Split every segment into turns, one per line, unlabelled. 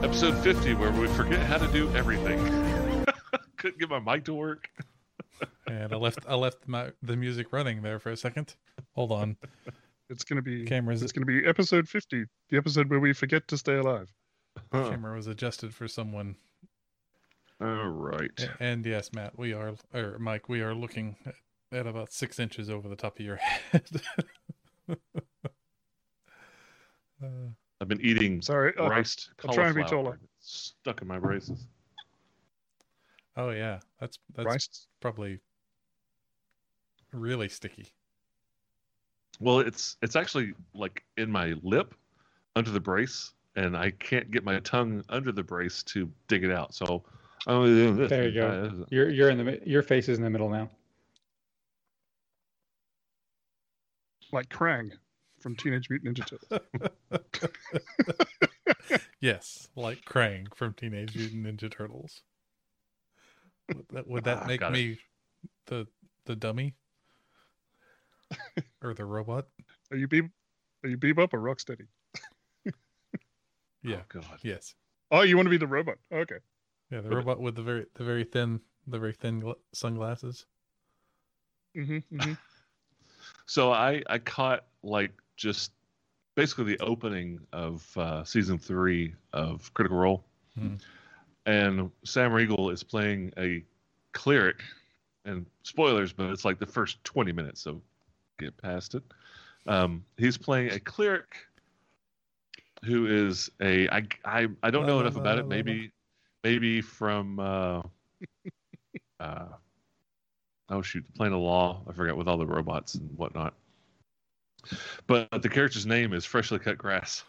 50 where we forget how to do everything. Couldn't get my mic to work.
And I left I left my the music running there for a second. Hold on.
It's gonna be
Camera's
it's gonna be episode fifty, the episode where we forget to stay alive.
Huh.
camera was adjusted for someone.
All right.
A- And yes, Matt, we are or Mike, we are looking at about six inches over the top of your head. uh,
I've been eating
Sorry, uh,
rice
I'm trying to be
cauliflower.
taller.
It's Stuck in my braces.
oh yeah. That's that's
rice.
probably really sticky.
Well, it's it's actually like in my lip under the brace, and I can't get my tongue under the brace to dig it out. So I'm only doing this. Oh,
There you go. You're you're in the mi- your face is in the middle now.
like Krang from Teenage Mutant Ninja Turtles.
Yes, like Krang from Teenage Mutant Ninja Turtles. Would that, would that
Ah,
make
got it.
me the the dummy or the robot?
Are you Beeb? Are you Bebop or Rocksteady?
Yeah.
Oh, God.
Yes,
Oh, you want to be the robot? Okay.
yeah, the
Would it-
robot with the very the very thin the very thin gla- sunglasses.
hmm hmm
So I I caught like just basically the opening of uh, season three of Critical Role,
Mhm.
and Sam Riegel is playing a cleric, and spoilers, but it's like the first twenty minutes, so get past it. Um, he's playing a cleric who is a I I, I don't
La,
know
la,
enough
la,
about
la,
it.
la,
Maybe maybe from uh, uh, oh shoot, playing a law. I forgot with all the robots and whatnot. But the character's name is Freshly Cut Grass.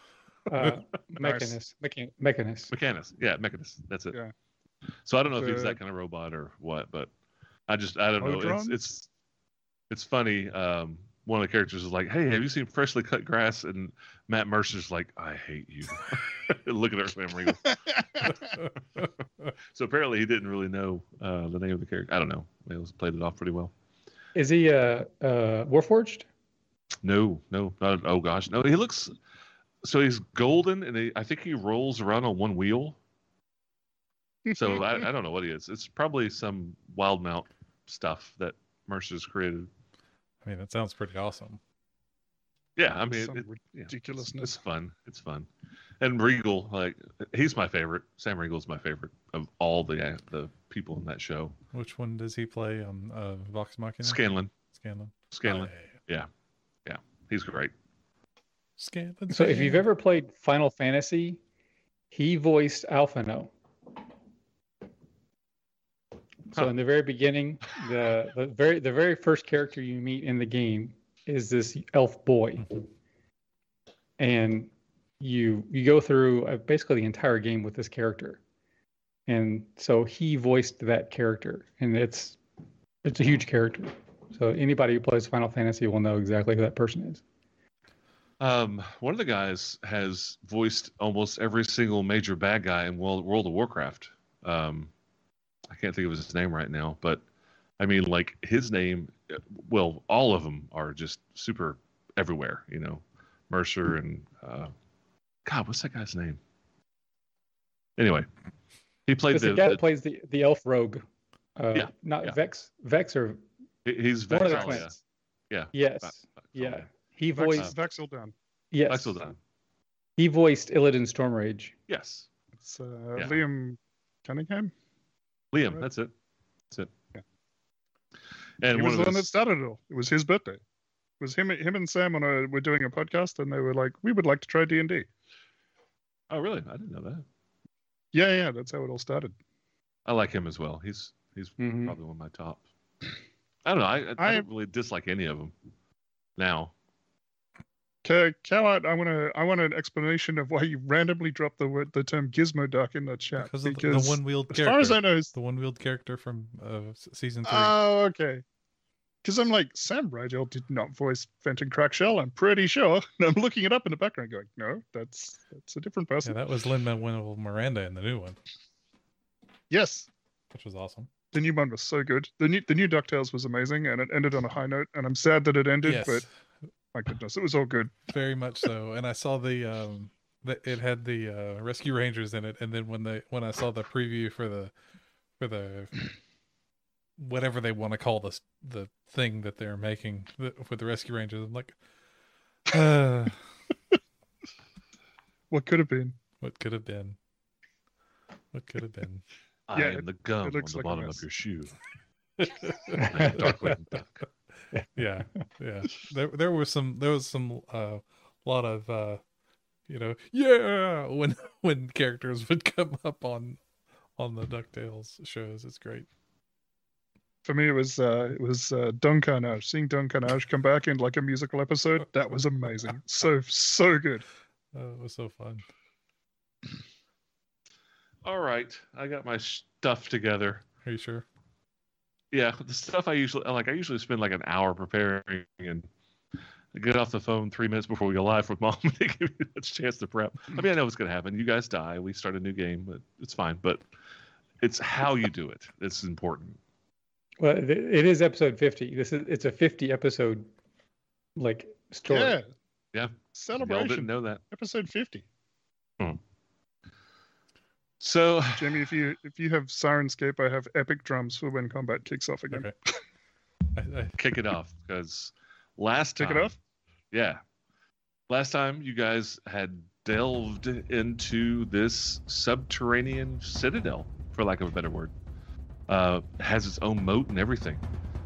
Uh,
Nice.
Mechanus, Mechan- Mechanus.
Mechanus. Yeah, Mechanus. That's it.
Yeah.
So I don't know if he's
The-
that kind of robot or what, but I just I don't know. It's
Hodron?
it's it's funny. Um, one of the characters is like, "Hey, have you seen Freshly Cut Grass?" And Matt Mercer's like, "I hate you." Looking at Sam Riegel. so apparently he didn't really know uh, the name of the character. I don't know. He was played it off pretty well.
Is he uh uh Warforged?
No, no, not oh gosh, no. He looks so he's golden, and he, I think he rolls around on one wheel. So I, I don't know what he is. It's probably some wild mount stuff that Mercer's created.
I mean, that sounds pretty awesome.
Yeah, I mean, it,
Some
it- yeah, it's, it's
ridiculousness.
fun. It's fun. And Regal, like he's my favorite. Sam Regal's my favorite of all the the people in that show.
Which one does he play on uh, Vox Machina?
Scanlan,
Scanlan.
Scanlan,
Oh, yeah, yeah.
he's great.
Scanlan.
So if you've
Scanlan.
ever played Final Fantasy, he voiced Alphino. So
Huh.
in the very beginning, the, the very the very first character you meet in the game is this elf boy, and you you go through uh, basically the entire game with this character, and so he voiced that character, and it's it's a huge character. So anybody who plays Final Fantasy will know exactly who that person is.
Um, one of the guys has voiced almost every single major bad guy in World, World of Warcraft. Um, I can't think of his name right now, but I mean, like his name. uh, Well, all of them are just super everywhere. You know, Mercer and uh, God, what's that guy's name? Anyway, he played
It's
the,
the guy that
the-
plays the, the elf rogue. Uh,
Yeah,
Not
yeah.
Vex. Vex or
he- he's
one of the
Vexalia.
twins.
Yeah.
Yes.
Ve-
yeah.
Vexalia.
He
Vex-
voiced.
Vexel down.
yes.
Vexeldon.
He voiced Illidan Stormrage.
Yes,
It's uh,
Yeah.
Liam Cunningham.
Liam.
Right.
That's it. That's it.
Yeah.
And
he
one
was
of
the one
his-
that started it all. It was his birthday. It was him, him and Sam on a, were doing a podcast, and they were like, "We would like to try D and D."
Oh, really? I didn't know that.
Yeah, yeah, that's how it all started.
I like him as well. He's he's
Mhm.
probably one of my top. I don't know. I, I,
I-
don't really dislike any of them now.
Ca- Cowart, I want to, I want an explanation of why you randomly dropped the word, the term Gizmo Duck in the chat
because of the- the one wheeled
as
character,
far as I know, it's-
the one wheeled character from uh, s- season three.
oh, okay. Because I'm like, Sam Rigel did not voice Fenton Crackshell. I'm pretty sure. And I'm looking it up in the background, going, no, that's that's a different
yeah,
person.
that was Lin Manuel Miranda in the new one,
Yes,
which was awesome.
the new one was so good. The new the new Ducktales was amazing, and it ended on a high note. And I'm sad that it ended,
yes.
but my goodness, it was all good.
Very much so. And I saw the um that it had the uh, Rescue Rangers in it, and then when they when I saw the preview for the for the whatever they want to call this the thing that they're making the, with the Rescue Rangers, I'm like, uh,
What could have been?
what could have been? What could have been?
I
Yeah,
am the gum on the
looks like a
bottom of
mess.
your shoe. I am Darkwing Duck.
yeah yeah there there was some there was some uh lot of uh you know yeah when when characters would come up on on the ducktales shows it's great
For me, it was uh, it was uh, Don Carnage. Seeing Don Carnage come back in like a musical episode, that was amazing. So so good.
uh, it was so fun
All right, I got my stuff together.
are you sure
yeah the stuff i usually like i usually spend like an hour preparing and get off the phone three minutes before we go live with mom to give you a chance to prep i mean i know what's going to happen you guys die we start a new game but it's fine but it's how you do it that's important
Well, th- it is episode 50. This is it's a 50 episode like story.
Yeah.
Yeah. y'all didn't
Celebration
know that
episode fifty.
so
Jamie, if you if you have Sirenscape, I have epic drums for when combat kicks off again.
okay I, I,
kick it off because last time
Kick it off.
Yeah. Last time you guys had delved into this subterranean citadel, for lack of a better word. Uh, has its own moat and everything.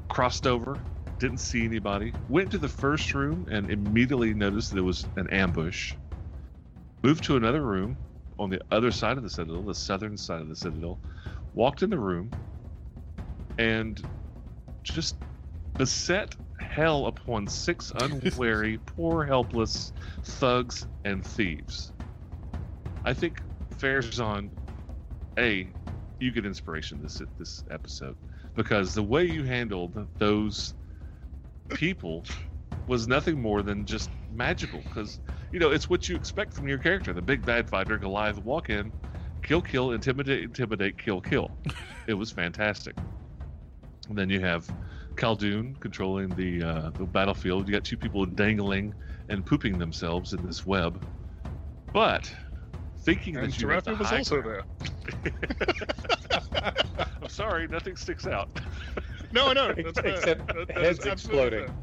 Crossed over, didn't see anybody, went to the first room and immediately noticed there was an ambush. Moved to another room on the other side of the citadel, the southern side of the citadel, walked in the room and just beset hell upon six unwary, poor, helpless thugs and thieves. I think Farazan, a, you get inspiration this this episode because the way you handled those people was nothing more than just magical. Because you know it's what you expect from your character: the big bad fighter, Goliath, walk in, kill, kill, intimidate, intimidate, kill, kill. it was fantastic. And then you have Khaldun controlling the uh, the battlefield. You got two people dangling and pooping themselves in this web. But thinking
And
that you have the
Giraffe was
high
also
ground-
there.
I'm sorry, nothing sticks out.
No, I know. That's
Ex-
fair.
Except
That- that is
heads
absolutely
exploding.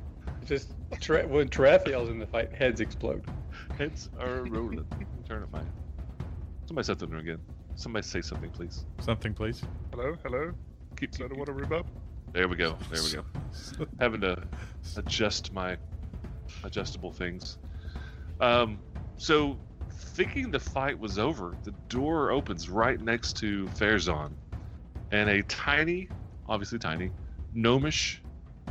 Just tra- when Tarathiel's in the fight, heads explode.
Heads are rolling. Turn it mine. Somebody set the room again. Somebody say something, please.
something please
fair. Hello, hello.
Keep,
Is that
keep,
a
keep.
water rhubarb?
There we go. There we go. Having to adjust my adjustable things. Um, so, thinking the fight was over, the door opens right next to Farazan, and a tiny, obviously tiny, gnomish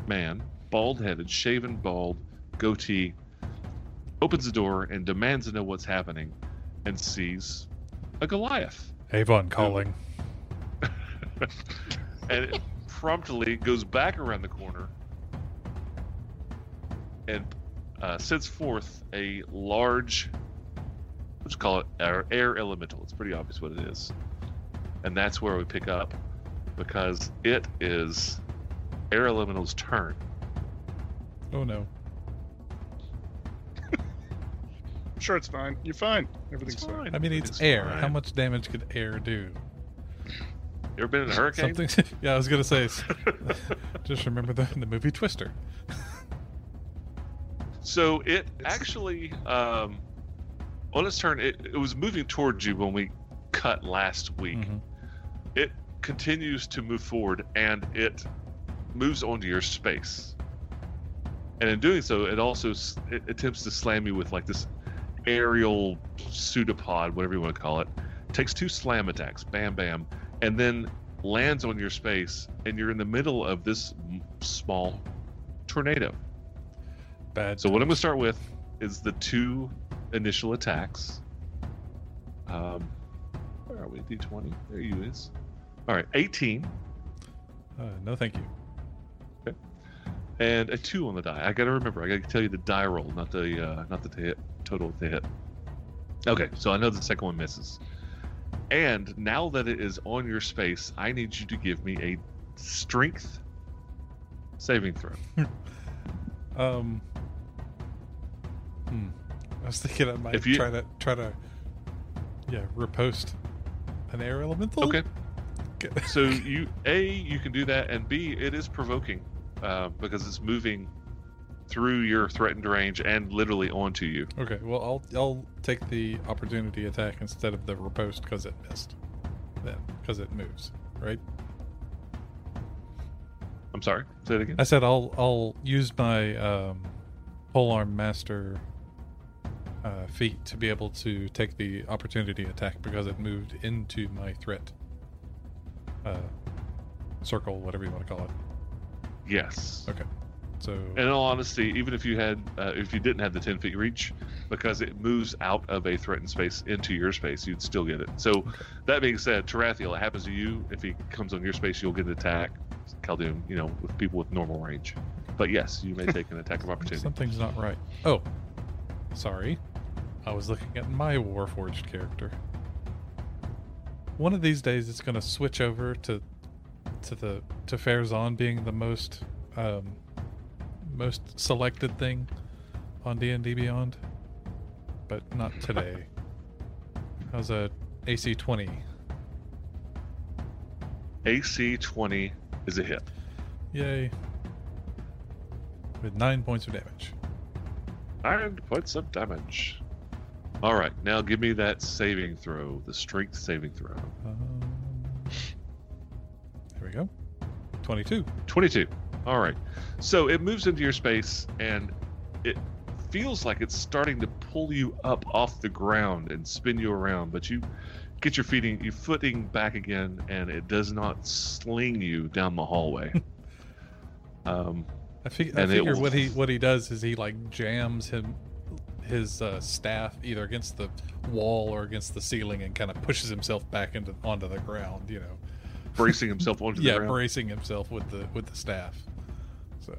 man, bald-headed, shaven, bald, goatee, opens the door and demands to know what's happening, and sees a Goliath
avon calling
and it promptly goes back around the corner and uh, sends forth a large, let's call it air, air elemental. It's pretty obvious what it is. And that's where we pick up because it is air elemental's turn.
oh no
I'm sure it's fine. You're fine. Everything's fine.
i mean it's air how much damage could air do
You ever been in a hurricane?
something yeah i was gonna say it's- just remember the, the movie twister
So it actually, um, on its turn, it, it was moving towards you when we cut last week.
Mhm.
It continues to move forward and it moves onto your space. And in doing so, it also s- it attempts to slam you with like this aerial pseudopod, whatever you want to call it. Takes two slam attacks, bam, bam, and then lands on your space, and you're in the middle of this m- small tornado.
bad
So what I'm going to start with is the two initial attacks. Um, where are we? D20. There you is. All right, 18
uh, no thank you
and a two on the die. I got to remember. I got to tell you the die roll, not the uh, not the to hit, total to hit. Okay, so I know the second one misses. And now that it is on your space, I need you to give me a strength saving throw.
Um, hmm. I was thinking I might
If you-
try to try to yeah, repost an air elemental.
Okay.
Okay.
so you a you can do that, and b it is provoking uh, because it's moving through your threatened range and literally onto you.
Okay. Well, I'll I'll take the opportunity attack instead of the repost because it missed. Then because it moves, right?
I'm sorry. Say it again.
I said I'll I'll use my um, polearm master uh, feat to be able to take the opportunity attack because it moved into my threat uh, circle, whatever you want to call it.
Yes.
Okay. So
In all honesty, even if you had, uh, if you didn't have the ten feet reach, because it moves out of a threatened space into your space, you'd still get it. So, that being said, Tarathiel, it happens to you. If he comes on your space, you'll get an attack. Khaldun, you know, with people with normal range. But yes, you may take an attack of opportunity.
something's not right. Oh, sorry. I was looking at my Warforged character. One of these days, it's going to switch over to to the to Fairzon being the most um, most selected thing on D and D Beyond, but not today. How's a AC twenty?
AC twenty is a hit.
Yay! With nine points of damage.
And put some damage. All right, now give me that saving throw, the strength saving throw.
Um, there we go. Twenty-two.
22. All right. So it moves into your space and it feels like it's starting to pull you up off the ground and spin you around, but you get your feeding, your footing back again and it does not sling you down the hallway. um,
I, fig- I
And it
figure
will-
what he what he does is he like jams him his uh, staff either against the wall or against the ceiling and kind of pushes himself back into onto the ground. You know,
bracing himself onto
yeah,
the ground.
bracing himself with the with the staff. So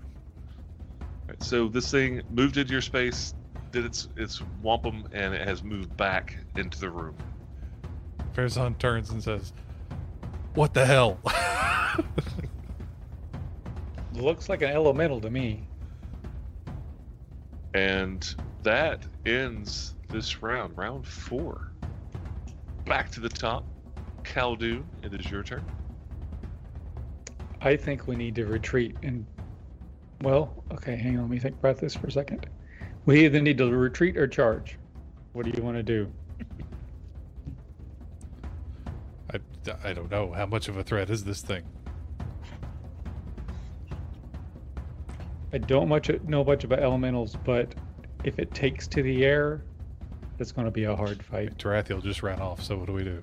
Right, so this thing moved into your space, did its its wampum, and it has moved back into the room.
Farazan turns and says, "What the hell?"
Looks like an elemental to me.
And that ends this round, round four. Back to the top. Khaldun, it is your turn.
I think we need to retreat and. Well, okay, hang on. Let me think about this for a second. We either need to retreat or charge. What do you want to do?
I, I don't know how much of a threat is this thing.
I don't much know much about elementals, but if it takes to the air, it's going to be a hard fight.
Tarathiel just ran off. So what do we do?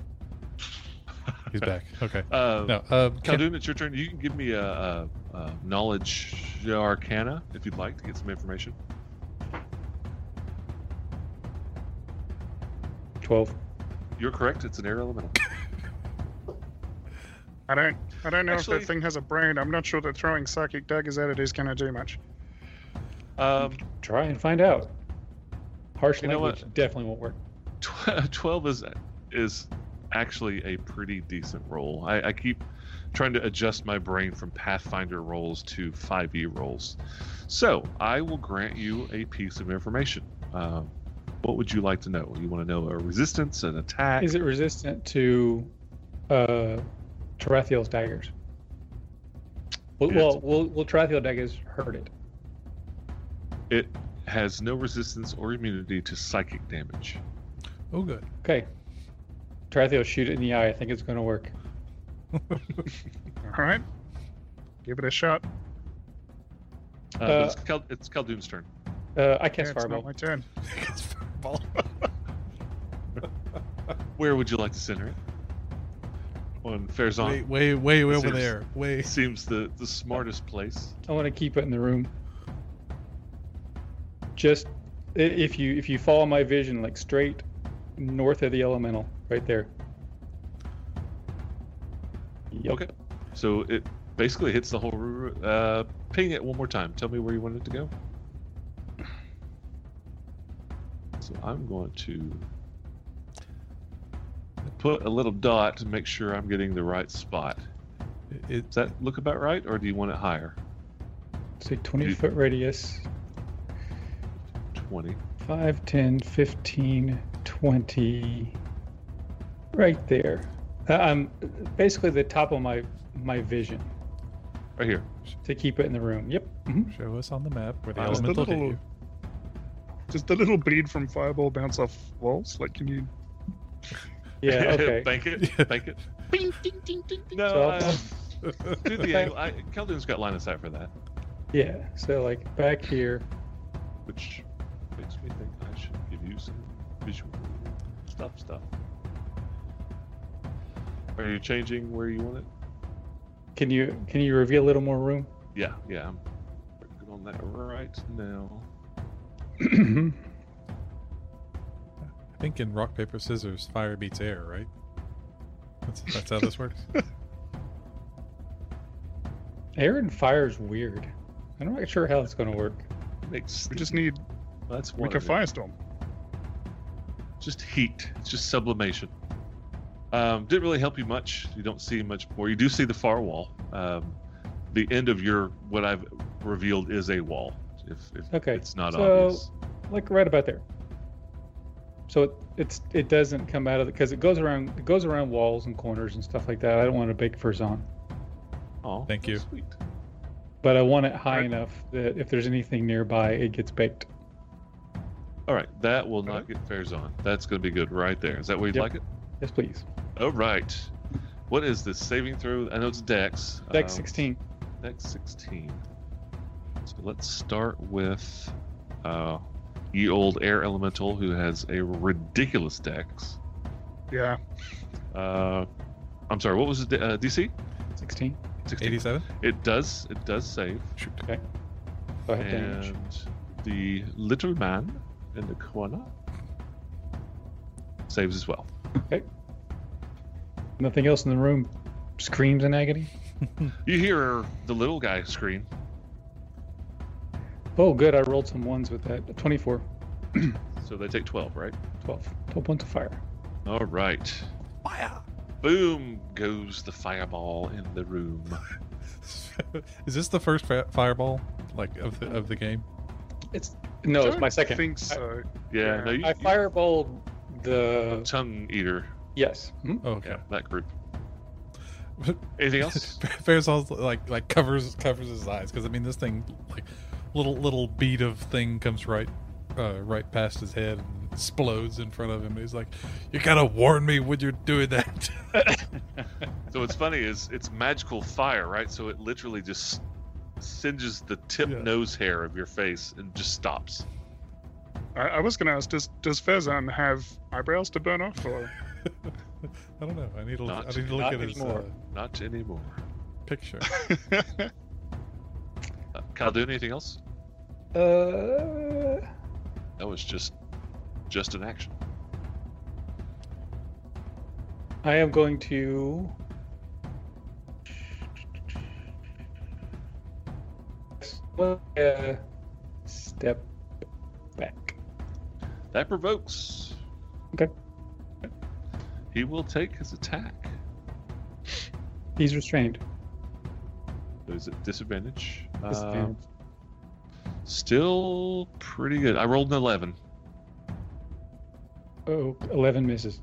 He's back. Okay.
Uh,
No. Uh, can-
Khaldun, it's your turn. You can give me a, a, a knowledge arcana if you'd like to get some information.
Twelve.
You're correct. It's an air elemental.
I don't. I don't know if
Actually-
that thing has a brain. I'm not sure that throwing psychic daggers at it is going to do much.
Um,
Try and find out. Harsh
You know
language definitely won't work.
tw- 12 is is actually a pretty decent roll. I, I keep trying to adjust my brain from Pathfinder rolls to 5e rolls. So I will grant you a piece of information. Um, what would you like to know? You want to know a resistance, an attack?
Is it resistant to uh, Tarathiel's daggers? Well,
It is.
well, will, will Tarathiel daggers hurt it?
it has no resistance or immunity to psychic damage.
oh, good.
Okay. Tarathiel shoot it in the eye. I think it's going to work.
All right, give it a shot.
Uh, but
Uh,
it's, Khal- it's Khaldun's turn.
Uh, I
Yeah,
cast
it's not
fireball.
my turn.
It's fireball.
Where would you like to center it? On Fairzon.
way, way, way over
Seriously.
there. Way.
Seems the, the smartest place.
I want to keep it in the room. Just i- if you if you follow my vision, like straight north of the elemental, right there. Yep.
Okay. So it basically hits the whole. ru- Uh, ping it one more time. Tell me where you want it to go. So I'm going to put a little dot to make sure I'm getting the right spot.
It,
Does that look about right, or do you want it higher?
Say 20 foot radius,
20.
5, 10, 15, 20, right there. Uh, I'm basically the top of my my vision
Right here.
to keep it in the room. Yep. mhm.
Show us on the map where the
Uh,
Does the
elemental hit
little
you.
does the little bead from fireball bounce off walls? Like, can you?
Yeah. Okay.
Bank it. Bank it.
Bing, ding, ding, ding, ding.
No.
So-
I, do the angle. I, Keldon's got line of sight for that,
yeah. So like back here.
which makes me think I should give you some visual stuff. Stuff. Are you changing where you want it?
Can you can you reveal a little more room?
Yeah. Yeah. I'm working on that right now.
I think in rock paper scissors, fire beats air, right? That's, that's how this works.
Air and fire is weird. I'm not sure how it's going to work.
Makes
We just need
that's one
like a
of it.
firestorm.
just heat. It's just sublimation. Um, didn't really help you much. You don't see much more. You do see the far wall. Um, the end of your what I've revealed is a wall. If, if
Okay,
it's not
so-
obvious.
Like right about there. So it, it's it doesn't come out of the because it goes around it goes around walls and corners and stuff like that. I don't want a big furzon,
Oh,
Thank you.
Sweet.
but I want it high
Right.
enough that if there's anything nearby, it gets baked.
All right, that will not get fares on. That's going to be good right there. Is that where you'd
Yep.
like it?
Yes, please.
All right. What is this saving throw? I know it's Dex.
Deck
Um,
16.
Dex 16. So let's start with uh, ye old air elemental who has a ridiculous Dex.
Yeah.
Uh, I'm sorry. What was it? Uh, DC?
16.
16.
87?
It does. It does save.
Shoot.
Go ahead, damage.
And the little man in the corner saves as well.
Nothing else in the room screams in agony.
You hear the little guy scream.
Oh, good. I rolled some ones with that. 24,
So they take 12, right?
12. 12 points of fire.
All right.
Fire!
Boom goes the fireball in the room.
Is this the first fi- fireball like of the of the game?
No, it's
Don't
my second.
think so.
Yeah.
Yeah.
No, you,
I
you-
fireballed the.
tongue eater.
Yes. Mhm.
Oh, okay.
Yeah, that group. Anything else?
Farazal's like like covers covers his eyes because I mean this thing like little little bead of thing comes right uh, right past his head and explodes in front of him. He's like, "You gotta warn me when you're doing that."
So what's funny is it's magical fire, right? So it literally just singes the tip
Yeah.
nose hair of your face and just stops.
I, I was going to ask, does does Fezan have eyebrows to burn off, or
I don't know. I need to look,
Not-
I need to look
not
at his uh,
anymore.
Not anymore.
picture.
Uh, Kyle, do anything else?
Uh,
That was just just an action.
I am going to. Uh, step back.
That provokes.
Okay.
He will take his attack.
He's restrained.
So he's at disadvantage.
Disadvantage.
Uh, still pretty good. I rolled an 11.
oh, 11 misses.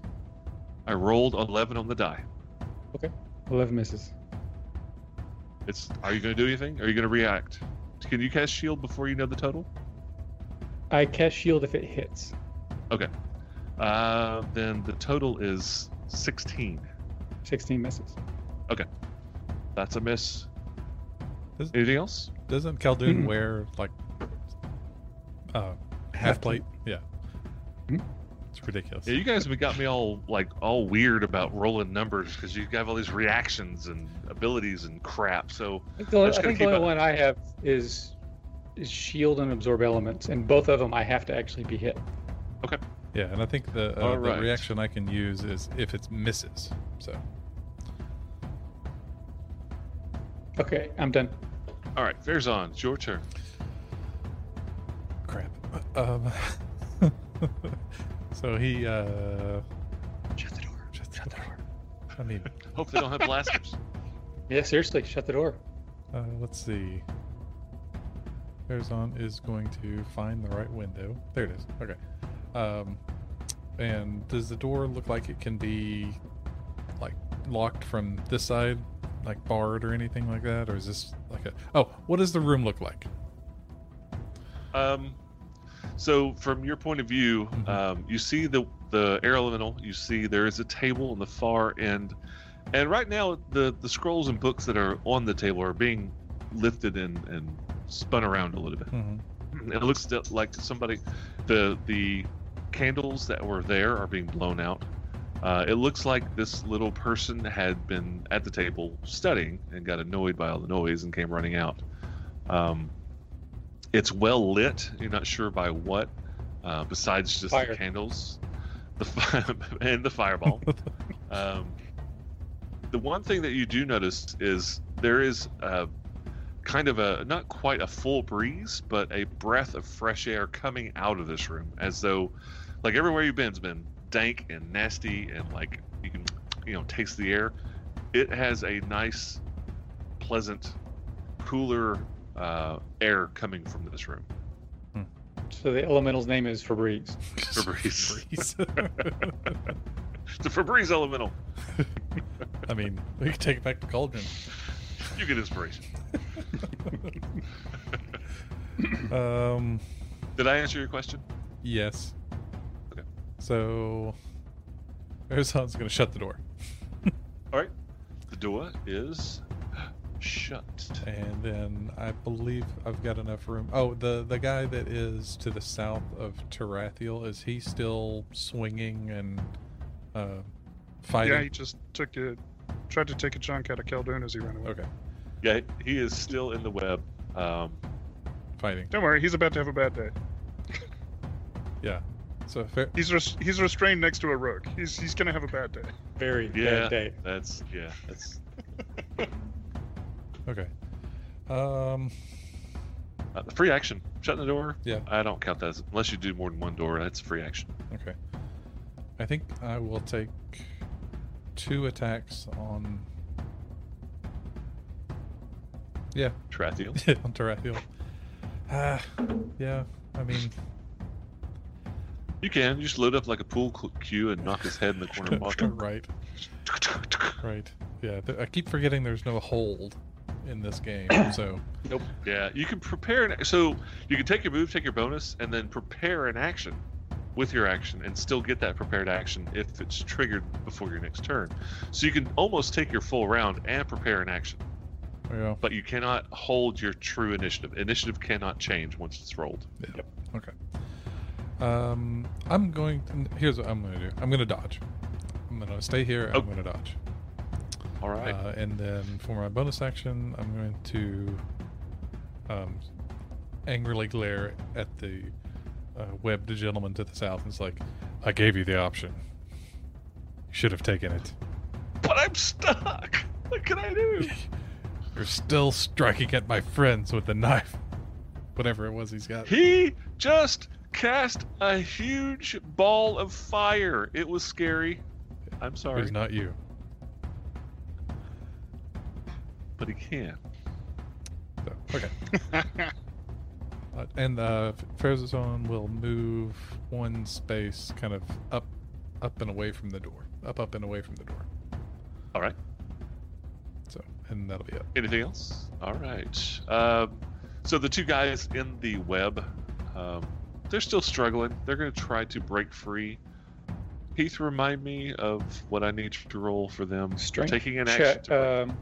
I rolled 11 on the die.
11 misses.
It's. Are you going to do anything? Are you going to react? Can you cast shield before you know the total?
I cast shield if it hits.
Uh, then the total is 16.
16 misses.
That's a miss.
Does-
Anything else?
Doesn't Khaldun
Mhm.
wear like uh, Hmm. half plate? Hmm? Yeah,
Mhm.
it's ridiculous.
Yeah, you guys got me all like all weird about rolling numbers because you have all these reactions and abilities and crap. So
I think the,
I'm just
I
gonna
think the
keep
only
up.
one I have is, is shield and absorb elements, and both of them I have to actually be hit.
Yeah, and I think the, uh,
All
the
right.
reaction I can use is if it misses. So
Okay, I'm done.
all right, fair's on. It's your turn.
crap. Um, so he uh,
Shut the door.
shut the door. I mean,
Hope they don't have blasters.
Yeah, seriously, shut the door.
uh, let's see. Arizon is going to find the right window. There it is. Okay. Um, And does the door look like it can be like locked from this side, like barred or anything like that? Or is this like a oh, what does the room look like?
Um, so from your point of view,
Mhm.
um, you see the the air elemental. You see there is a table on the far end, and right now the the scrolls and books that are on the table are being lifted and and spun around a little bit.
Mm-hmm.
And it looks th- like somebody, the the candles that were there are being blown out. Uh, it looks like this little person had been at the table studying and got annoyed by all the noise and came running out. Um, it's well lit. You're not sure by what, uh, besides just
Fire.
the candles, the fi- and the fireball. um, the one thing that you do notice is there is uh, kind of a not quite a full breeze, but a breath of fresh air coming out of this room, as though, like everywhere you've been's been dank and nasty, and like you can, you know, taste the air. It has a nice, pleasant, cooler uh, air coming from this room.
So the elemental's name is Febreze.
Febreze.
Febreze.
It's a Febreze elemental.
I mean, we could take it back to Cauldron.
You get inspiration.
Um,
Did I answer your question?
yes.
Okay.
So, Arizon's gonna shut the door,
The door is shut.
and then I believe I've got enough room. Oh, the the guy that is to the south of Tarathiel is he still swinging and uh,
Yeah,
fighting?
he just took a tried to take a chunk out of Caldoon as he ran away.
okay,
Yeah, he is still in the web. Um,
fighting.
Don't worry, he's about to have a bad day.
So fair.
He's res- he's restrained next to a rogue. He's he's gonna have a bad day.
Very
Yeah.
bad day.
that's yeah, that's
Okay. Um.
uh, free action. Shutting the door.
Yeah.
I don't count that as, unless you do more than one door. That's free action.
Okay. I think I will take two attacks on
Trathiel.
on Tarathiel. Ah, yeah. I mean,
You can you just load up like a pool cu- cue and knock his head in the corner. and walk up.
right, right. Yeah, th- I keep forgetting there's no hold in this game. So
yeah, you can prepare an. So you can take your move, take your bonus, and then prepare an action with your action, and still get that prepared action if it's triggered before your next turn. So you can almost take your full round and prepare an action.
yeah,
but you cannot hold your true initiative. Initiative cannot change once it's rolled.
um, I'm going. To, here's what I'm going to do. I'm going to dodge. I'm going to stay here. and
Oh.
I'm going to dodge.
All right.
Uh, and then for my bonus action, I'm going to um, angrily glare at the uh, webbed gentleman to the south. And it's like, I gave you the option. You should have taken it.
but I'm stuck. What can I do?
You're still striking at my friends with the knife. Whatever it was he's got.
He just cast a huge ball of fire. It was scary. I'm
It
sorry,
was not you.
but he can.
So, okay. Uh, and uh, Ferzazon will move one space kind of up up and away from the door. Up, up, and away from the door.
All right.
So, and that'll be it.
Anything else? All right. Um, so the two guys in the web, um, they're still struggling. They're going to try to break free. Heath, remind me of what I need to roll for them.
Strength
Taking an action.
check.
to break-
Um,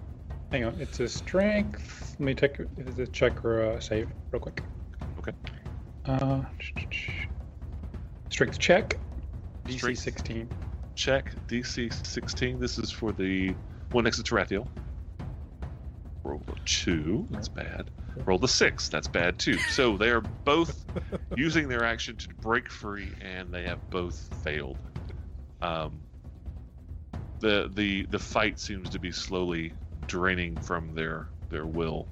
hang on, it's a strength. Let me take the check or uh, save real quick.
Okay.
Uh, strength check. DC
Strength.
16.
check DC 16. This is for the one next to Tarathiel. Roll a two. That's bad. Roll the six. That's bad too. So they are both using their action to break free, and they have both failed. Um, the the the fight seems to be slowly draining from their their will,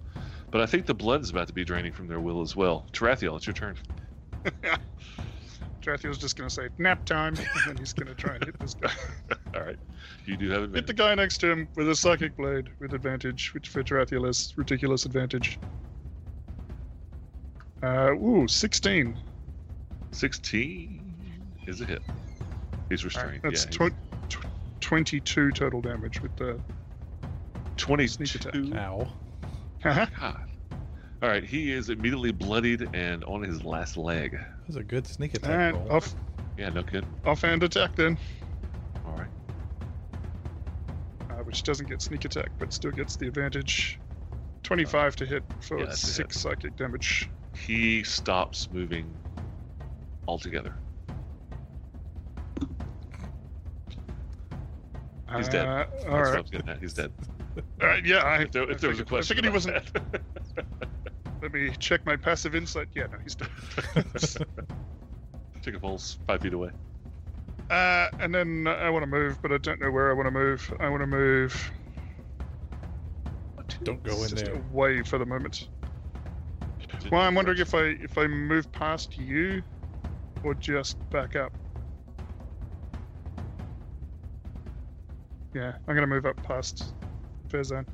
but I think the blood is about to be draining from their will as well. Tarathiel, it's your turn.
Trathiel's just gonna say nap time, and then he's gonna try and hit this guy.
All right, you do have
hit the
advantage.
guy next to him with a psychic blade with advantage, which for Tarathiel is ridiculous advantage. Uh, ooh, 16.
16 is a hit. He's restrained.
That's
yeah,
twen- tw- 22 total damage with the.
twenty
sneak attack. Uh-huh.
Ow.
Haha.
God. All right, he is immediately bloodied and on his last leg.
That was a good sneak attack
and
roll.
off,
Yeah, no kidding.
offhand attack then,
All right.
uh, which doesn't get sneak attack, but still gets the advantage. 25 to hit for
Yeah, that's a hit.
six psychic damage.
He stops moving altogether. He's dead.
Uh, all
That's what I
right.
was getting at. He's dead.
Uh, yeah, I,
If there,
I
if there was a
figured- I
question,
figured he
about
wasn't.
that.
Let me check my passive insight. Yeah, no, he's dead.
Took a pulse five feet away.
Uh, and then I want to move, but I don't know where I want to move. I want to move
Don't go in
just
there.
away for the moment. Well, I'm wondering if I if I move past you, or just back up. Yeah, I'm gonna move up past Fezan.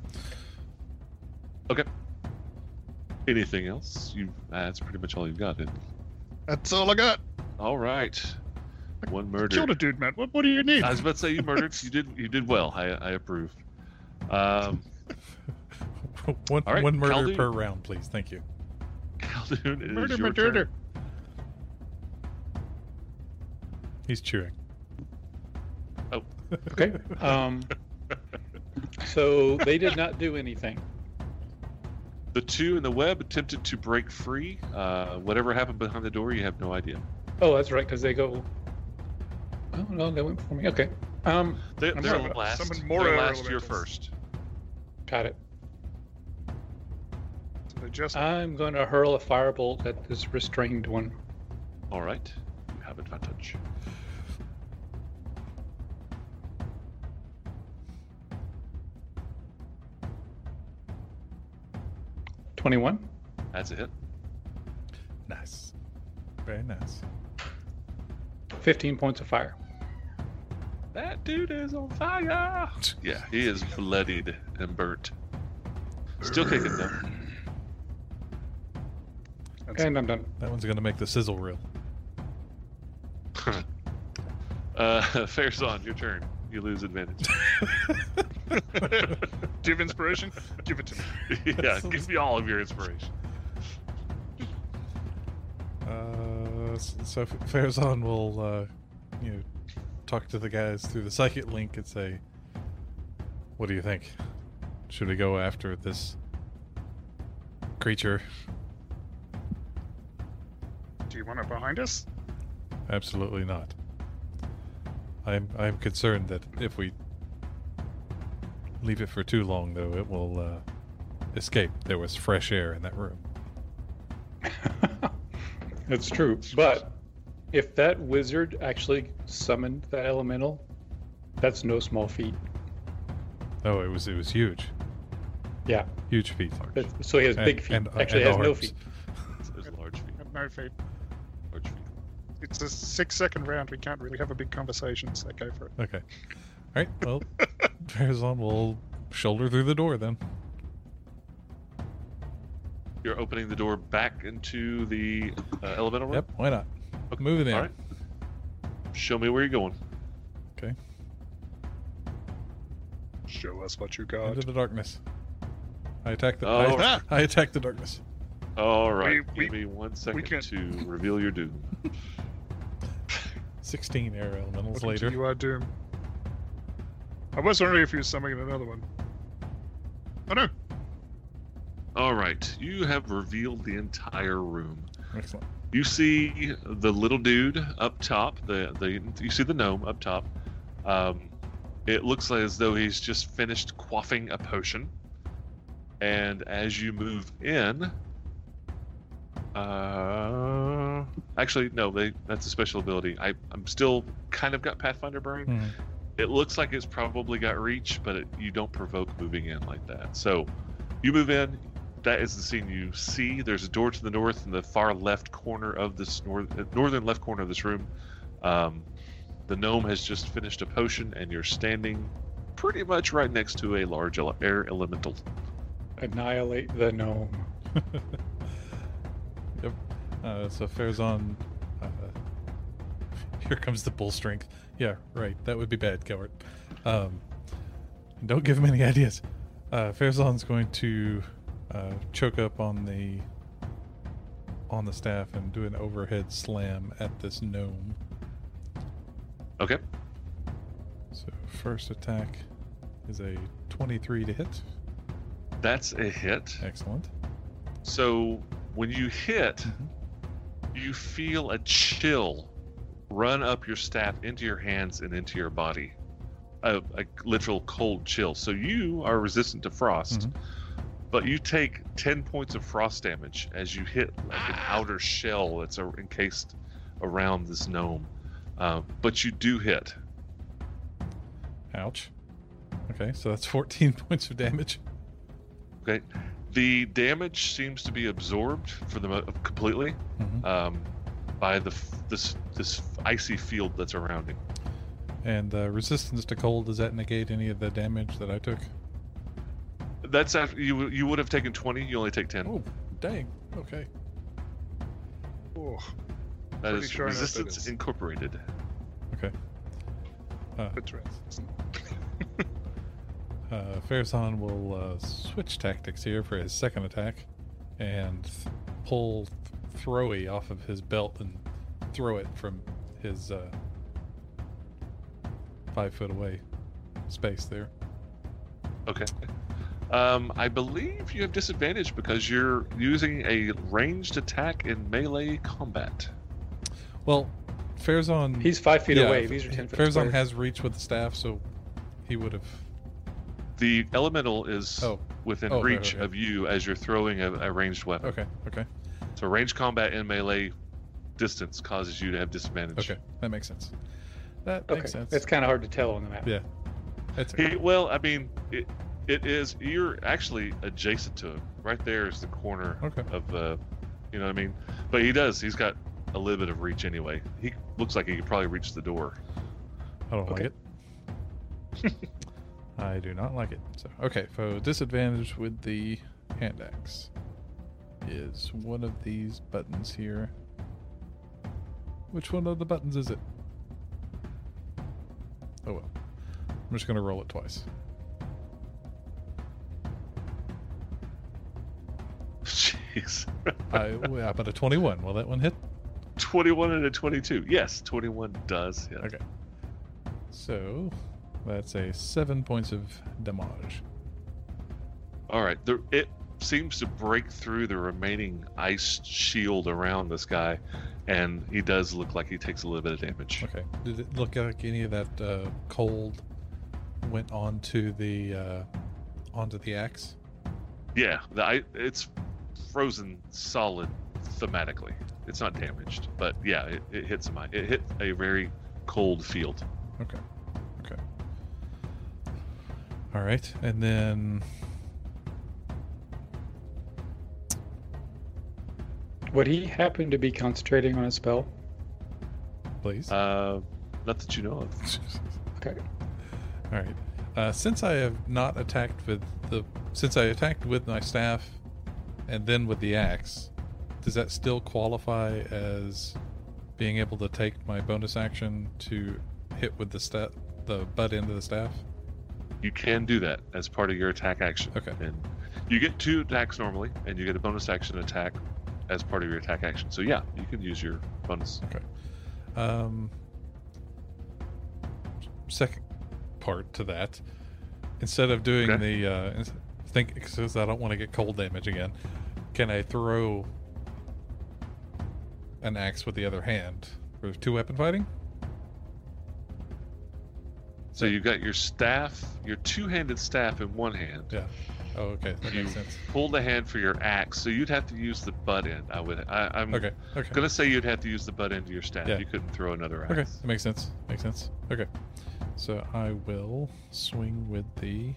anything else. You uh, that's pretty much all you've got. Then.
That's all I got.
All right, one murder.
Killed a dude, man. What what do you need?
I was about to say you murdered. you did. You did well. I, I approve. Um,
one,
All right,
one murder
Caldoon.
per round, please. Thank you.
Caldoon, it is
murder,
your
murder.
turn.
He's chewing.
Oh.
Okay. Um, so they did not do anything.
The two in the web attempted to break free. Uh, whatever happened behind the door, you have no idea.
Oh, that's right, because they go. Oh no, they went for me. Okay. Um,
They,
I'm
they're
sorry,
last.
someone more
they're
air
last. You're
elementals.
first.
got it.
So they just
Uh.
I'm going to hurl a firebolt at this restrained one.
All right, you have advantage.
Twenty-one.
That's a hit.
Nice. Very nice.
15 points of fire.
That dude is on fire. Yeah, he is bloodied and burnt. Still kicking though.
And I'm done.
That one's going to make the sizzle reel.
Uh, Fairson, your turn. You lose advantage.
do you have inspiration? Give it to me.
yeah, give me all of your inspiration.
Uh, s- so F- Farazan will, uh, you know, talk to the guys through the psychic link and say, "What do you think? Should we go after this creature?"
Do you want it behind us?
Absolutely not. I'm I'm concerned that if we leave it for too long, though, it will uh, escape. There was fresh air in that room.
That's true. But if that wizard actually summoned that elemental, that's no small feat.
Oh, it was it was huge,
Yeah.
huge feet.
That's- So he has
And-
big feet.
and- uh,
actually,
and
has no
arms.
feet.
It's, it's large feet.
I have no faith.
Large feet.
It's a six-second round. We can't really have a big conversation, so go for it.
Okay. All right. Well, Farazan will shoulder through the door then.
You're opening the door back into the uh, elemental room.
Yep. Why not?
Okay,
Moving in.
All right. Show me where you're going.
Show us what you
Into
got.
the darkness. I attack the.
All
I,
right.
I attack the darkness.
All right.
we-
Give me one second
can-
to reveal your doom.
Sixteen air elementals
Welcome to
later.
You are doomed. I was wondering if you were summoning another one. Oh no!
All right. You have revealed the entire room.
Excellent.
You see the little dude up top. The the you see the gnome up top. Um, it looks like as though he's just finished quaffing a potion. And as you move in, uh, actually no, they that's a special ability. I I'm still kind of got Pathfinder brain.
Hmm.
It looks like it's probably got reach, but it, you don't provoke moving in like that. So you move in. That is the scene you see. There's a door to the north in the far left corner of this nor- uh, northern left corner of this room. Um, the gnome has just finished a potion, and you're standing pretty much right next to a large ele- air elemental.
Annihilate the gnome.
Uh, so Farazan, uh, here comes the bull strength. Yeah, right. That would be bad, Coward. Um, don't give him any ideas. Uh, Farazan's going to uh, choke up on the on the staff and do an overhead slam at this gnome.
Okay.
So first attack is a 23 to hit.
That's a hit.
Excellent.
So when you hit,
Mhm.
you feel a chill run up your staff into your hands and into your body. A, a literal cold chill. So you are resistant to frost, but you take 10 points of frost damage as you hit like an outer shell that's a, encased around this gnome. Uh, but you do hit.
Ouch. Okay, so that's 14 points of damage.
Okay. The damage seems to be absorbed for the mo- completely
Mhm.
um, by the f- this this icy field that's around him.
And uh, resistance to cold, does that negate any of the damage that I took?
That's after you you would have taken twenty. You only take ten.
Oh, dang. Okay.
Oh,
that
pretty
is
sure I know what that
resistance
is.
incorporated.
that's right.
Uh, Farazan will uh, switch tactics here for his second attack and th- pull th- Throwy off of his belt and throw it from his uh, five foot away space there.
Okay. Um, I believe you have disadvantage because you're using a ranged attack in melee combat.
Well, Farazan.
He's five feet
Mm. yeah,
away. These are ten feet.
Farazan
squared.
has reach with the staff, so he would have.
The elemental is
Oh,
within
oh, right,
reach
okay.
of you as you're throwing a, a ranged weapon.
okay, okay,
So range combat and melee distance causes you to have disadvantage.
okay. That makes sense. That
Okay,
makes sense.
that's kind of hard to tell on the map.
Yeah. That's
He, well, I mean, it, it is. You're actually adjacent to him. Right there is the corner
Okay.
of the, you know what I mean. But he does. He's got a little bit of reach anyway. He looks like he could probably reach the door.
I don't like
Okay.
it. I do not like it. So okay, so disadvantage with the hand axe is one of these buttons here. Which one of the buttons is it? Oh well. I'm just gonna roll it twice.
Jeez.
I well, I'm at a twenty-one. Will that one hit?
21 and a 22. Yes, 21 does. Yeah.
Okay. So that's a seven points of damage.
All right. The, it seems to break through the remaining ice shield around this guy, and he does look like he takes a little bit of damage.
Okay. Did it look like any of that uh, cold went onto the uh, onto the axe?
Yeah, the, I, it's frozen solid thematically. It's not damaged, but yeah, it, it hits my. It hit a very cold field.
Okay. Okay. All right, and then
Would he happen to be concentrating on a spell?
please.
Uh, not that you know of.
Okay.
All right. Uh, since I have not attacked with the since I attacked with my staff and then with the axe, does that still qualify as being able to take my bonus action to hit with the sta- the butt end of the staff?
You can do that as part of your attack action.
Okay.
And you get two attacks normally, and you get a bonus action attack as part of your attack action. So yeah, you can use your bonus.
Um, second part to that, instead of doing
Okay.
the uh, ins- think because I don't want to get cold damage again, can I throw an axe with the other hand for two weapon fighting?
So you've got your staff, your two-handed staff in one hand.
Yeah. Oh, okay, that
You
makes sense.
pull the hand for your axe, so you'd have to use the butt end. I would. I, I'm
Okay, okay,
gonna say you'd have to use the butt end of your staff.
Yeah.
You couldn't throw another axe.
okay, that makes sense. Makes sense. Okay, so I will swing with the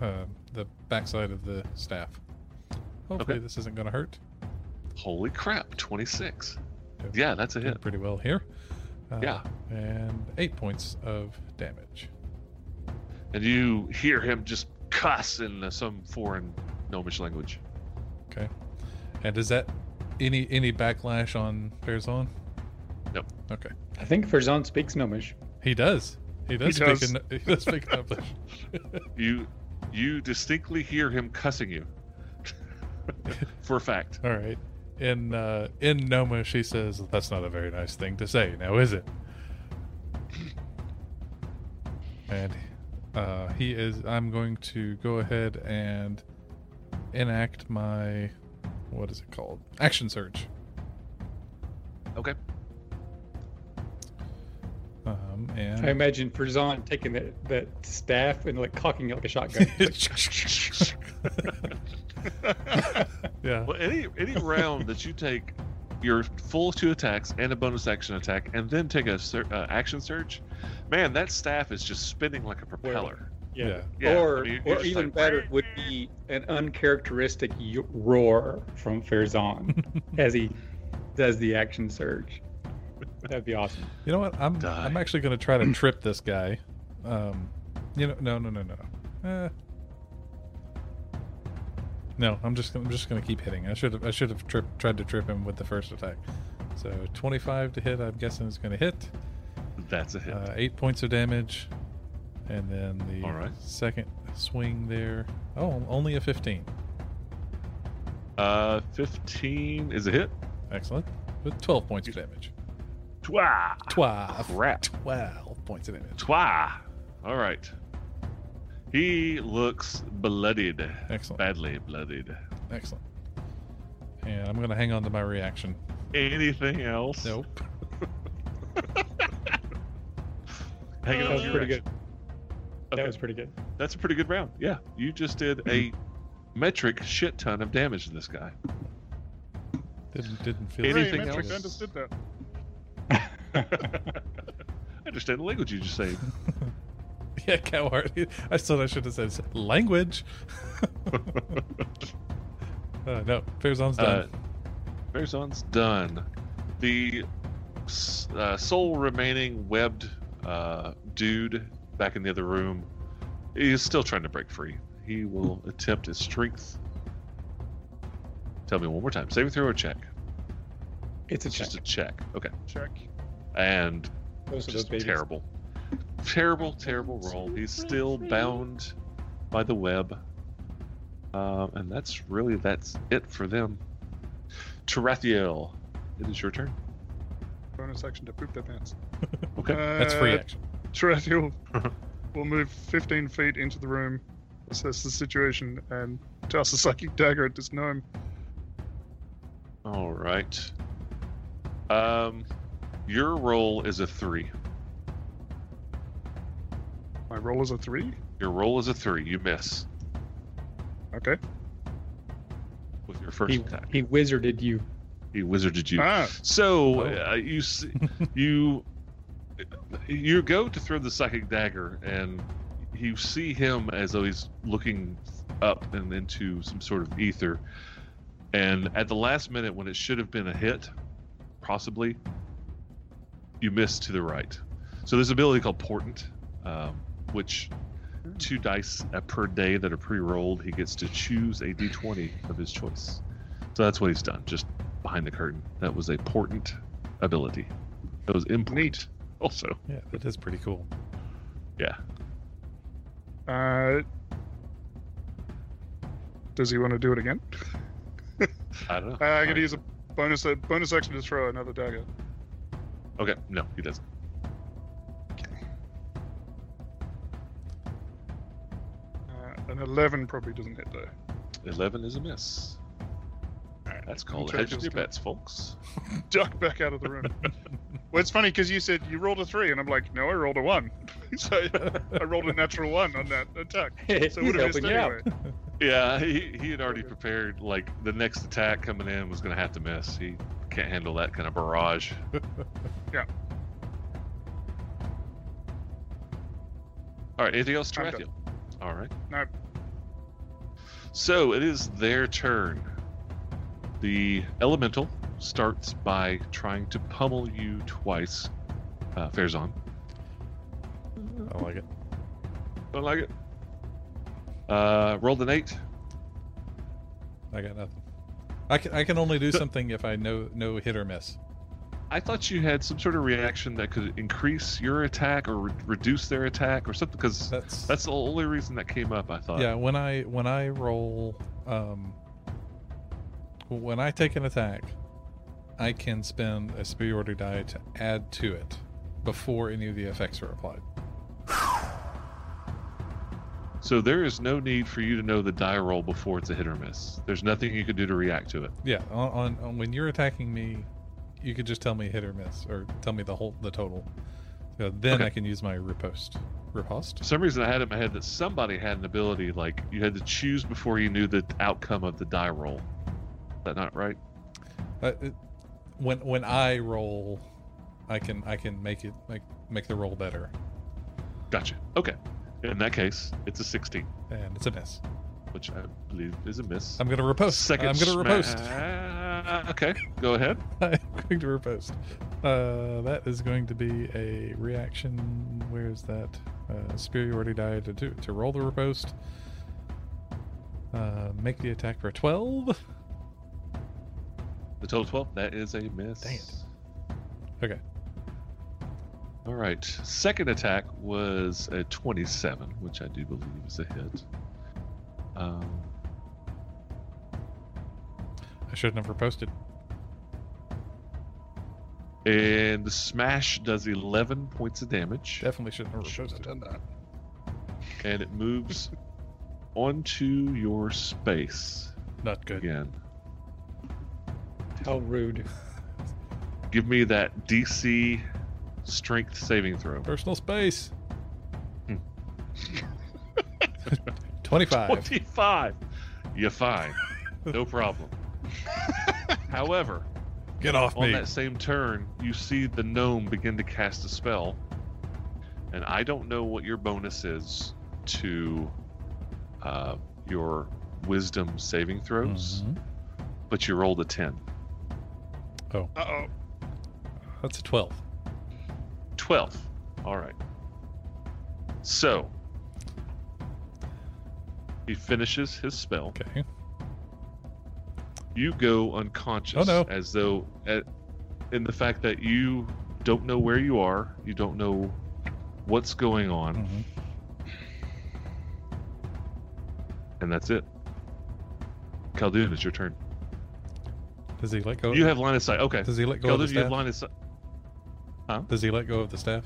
uh, the backside of the staff. Hopefully, this isn't going to hurt.
Holy crap, 26.
Okay.
Yeah, that's a
Doing
hit.
pretty well here. Uh,
Yeah.
And eight points of damage.
And you hear him just cuss in uh, some foreign gnomish language.
And is that any any backlash on Farazan?
Nope.
Okay.
I think Ferzan speaks Gnomish.
He does. He does
He
speak
does.
in he does speak English.
You you distinctly hear him cussing you. For a fact.
All right. In uh, in Noma, she says that's not a very nice thing to say, now is it? And uh, he is. I'm going to go ahead and enact my what is it called? Action surge.
Okay.
Um,
I
and
imagine Ferzan taking that, that staff and like cocking it like a shotgun.
yeah.
Well, any any round that you take your full two attacks and a bonus action attack, and then take a sur- uh, action surge, man, that staff is just spinning like a propeller.
Yeah.
Yeah,
or
I mean, you're
or
just
even
like,
better would be an uncharacteristic y- roar from Ferzan as he does the action surge. That'd be awesome.
You know what? I'm
Die.
I'm actually gonna try to trip this guy. Um, you know, no, no, no, no. Eh. No, I'm just gonna, I'm just gonna keep hitting. I should have I should have trip, tried to trip him with the first attack. So 25 to hit. I'm guessing is gonna hit.
That's a hit.
Uh, eight points of damage, and then the
All right.
second swing there. Oh, only a 15.
Uh, fifteen is a hit.
Excellent. With 12 points of damage.
Twa.
12.
Crap.
12 points of damage.
Twa. All right. He looks bloodied,
Excellent.
badly bloodied.
Excellent. And I'm gonna hang on to my reaction.
Anything else?
Nope.
Hang on
That
to
was
your
pretty
action.
good.
Okay.
That was pretty good.
That's a pretty good round. Yeah, you just did a
Mm-hmm.
metric shit ton of damage to this guy.
Didn't didn't feel
Hooray,
Anything
metric
else?
understood that.
I understand the language you just saved.
Yeah, coward. I thought I should have said language. uh, no, Farazan's
Uh,
done.
Farazan's done. The s- uh, sole remaining webbed uh, dude back in the other room is still trying to break free. He will
Hmm.
attempt his strength. Tell me one more time. Saving throw or check?
It's a
It's
check.
just a check. Okay.
Check.
And
Those are those
just
babies.
terrible. Terrible, terrible roll. He's still bound by the web. Um, and that's really that's it for them. Tarathiel, it is your turn.
Bonus action to poop their pants.
Okay.
That's free
Uh,
action.
Tarathiel will move 15 feet into the room, assess the situation, and toss a psychic dagger at this gnome.
All right. Um, your roll is a three.
My roll is a three.
Your roll is a three. You miss
Okay.
with your first
He,
attack.
he wizarded you.
He wizarded you.
Ah,
So
Oh.
uh, you s- you you go to throw the psychic dagger, and you see him as though he's looking up and into some sort of ether. And at the last minute, when it should have been a hit, possibly, you miss to the right. So there's an ability called Portent, um, which two dice uh, per day that are pre-rolled, he gets to choose a d20 of his choice. So that's what he's done. Just behind the curtain. That was a portent ability. That was important.
Neat.
Also,
Yeah, that is pretty cool.
uh, does he want to do it again?
I don't know.
Uh, I'm gonna use a bonus a bonus action to throw another dagger.
Uh, Okay, no, he doesn't.
Uh, an 11 probably doesn't hit though.
Eleven is a miss. That's called
Check
hedging
this
your
guy.
bets, folks.
Duck back out of the room. well, it's funny because you said you rolled a three, and I'm like, no, I rolled a one. so I rolled a natural one on that attack.
He's
So it would have missed
helping you out.
anyway.
Yeah, he, he had already prepared. Like the next attack coming in was going to have to miss. He can't handle that kind of barrage.
Yeah.
All right. Anything else,
I'm done.
Tarathiel? All right.
Nope.
So it is their turn. The elemental starts by trying to pummel you twice. Uh, fares on.
I like it.
Don't like it. Uh, rolled an eight.
I got nothing. I can I can only do something if I know no hit or miss.
I thought you had some sort of reaction that could increase your attack or re- reduce their attack or something. Because
That's
that's the only reason that came up. I thought.
yeah. When I when I roll, um, when I take an attack, I can spend a superiority die to add to it before any of the effects are applied.
So there is no need for you to know the die roll before it's a hit or miss. There's nothing you could do to react to it.
Yeah, on, on, on when you're attacking me, you could just tell me hit or miss, or tell me the whole the total. Uh, then
Okay.
I can use my riposte. Riposte?
For some reason, I had in my head that somebody had an ability like you had to choose before you knew the outcome of the die roll. Is that not right?
Uh, it, when when I roll, I can I can make it make make the roll better,
Gotcha. Okay. In that case, it's a 16,
and it's a miss.
which I believe is a miss.
I'm gonna riposte.
Second
I'm gonna riposte.
sma- Okay, go ahead.
I'm going to riposte. Uh, that is going to be a reaction. Where is that? Uh, superiority die to do to roll the riposte. Uh, make the attack for twelve.
The total 12, that is a miss.
Dang it. Okay.
All right. Second attack was a 27, which I do believe is a hit. Um,
I shouldn't have reposted.
and the smash does 11 points of damage,
Definitely shouldn't have
Should have
reposted.
done that.
and it moves onto your space
Not good.
again.
How rude.
Give me that DC strength saving throw.
Personal space.
Hmm.
25.
25. You're fine. No problem. However,
Get off
on
me.
that same turn, you see the gnome begin to cast a spell. And I don't know what your bonus is to uh, your wisdom saving throws,
Mhm.
but you rolled a 10.
Uh oh.
That's a 12.
12. All right. So, he finishes his spell.
Okay.
you go unconscious
Oh, no.
as though at, in the fact that you don't know where you are you don't know what's going on
Mhm.
and that's it Khaldun, it's your turn
Does he let go?
you have line of sight okay
Does he let go of the
Khaldun, you
staff?
have line of sight
Does he let go of the staff?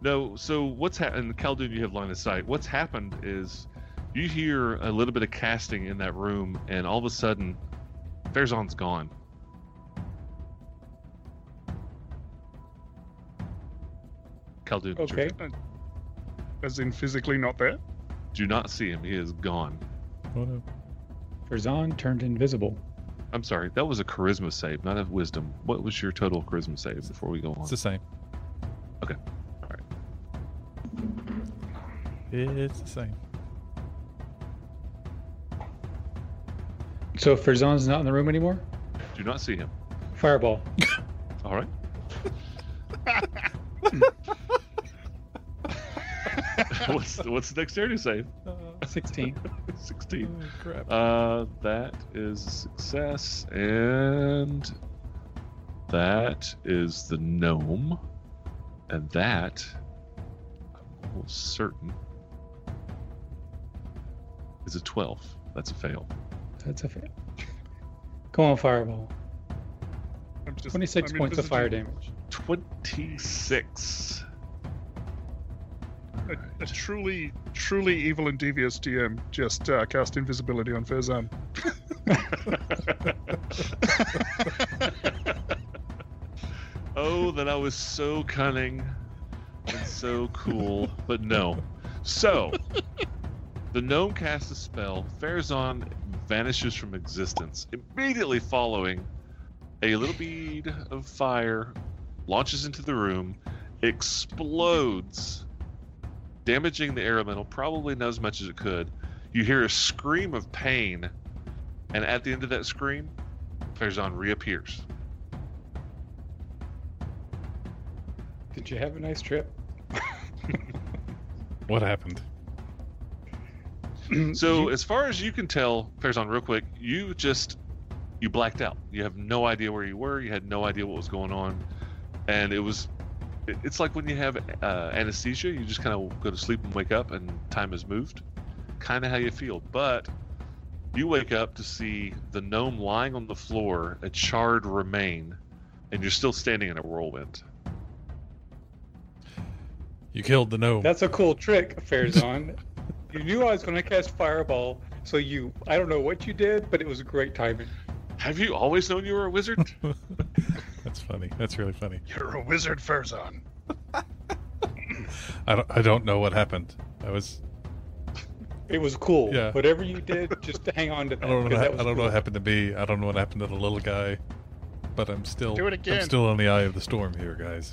no so what's happened Khaldun, you have line of sight what's happened is you hear a little bit of casting in that room and all of a sudden Farazan's gone Khaldun, it's your
Okay.
Uh, As in physically not there?
Do not see him. He is gone.
Oh, no.
Verzon turned invisible.
I'm sorry. That was a charisma save, not a wisdom. What was your total charisma save before we go on?
It's the same.
Okay.
It's the same.
So Ferzan's not in the room anymore?
Do not see him.
Fireball.
All right. what's what's the dexterity save?
Oh,
16.
16.
crap.
Uh, that is a success, and that is the gnome, and that I'm almost certain is a 12. That's a fail.
That's a fail. Come on, Fireball.
I'm just,
26
I'm
points of fire
invisible.
damage.
26. All
A
right.
truly, truly evil and devious DM just uh, cast invisibility on Ferzan.
oh, that I was so cunning and so cool, but no. So, the gnome casts a spell. Farazan vanishes from existence. Immediately following, a little bead of fire launches into the room, explodes, damaging the air elemental, probably not as much as it could. You hear a scream of pain, and at the end of that scream, Farazan reappears.
Did you have a nice trip?
What happened?
So, as far as you can tell, Farazan, real quick, you just you blacked out. You have no idea where you were. You had no idea what was going on, and it was. it- It's like when you have uh, anesthesia, you just kind of go to sleep and wake up, and time has moved. Kind of how you feel, but you wake up to see the gnome lying on the floor, a charred remain, and you're still standing in a whirlwind.
You killed the gnome.
That's a cool trick, Fairzon. you knew I was going to cast Fireball, so you, I don't know what you did, but it was great timing.
Have you always known you were a wizard?
That's funny. That's really funny.
You're a wizard, Farazan.
I don't. I don't know what happened. I was.
It was cool.
Yeah.
Whatever you did, just hang on to that.
I don't know.
because
What,
that
hap-
was
I don't know
cool.
what happened to me. I don't know what happened to the little guy. But I'm still.
Do it again.
I'm still in the eye of the storm here, guys.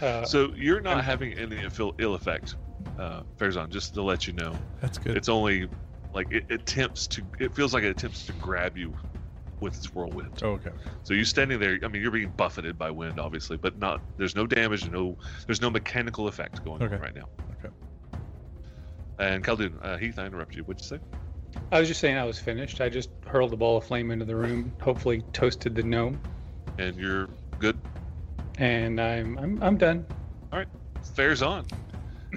Uh,
so you're not having any ill ill effect, uh, Fairzon, just to let you know.
That's good.
It's only like it attempts to, it feels like it attempts to grab you with its whirlwind.
oh, okay.
So you standing there, I mean, you're being buffeted by wind, obviously, but not, there's no damage, no, there's no mechanical effect going
Okay.
on right now.
Okay.
And Khaldun, uh, Heath, I interrupted you. What'd you say?
I was just saying I was finished. I just hurled the ball of flame into the room, hopefully toasted the gnome,
And you're good?
and I'm I'm, I'm done.
Fair's on.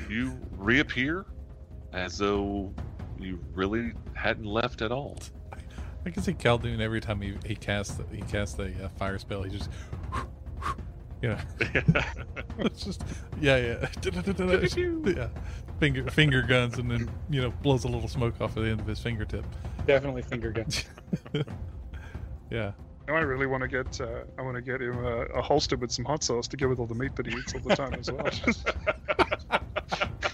You reappear as though you really hadn't left at all.
I can see Caldoon every time he he casts he casts a uh, fire spell. He just. You know, it's just yeah, yeah, yeah. Finger finger guns, and then you know blows a little smoke off at the end of his fingertip.
Definitely finger gun.
Yeah,
No, I really want to get uh, I want to get him a, a holster with some hot sauce to go with all the meat that he eats all the time as well.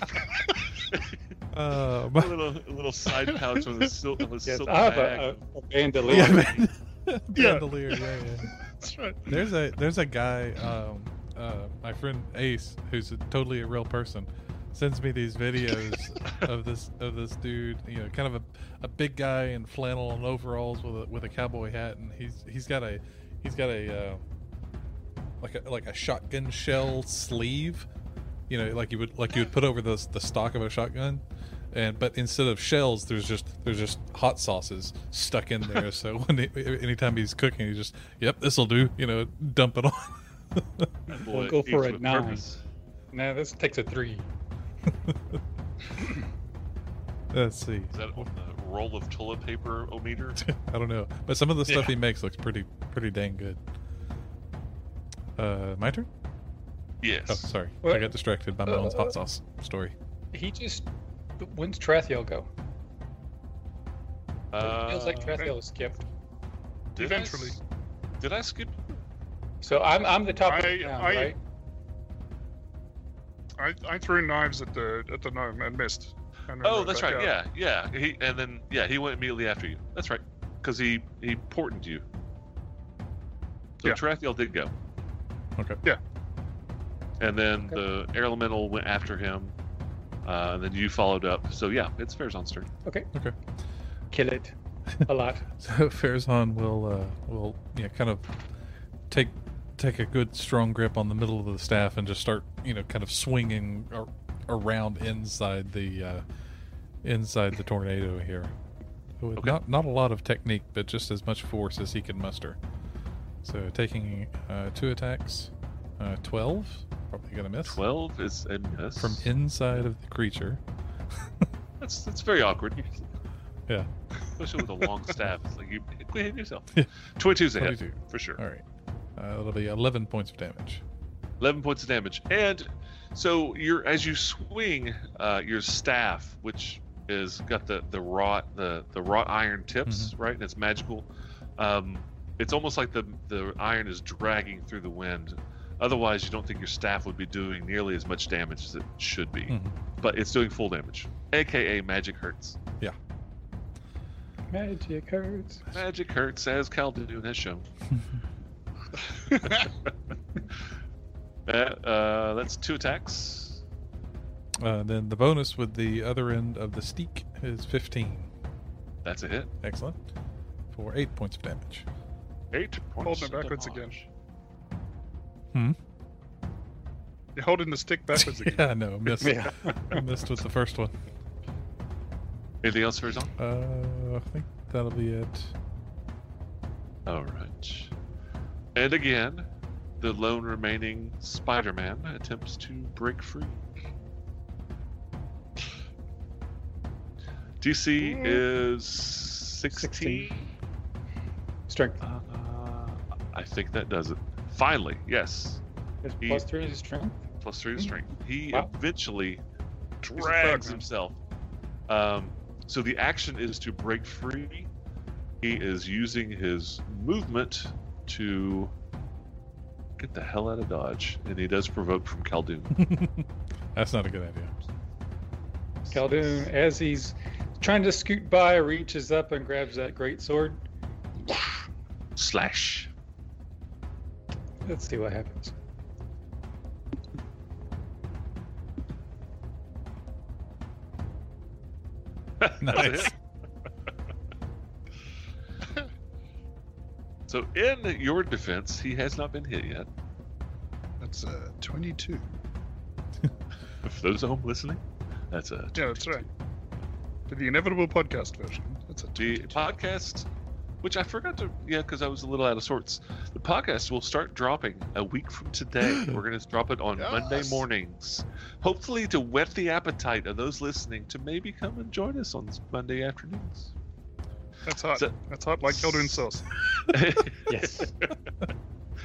uh,
a
but,
little, a little side pouch with a silk, with a
Yes,
silk
I have
bag.
a, a, a bandolier.
yeah, man. Bandolier, yeah, yeah.
That's right.
There's a there's a guy, um, uh, my friend Ace, who's a, totally a real person, sends me these videos of this of this dude, you know, kind of a, a big guy in flannel and overalls with a, with a cowboy hat, and he's he's got a he's got a uh, like a like a shotgun shell sleeve, you know, like you would like you would put over the the stock of a shotgun. And but instead of shells, there's just there's just hot sauces stuck in there. So when he, anytime he's cooking, he just yep, this will do. You know, dump it on.
That
We'll
boy
go for
eats
a
with
nine.
purpose.
Nah, this takes a three.
Let's see.
Is that on the roll of toilet paper o meter?
I don't know, but some of the stuff
Yeah.
he makes looks pretty pretty dang good. Uh, my turn.
Yes.
Oh, sorry, I
Well-
got distracted by my own hot sauce story.
He just. When's Trathiel go?
Uh,
it feels like
did
Trathiel is skipped.
I
Eventually.
s- Did I skip?
So I'm I'm the top of
I-
the round,
I-
right?
I, I threw knives at the at the gnome and missed. And then
Oh,
went
that's
back
right.
out.
Yeah, yeah. He and then yeah, he went immediately after you. That's right, because he he portened you. So
Yeah.
Tarathiel did go.
Okay.
Yeah.
And then
Okay.
the air elemental went after him, uh, and then you followed up. So yeah, it's Fairzon's turn.
Kill it. A lot.
So Farazan will uh, will you know, kind of take take a good strong grip on the middle of the staff and just start you know kind of swinging ar- around inside the uh, inside the tornado here. With
Okay.
Not not a lot of technique, but just as much force as he can muster. So taking uh, two attacks, uh, twelve probably gonna miss
Twelve is a miss.
from inside of the creature.
That's that's very awkward.
Yeah.
Especially with a long staff, it's like you quit hitting yourself. Twenty-two's a hit
22.
for sure.
All right, uh, that'll be eleven points of damage.
11 points of damage and so you're as you swing uh, your staff which is got the the wrought the the wrought iron tips right and it's magical um, it's almost like the the iron is dragging through the wind otherwise you don't think your staff would be doing nearly as much damage as it should be
Mhm.
but it's doing full damage aka magic hurts
Magic hurts.
magic hurts as Khaldun has shown
Mm-hmm.
uh, uh, that's two attacks
Uh, then the bonus with the other end of the steak is 15.
that's a hit
Excellent. For 8 points of damage.
Eight points.
Holding it
of
backwards again.
damage.
You're holding the stick backwards again.
yeah, I know. I missed, I missed with the first one.
Anything else for his own?
Uh, I think that'll be it.
All right. And again, the lone remaining Spider Man attempts to break free. DC is 16.
16. Strength.
Uh, I think that does it. Finally, yes.
It's
He-
plus three to strength.
Plus three to strength. He
Wow.
eventually
a
drags
thug, man.
himself. Um, so the action is to break free. He is using his movement to get the hell out of dodge, and he does provoke from Khaldun.
That's not a good idea.
Khaldun, as he's trying to scoot by, reaches up and grabs that great sword.
slash.
Let's see what happens.
Nice.
So in your defense, he has not been hit yet.
That's uh, 22.
For those at home listening, that's a
Yeah, that's right. For the inevitable podcast version. That's a
the
22.
podcast, which I forgot to yeah because I was a little out of sorts. The podcast will start dropping a week from today. We're going to drop it on Monday
Yes.
mornings, hopefully to whet the appetite of those listening to maybe come and join us on Monday afternoons.
That's hot.
So-
That's hot like Elden sauce.
Yes.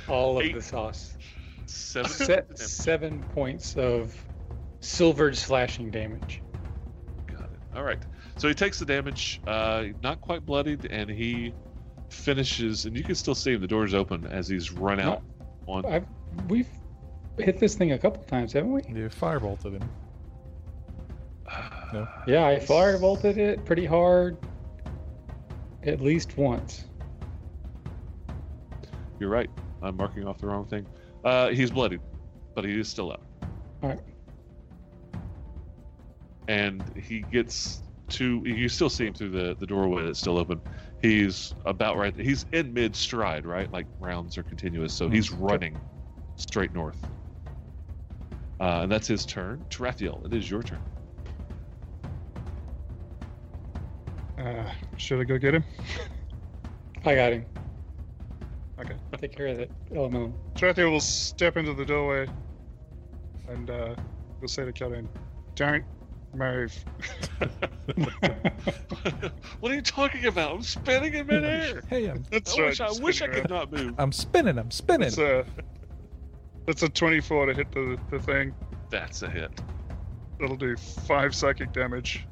All of
Eight.
the sauce.
Seven.
Set seven points of silvered slashing damage.
Got it. All right. So he takes the damage, uh, not quite bloodied, and he finishes. And you can still see him. The door's open as he's run out. On
I've, we've hit this thing a couple times, haven't we?
You firebolted him. No.
Yeah, I fire bolted it pretty hard. At least once.
You're right. I'm marking off the wrong thing. Uh, he's bloodied, but he is still up.
All right.
And he gets to. You still see him through the, the doorway that's still open. He's about right. He's in mid stride, right? Like rounds are continuous. So he's
Mm-hmm.
running straight north. Uh, and that's his turn. Tarathiel, it is your turn.
Uh, should I go get him?
I got him.
Okay.
Take care of that elemental.
Trathia will step into the doorway and uh, will say to Kelvin, Don't move.
what are you talking about? I'm spinning in midair.
Hey, I'm
That's
I
right.
wish, I,
just
wish I
spin
could not
around.
move.
I'm spinning. I'm spinning.
That's a, that's a 24 to hit the, the thing.
That's a hit.
That'll do 5 psychic damage.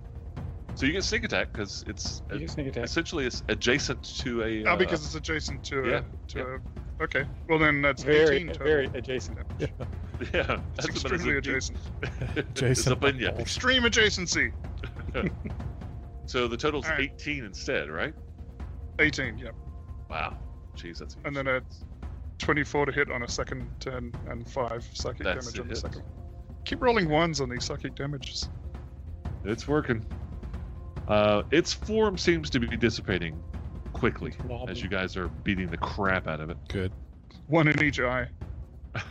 So you get sneak attack because it's
You just need to
essentially it's adjacent to a. uh,
Ah, because it's adjacent to
yeah,
a. To a okay. Well, then that's
very,
18 total.
very adjacent.
damage.
yeah,
It's extremely adjacent.
Jason.
Jason.
It's up in ya.
Extreme adjacency.
So the total's
Alright.
18 instead, right?
18, yep.
Wow. Jeez, that's.
And then a 24 to hit on a second turn and 5 psychic
That's
damage on
a
the
hit.
second. Keep rolling ones on these psychic damages.
It's working. Uh, its form seems to be dissipating quickly as you guys are beating the crap out of it.
Good.
One in each eye. And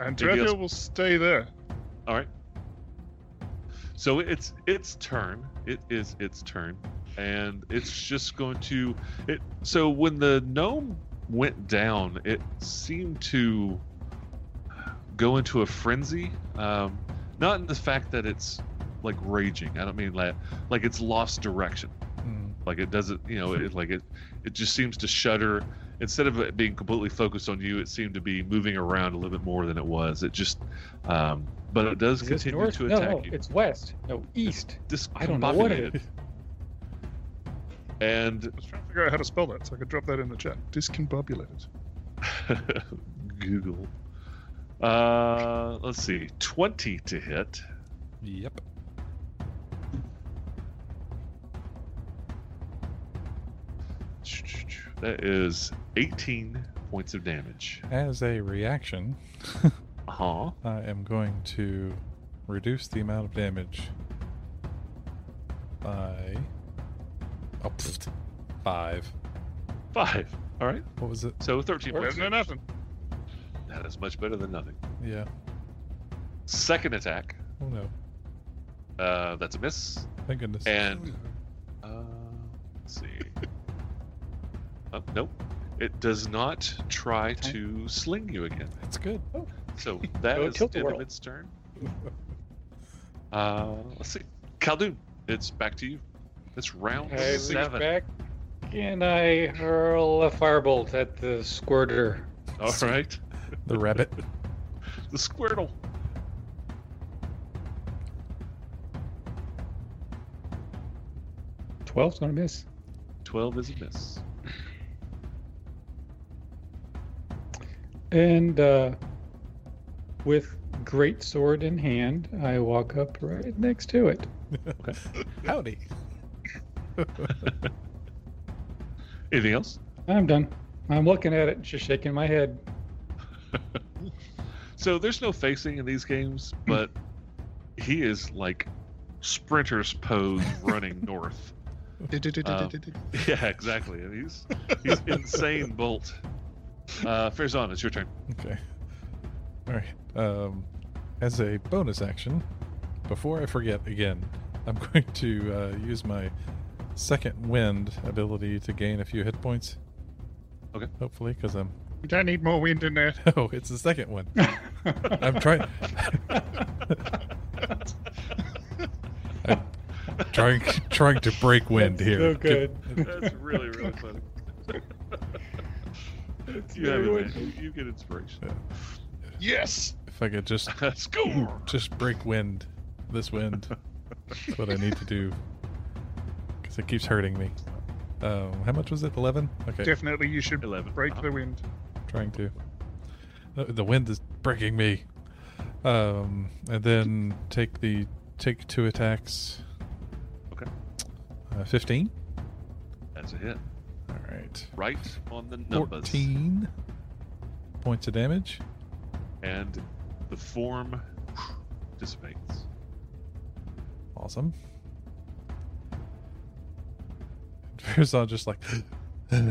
Maybe
Drethia
I'll-
will stay there.
All right. So it's its turn. It is its turn, and it's just going to it. So when the gnome went down, it seemed to go into a frenzy. Um, not in the fact that it's like raging. I don't mean that. Like it's lost direction.
Hmm.
Like it doesn't. You know. It like it. It just seems to shudder. Instead of it being completely focused on you, it seemed to be moving around a little bit more than it was. It just. Um, but it does
Is this
continue
north?
to
no,
attack
no,
you
it's west. No, east.
discombobulated.
I don't know what it is.
And
I was trying to figure out how to spell that so I could drop that in the chat. Discombobulated.
Google. Uh, let's see, twenty to hit.
Yep.
That is eighteen points of damage.
As a reaction,
Uh huh.
I am going to reduce the amount of damage by oh, pfft, five.
Five. All right.
What was it?
So thirteen
Better
points.
than nothing.
That is much better than nothing.
Yeah.
Second attack.
Oh no.
Uh, that's a miss.
Thank goodness.
And uh, Uh, let's see. oh, nope. It does not try
Okay.
to sling you again.
That's good.
So that
Go
is
tilt the world.
Indavid's turn. Uh, let's see. Khaldun, it's back to you. It's round
I reach
seven.
back and I hurl a firebolt at the squirter.
All right.
The rabbit.
The Squirtle.
Twelve's gonna miss.
12 is a miss.
And uh, with great sword in hand, I walk up right next to it.
Howdy.
Anything else?
I'm done. I'm looking at it, just shaking my head.
So there's no facing in these games, but he is like sprinter's pose running north. Yeah, exactly. And he's he's insane bolt. Uh Fairzon, it's your turn.
Okay. All right. Um, as a bonus action, before I forget again, I'm going to uh, use my second wind ability to gain a few hit points.
Okay.
Hopefully, because I'm.
You don't need more wind in there.
Oh, it's the second one. I'm trying. I'm trying trying to break wind
That's
here.
So
Get-
good.
That's really, really funny.
It's
You have
very
it,
good.
man. You, you get inspiration.
Yes.
If I could just
Score!
just break wind, this wind. That's what I need to do because it keeps hurting me. Um, how much was it? Eleven. Okay.
Definitely, you should
11.
break
Uh-huh.
the wind.
trying to. The- The wind is breaking me. Um, and then take the take two attacks.
Okay.
Uh, Fifteen.
That's a hit.
All right.
Right on the numbers.
Fourteen points of damage.
And the form dissipates.
Awesome. Verzon just like,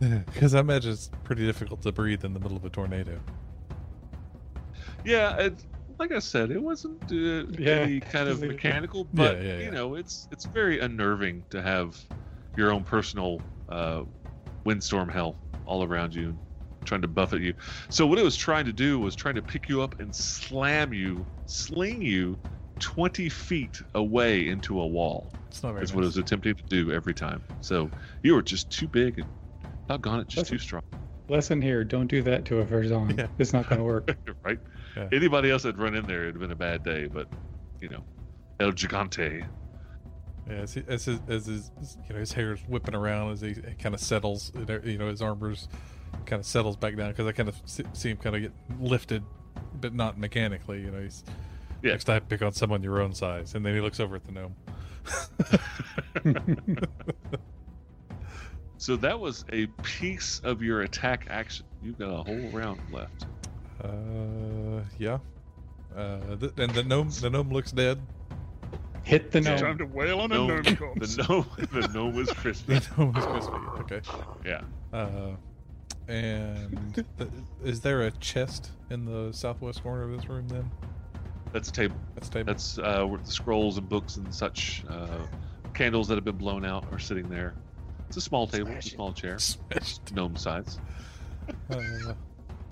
because I imagine it's pretty difficult to breathe in the middle of a tornado.
Yeah, it, like I said, it wasn't uh,
Yeah.
any kind of
Yeah.
mechanical, but
yeah, yeah.
you know, it's it's very unnerving to have your own personal uh, windstorm hell all around you, trying to buffet you. So what it was trying to do was trying to pick you up and slam you, sling you, twenty feet away into a wall.
It's not very.
Is what it was
nice.
attempting to do every time. So you were just too big and doggone it, just
Listen.
too strong,
Lesson here: don't do that to a Verzon.
Yeah.
It's not gonna work.
right?
Yeah.
Anybody else that'd run in there, it'd have been a bad day. But you know, El Gigante
Yeah, as, he, as his as his you know his hair is whipping around as he kind of settles, you know- you know his armor's kind of settles back down because I kind of see, see him kind of get lifted, but not mechanically. You know, he's
Yeah.
next time pick on someone your own size, and then he looks over at the gnome.
So that was a piece of your attack action. You've got a whole round left.
Uh, yeah. Uh, th- and the gnome the gnome looks dead.
Hit the
Yeah.
It's time
gnome.
to wail on a
No.
gnome corpse.
The gnome, the gnome was crispy.
The gnome is crispy. Okay.
Yeah.
Uh, and th- is there a chest in the southwest corner of this room? Then
That's a table.
that's table.
That's uh, where the scrolls and books and such uh, candles that have been blown out are sitting there. It's a small table, it's a small chair,
Smashed.
gnome size.
Uh,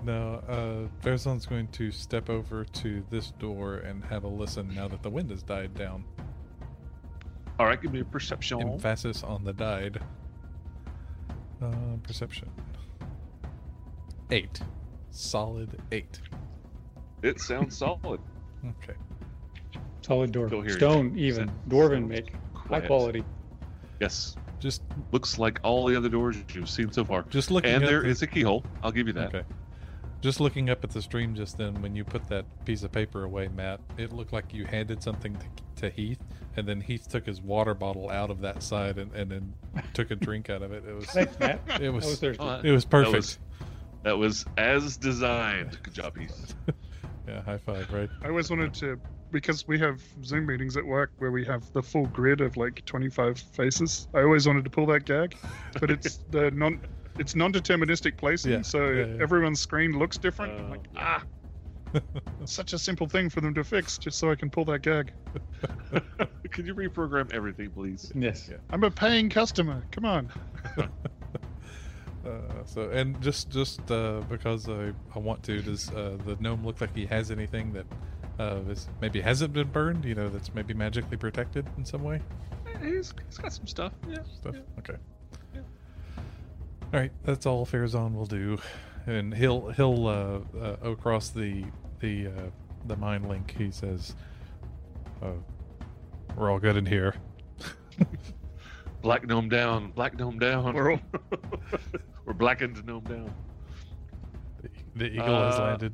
no, uh, Verzon's going to step over to this door and have a listen now that the wind has died down.
All right, give me a perception.
Emphasis on the died. Uh, perception. Eight. Solid eight.
It sounds solid.
Okay.
Solid door.
Still hear you.
Stone, even
Sound-
dwarven
sounds
make high
quiet.
quality.
Yes,
Just,
looks like all the other doors you've seen so far.
just looking.
And
up
there
the-
is a keyhole. I'll give you that.
Okay. Just looking up at the stream just then, when you put that piece of paper away, Matt, it looked like you handed something to, to Heath, and then Heath took his water bottle out of that side and, and then took a drink out of it. It was,
Thanks, Matt.
it
I was
was,
thirsty.
Oh, that-
it was perfect.
That was, that was as designed. Good job, Heath.
Yeah, high five, right?
I always wanted to, because we have Zoom meetings at work where we have the full grid of like 25 faces. I always wanted to pull that gag, but it's the non. It's non-deterministic placing,
Yeah,
so
yeah, yeah.
everyone's screen looks different. I'm
Oh.
like, ah, Such a simple thing for them to fix, just so I can pull that gag.
Can you reprogram everything, please?
Yes.
Yeah.
I'm a paying customer. Come on.
Uh, so and just just uh, because I, I want to, does uh, the gnome look like he has anything that uh, is maybe hasn't been burned? You know, that's maybe magically protected in some way.
He's, he's got some stuff. Yeah.
Stuff.
Yeah.
Okay.
Yeah.
All right, that's all Farazan will do, and he'll he'll uh, uh, across the the uh, the mind link. He says, uh, "We're all good in here."
Black gnome down. Black gnome down.
We're all
We're blackened gnome down.
The, the eagle has
Uh,
landed.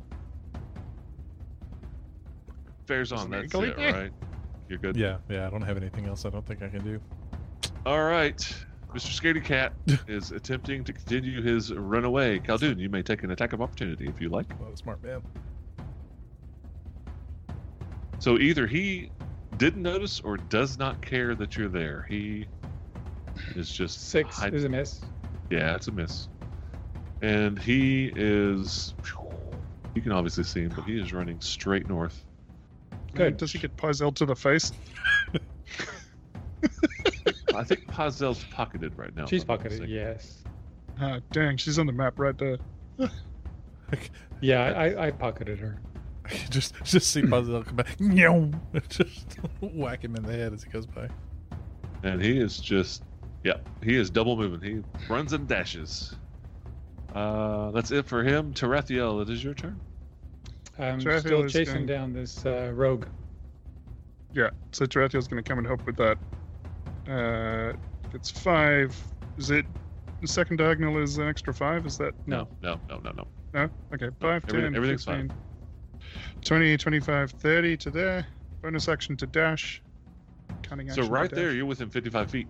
Fair's on.
Isn't
That's
it
it, right? You're good.
Yeah, yeah. I don't have anything else. I don't think I can do.
All right. Mr. Scaredy Cat is attempting to continue his runaway. Khaldun, you may take an attack of opportunity if you like.
Well, smart man.
So either he didn't notice or does not care that you're there. He is just
Six
hiding-
is a miss.
Yeah, it's a miss. And he is. You can obviously see him, but he is running straight north.
Good.
Does he get Pizel to the face?
I think Pazel's pocketed right now. if
She's
I'm not
pocketed.
mistaken.
Yes.
Ah, dang, she's on the map right there.
Yeah, I, I, I pocketed her.
just just see Puzzle come back. Meow. just whack him in the head as he goes by.
And he is just. Yeah, he is double moving. He runs and dashes. Uh, that's it for him. Tarathiel, it is your turn.
I'm
Traffiel
still
is
chasing
going-
down this uh, rogue.
Yeah, so Tarathiel's going to come and help with that. Uh, it's five. Is it the second diagonal is an extra five? Is that
No.
No, no, no, no.
no? Okay, five,
everything-
10,
everything's fine.
15, 20, 25, 30 to there. Bonus action to dash. Cunning
So
action. to
right
dash.
there, you're within 55 feet.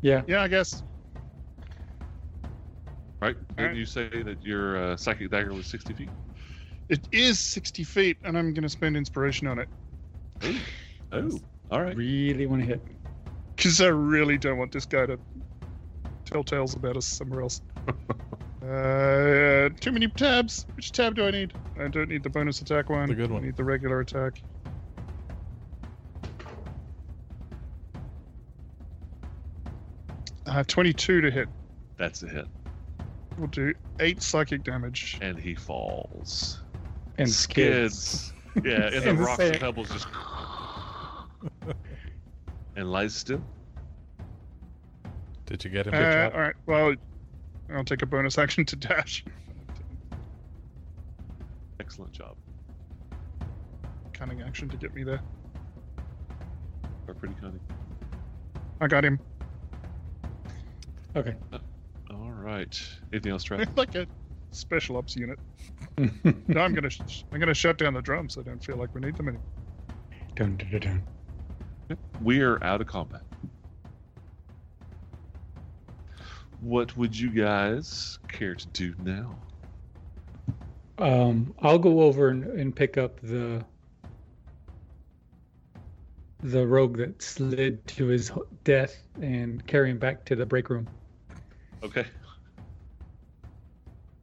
Yeah.
Yeah, I guess.
Right? Didn't
right.
you say that your uh, psychic dagger was 60 feet?
It is 60 feet, and I'm going to spend inspiration on it.
Oh, all right.
Really want to hit.
Because I really don't want this guy to tell tales about us somewhere else. uh, too many tabs. Which tab do I need? I don't need the bonus attack one.
The good one.
I need the regular attack. Uh, 22 to hit.
That's a hit.
We'll do 8 psychic damage.
And he falls.
And
skids. Yeah, and the
And the
rocks and
sand.
pebbles just. and lies still.
Did you get him?
Uh,
job.
Alright, well, I'll take a bonus action to dash.
Excellent job.
Cunning action to get me there.
Are pretty cunning.
I got him.
Okay.
All right. Anything else, Trav?
like a special ops unit. No, I'm gonna sh- I'm gonna shut down the drums. I don't feel like we need them anymore.
Dun, dun, dun, dun.
we are out of combat. What would you guys care to do now?
Um, I'll go over and, and pick up the the rogue that slid to his h- death and carry him back to the break room
Okay.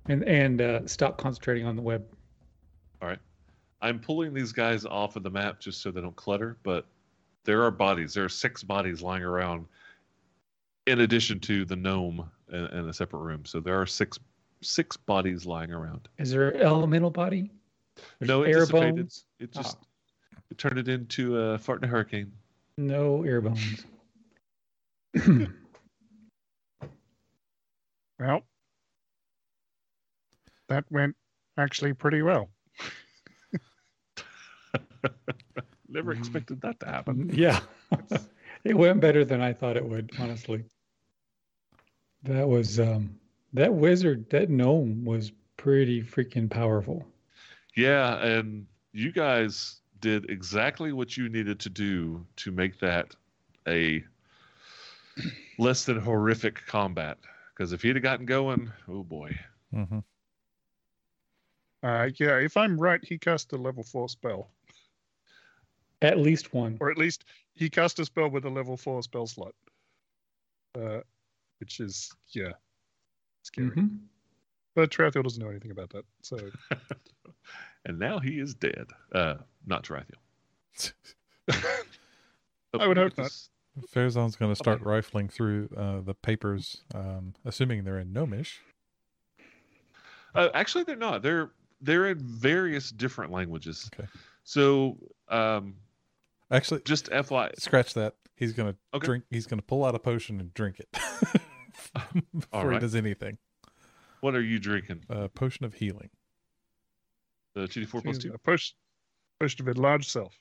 and and uh, stop concentrating on the web.
I'm pulling these guys off of the map just so they don't clutter, but there are bodies. There are six bodies lying around, in addition to the gnome in, in a separate room. So there are six six bodies lying around.
Is there elemental body? There's
No, it
air
dissipated.
bones.
It just it turned it into a fart and a hurricane.
No air bones.
Well, that went actually pretty well.
Never
Mm.
expected that to happen.
yeah, it went better than I thought it would. Honestly, that was um, that wizard, that gnome was pretty freaking powerful.
Yeah, and you guys did exactly what you needed to do to make that a less than horrific combat. Because if he'd have gotten going, oh boy.
Mm-hmm.
Uh, yeah, if I'm right, he cast a level four spell,
At least one.
or at least he cast a spell with a level four spell slot,
Hmm.
uh, which is yeah, scary.
Mhm.
But Tarathiel doesn't know anything about that. So
and now he is dead. Uh, not Tarathiel.
I would hope not.
Farazan's going to start rifling through uh, the papers, um, assuming they're in Gnomish.
Uh, actually, they're not. They're they're in various different languages.
Okay.
So, um,
Actually,
just FY.
scratch that. He's going to
Okay.
drink. He's going to pull out a potion and drink it before he
right.
does anything.
What are you drinking?
A potion of healing.
The two D four plus two.
a push, push to large self.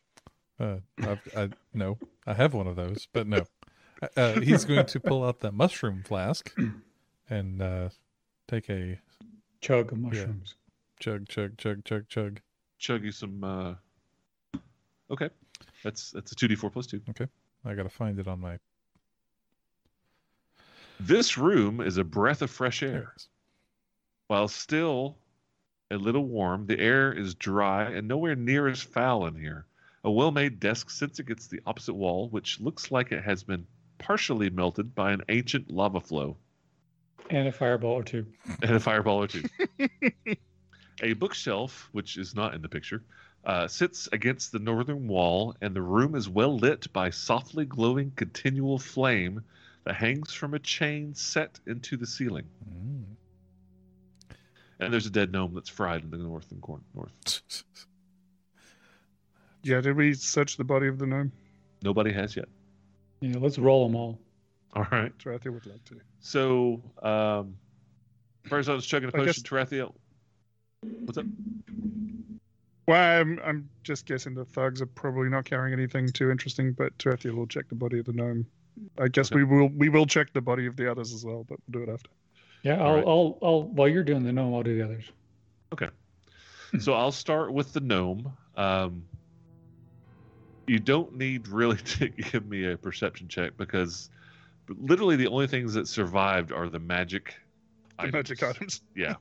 Uh, I've, I no, I have one of those, but no. Uh, he's going to pull out that mushroom flask and uh, take a
Chug of mushrooms.
chug, chug, chug, chug, chug.
Chug you some. Uh... Okay, that's that's a two D four plus two.
I got to find it on my.
This room is a breath of fresh
there it
air.
is.
While still a little warm, the air is dry and nowhere near as foul in here. A well made desk sits against the opposite wall, which looks like it has been partially melted by an ancient lava flow
And a fireball or two.
and a fireball or two. a bookshelf, which is not in the picture, uh, sits against the northern wall, and the room is well lit by softly glowing continual flame that hangs from a chain set into the ceiling.
Mm.
And there's a dead gnome that's fried in the northern corner. North.
Yeah, did we search the body of the gnome?
Nobody has yet.
Yeah, let's roll them all.
All right.
Tarathiel would like to.
So, um, Farazan's chugging a
I
potion.
guess-
Tarathiel. What's up?
Well, I'm, I'm just guessing the thugs are probably not carrying anything too interesting, but Tarathiel will check the body of the gnome. I guess we will we will check the body of the others as well, but we'll do it after.
Yeah, I'll,
All right.
I'll, I'll, while you're doing the gnome, I'll do the others.
so I'll start with the gnome. Um, you don't need really to give me a perception check because literally the only things that survived are the magic
The magic items.
yeah.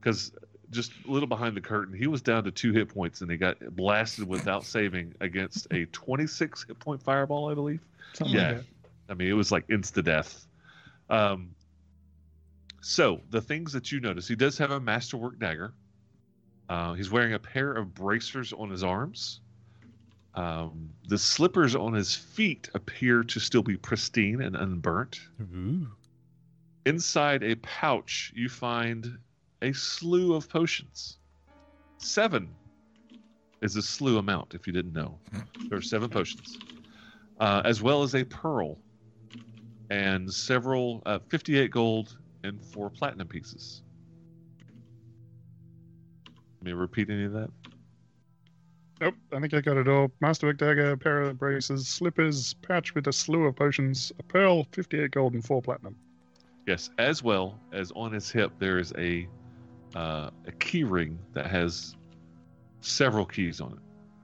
Because just a little behind the curtain, he was down to two hit points and he got blasted without saving against a 26 hit point fireball, I believe.
Something
Yeah.
like that.
I mean, it was like insta death. Um, so the things that you notice, he does have a masterwork dagger. Uh, he's wearing a pair of bracers on his arms. Um, the slippers on his feet appear to still be pristine and unburnt.
Ooh.
Inside a pouch, you find a slew of potions. Seven is a slew amount, if you didn't know. There are seven potions, uh, as well as a pearl and several uh, 58 gold and four platinum pieces. Let me repeat any of that.
Nope, I think I got it all. Masterwork dagger, pair of braces, slippers, patch with a slew of potions, a pearl, 58 gold, and 4 platinum.
Yes, as well as on his hip, there is a uh, a key ring that has several keys on it.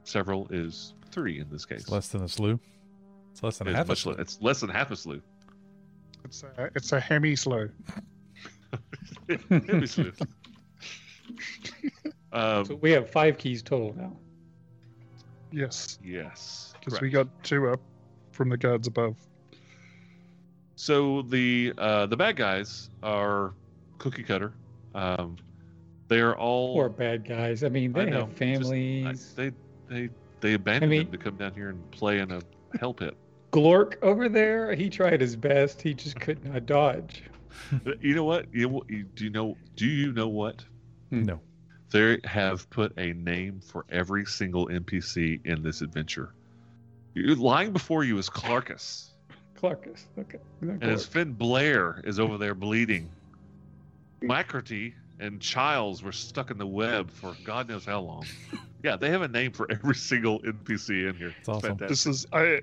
Several is three in this case.
It's less than a slew. It's less than
It
a
is
half a
much
slew.
le- it's less than half a slew.
It's a, it's a hemi slow.
Heavy slew. um,
So we have five keys total now.
Yes,
yes,
because we
correct.
got two up from the guards above.
So the uh, the bad guys are cookie cutter. Um, they are all
Poor bad guys. I mean,
I
they
know,
have
just-
families.
I- they they they abandoned
I mean-
him to come down here and play in a hell pit.
Glork over there, he tried his best. He just could not dodge.
Uh, You know what? You, you- do you know? Do you know what?
No.
They have put a name for every single NPC in this adventure. You're lying before you is Clarkus,
Clarkus. Okay. not
and his
Glork.
friend Blair is over there bleeding. Macrity and Childs were stuck in the web for God knows how long. Yeah, they have a name for every single NPC in here.
It's awesome.
This is I,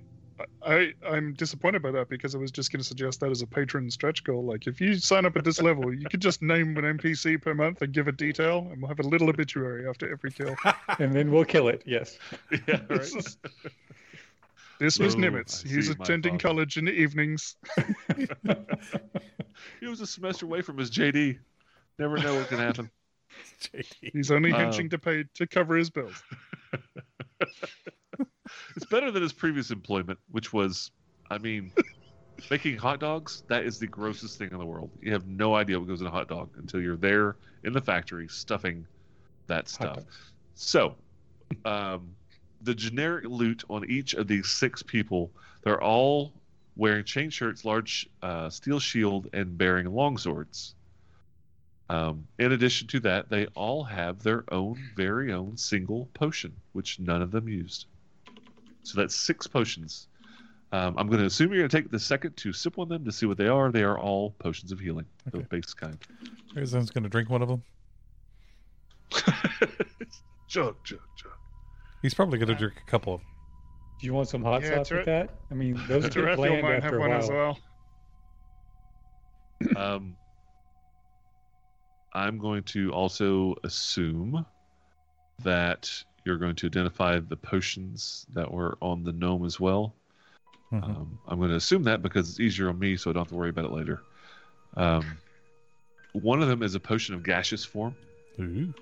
I I'm disappointed by that because I was just going to suggest that as a patron stretch goal. Like if you sign up at this level, you could just name an NPC per month and give a detail, and we'll have a little obituary after every kill.
And then we'll kill it. Yes.
Yeah, right?
This, is, this was
Lo,
Nimitz.
I
He's
see my
attending
father.
college in the evenings.
He was a semester away from his JD. Never know what can happen.
He's only
Wow.
henching to pay to cover his bills.
It's better than his previous employment, which was, I mean, making hot dogs, that is the grossest thing in the world. You have no idea what goes in a hot dog until you're there in the factory stuffing that stuff.
dogs.
So, um, the generic loot on each of these six people, they're all wearing chain shirts, large uh, steel shield, and bearing longswords. Um, in addition to that, they all have their own very own single potion, which none of them used. So that's six potions. Um, I'm going to assume you're going to take the second to sip on them to see what they are. They are all potions of healing, the
Okay.
base kind.
Arizona's gonna drink one of them.
chug, chug, chug.
He's probably gonna drink a couple of. 'em.
Do you want some hot
Yeah,
sauce
Tara-
with that? I mean, those
The
get
Tarathiel
bland
might have
after a
one as
while.
well.
Um, I'm going to also assume that you're going to identify the potions that were on the gnome as well.
Mhm.
Um, I'm going to assume that because it's easier on me, so I don't have to worry about it later. Um, one of them is a potion of gaseous form,
Ooh.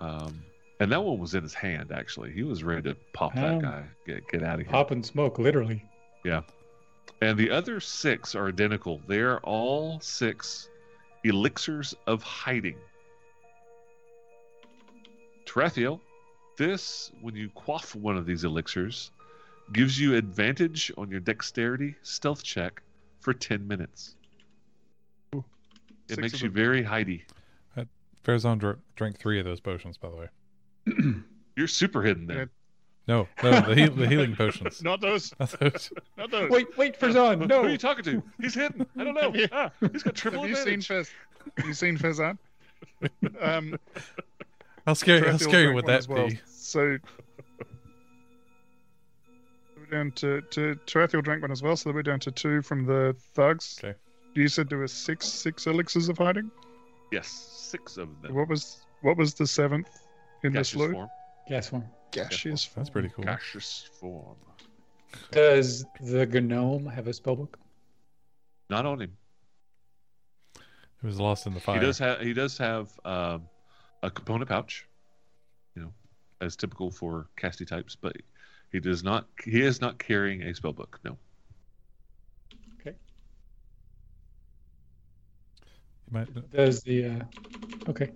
um, and that one was in his hand. Actually, he was ready to pop
Um,
that guy. Get get out of here.
Pop and smoke, literally.
And the other six are identical. They are all six elixirs of hiding. Terathiel, this, when you quaff one of these elixirs, gives you advantage on your dexterity stealth check for 10 minutes.
Ooh.
It
Six
makes
of
you
them.
very hidey.
Farazan dr- drank three of those potions, by the way.
You're super hidden there.
No, no, the, heal the healing potions.
Not those.
Not those.
Not those.
Wait, wait, Farzan,
Who are
no.
you talking to? He's hidden. I don't know.
Have you-
Ah, he's got triple
have you seen
advantage.
Fez? Have you seen Fezan? um,
How scary! How
Tarathiel
scary
drank
would
one as
that
well.
be?
So we're down to to Tarathiel drank one as well, so we're down to two from the thugs.
Okay.
You said there were six six elixirs of hiding.
yes, six of them.
What was what was the seventh in
Gaseous
this loot?
form.
Gas one.
Gaseous
That's pretty cool.
Gaseous form.
Does the gnome have a spellbook?
Not on him.
It was lost in the fire.
He does have he does have um, a component pouch, you know, as typical for casty types, but he does not he is not carrying a spell book. No,
You might-
Does the uh, okay?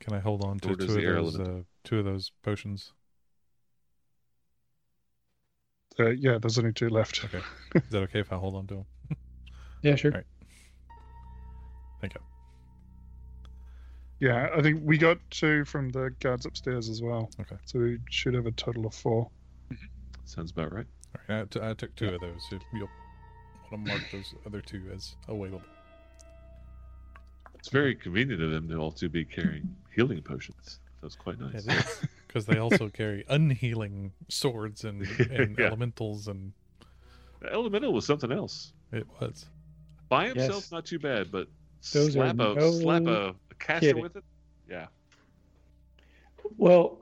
can I hold on
Or
to
does
two of
the air
those? Uh, two of those potions.
Uh, yeah, there's only two left.
Okay. Is that okay if I hold on to them?
Yeah, sure.
Alright. Thank you.
Yeah, I think we got two from the guards upstairs as well.
Okay.
So we should have a total of four.
sounds about right.
All right, I, t- I took two of those. So you'll want to mark those other two as available.
It's very convenient of them to all to be carrying healing potions. That's quite nice.
It is because they also carry unhealing swords and, and
Yeah.
elementals, and
The Elemental was something else.
it was.
By himself,
Yes.
not too bad, but
Those are
slap a
no
slap a, a caster
kidding.
with it. Yeah,
Well,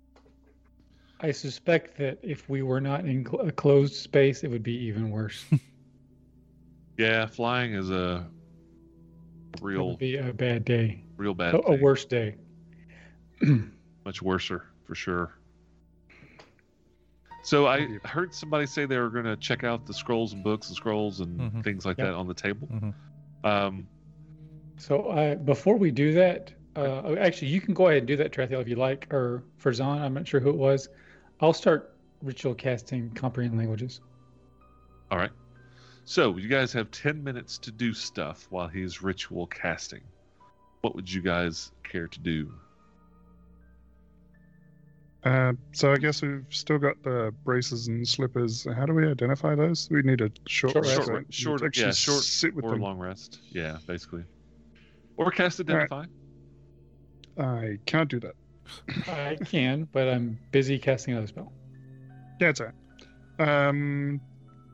I suspect that if we were not in cl- a closed space, it would be even worse.
yeah. Flying is a
it
real
would be a bad day,
real bad.
a, a
thing.
worse day.
much worser for sure. So I heard somebody say they were going to check out the scrolls and books and scrolls and
Mm-hmm.
Mhm.
things like
Yeah.
that on the table.
Mhm.
Um,
So uh, before we do that, uh, oh, actually, you can go ahead and do that, Trathiel, if you like, or Farzan. I'm not sure who it was. I'll start ritual casting comprehend languages.
all right. So you guys have ten minutes to do stuff while he's ritual casting. What would you guys care to do?
Uh, so I guess we've still got the braces and slippers. How do we identify those? We need a short,
Short rest.
Short,
right?
short,
Let's actually
yeah, short
sit with
or
them.
long rest? Yeah, basically. Or cast
right.
identify.
I can't do that.
I can, but I'm busy casting another spell.
Yeah, it's all right. Um,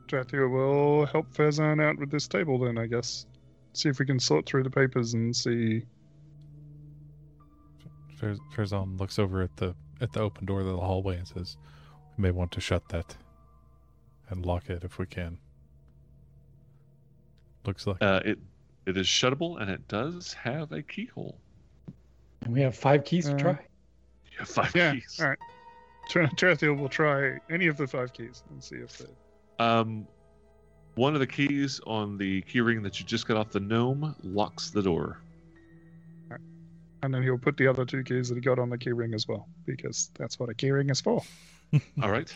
Drathia will help Fezan out with this table then, I guess. See if we can sort through the papers and see.
Far- Farazan looks over at the at the open door to the hallway and says, "We may want to shut that and lock it if we can." Looks like
Uh, it it is shuttable and it does have a keyhole.
And we have five keys to
Uh,
try.
You have five
Yeah,
keys.
all right. Drathia will try any of the five keys and see if they
Um, one of the keys on the keyring that you just got off the gnome locks the door.
And then he'll put the other two keys that he got on the key ring as well, because that's what a key ring is for.
All right.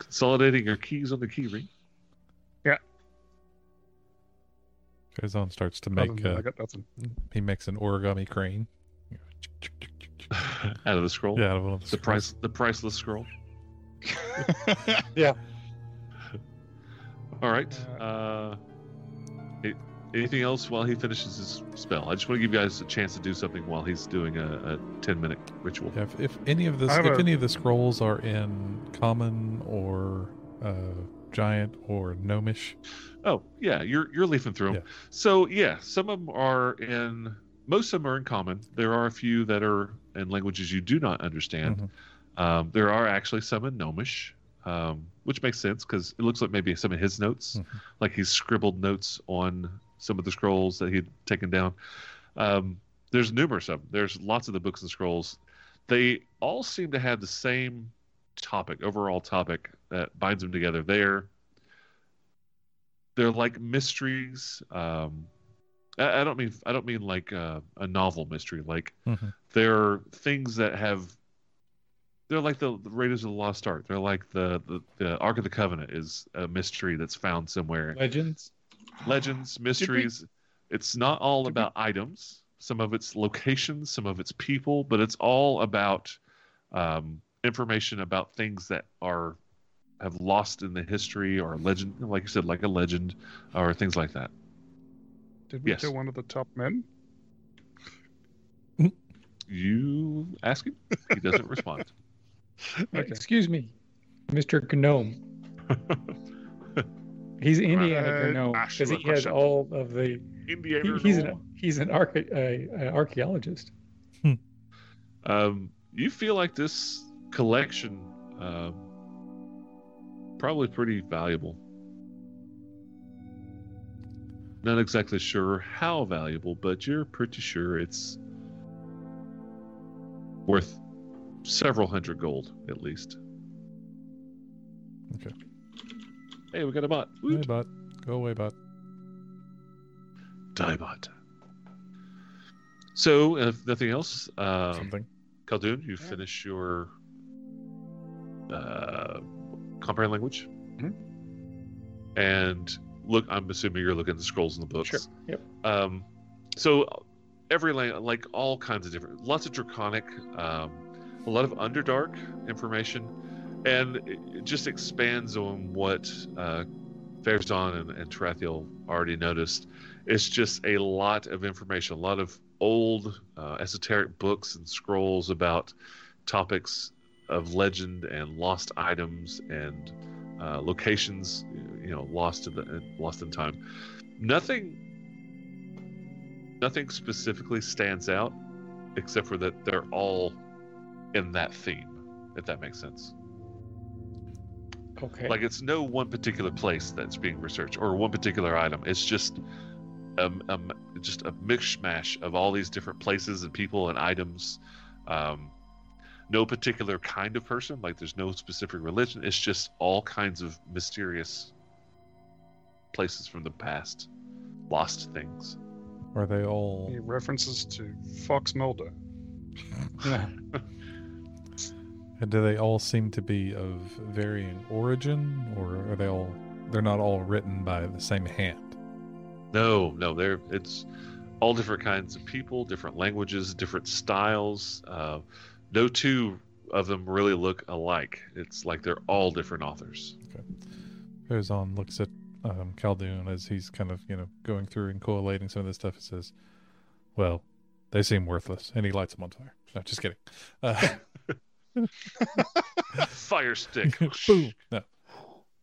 Consolidating your keys on the keyring.
Curzon starts to
Other
make.
than that, I
Uh,
got nothing.
he makes an origami crane.
Out of the scroll.
Yeah, out of one of the
The
scrolls.
price the priceless scroll.
Yeah.
All right. Uh, a- anything else while he finishes his spell? I just want to give you guys a chance to do something while he's doing a, a ten minute ritual.
Yeah, if, if any of this,
I have
if
a-
any of the scrolls are in common or uh, giant or gnomish,
Oh yeah, you're you're leafing through them. So yeah, some of them are in. Most of them are in common. There are a few that are in languages you do not understand. Um, there are actually some in Gnomish, um, which makes sense because it looks like maybe some of his notes,
Mhm.
like he's scribbled notes on some of the scrolls that he'd taken down. Um, there's numerous of them. There's lots of the books and scrolls. They all seem to have the same topic, overall topic that binds them together. They're they're like mysteries. Um, I, I don't mean I don't mean like uh, a novel mystery. Like
Mhm.
they're things that have they're like the, the Raiders of the Lost Ark. They're like the, the the Ark of the Covenant is a mystery that's found somewhere.
Legends.
Legends, mysteries. It's not all
Did we-
about items. Some of it's locations, some of it's people, but it's all about um, information about things that are have lost in the history or legend, like you said, like a legend or things like that.
Did we
Yes.
kill one of the top men?
You ask him, he doesn't respond.
Okay.
Excuse me, Mr. Gnome. He's Indiana
Uh,
Gnome
ask
because
you a
he has
question.
all of the.
Indiana.
he- he's an he's an arche- uh, uh, archaeologist.
Um, you feel like this collection um, probably pretty valuable. Not exactly sure how valuable, but you're pretty sure it's worth several hundred gold at least.
Okay.
Hey, we got a bot. Woot.
Hey, bot. Go away, bot.
Die bot. So, uh, if nothing else, um,
Something.
Khaldun, you
Yeah.
finish your uh, comprehend language.
Mhm.
And look, I'm assuming you're looking at the scrolls in the books.
Yep.
Um, so every lang- like all kinds of different, lots of draconic, um, a lot of underdark information, and it, it just expands on what uh, Farazan and, and Tarathiel already noticed. It's just a lot of information, a lot of old uh, esoteric books and scrolls about topics of legend and lost items and uh, locations, you know, lost in the uh, lost in time. Nothing nothing specifically stands out except for that they're all in that theme if that makes sense
Okay.
like it's no one particular place that's being researched or one particular item it's just um, um just a mishmash of all these different places and people and items um no particular kind of person like there's no specific religion it's just all kinds of mysterious places from the past lost things
Are they all?
He references to Fox Mulder.
And do they all seem to be of varying origin, or are they all? They're not all written by the same hand.
No, no, they're it's all different kinds of people, different languages, different styles. Uh, no two of them really look alike. It's like they're all different authors.
Curzon looks at um, Khaldun as he's kind of you know going through and collating some of this stuff. and says, "Well, they seem worthless," and he lights them on fire. No, just kidding. Uh,
Fire stick.
Boom. No.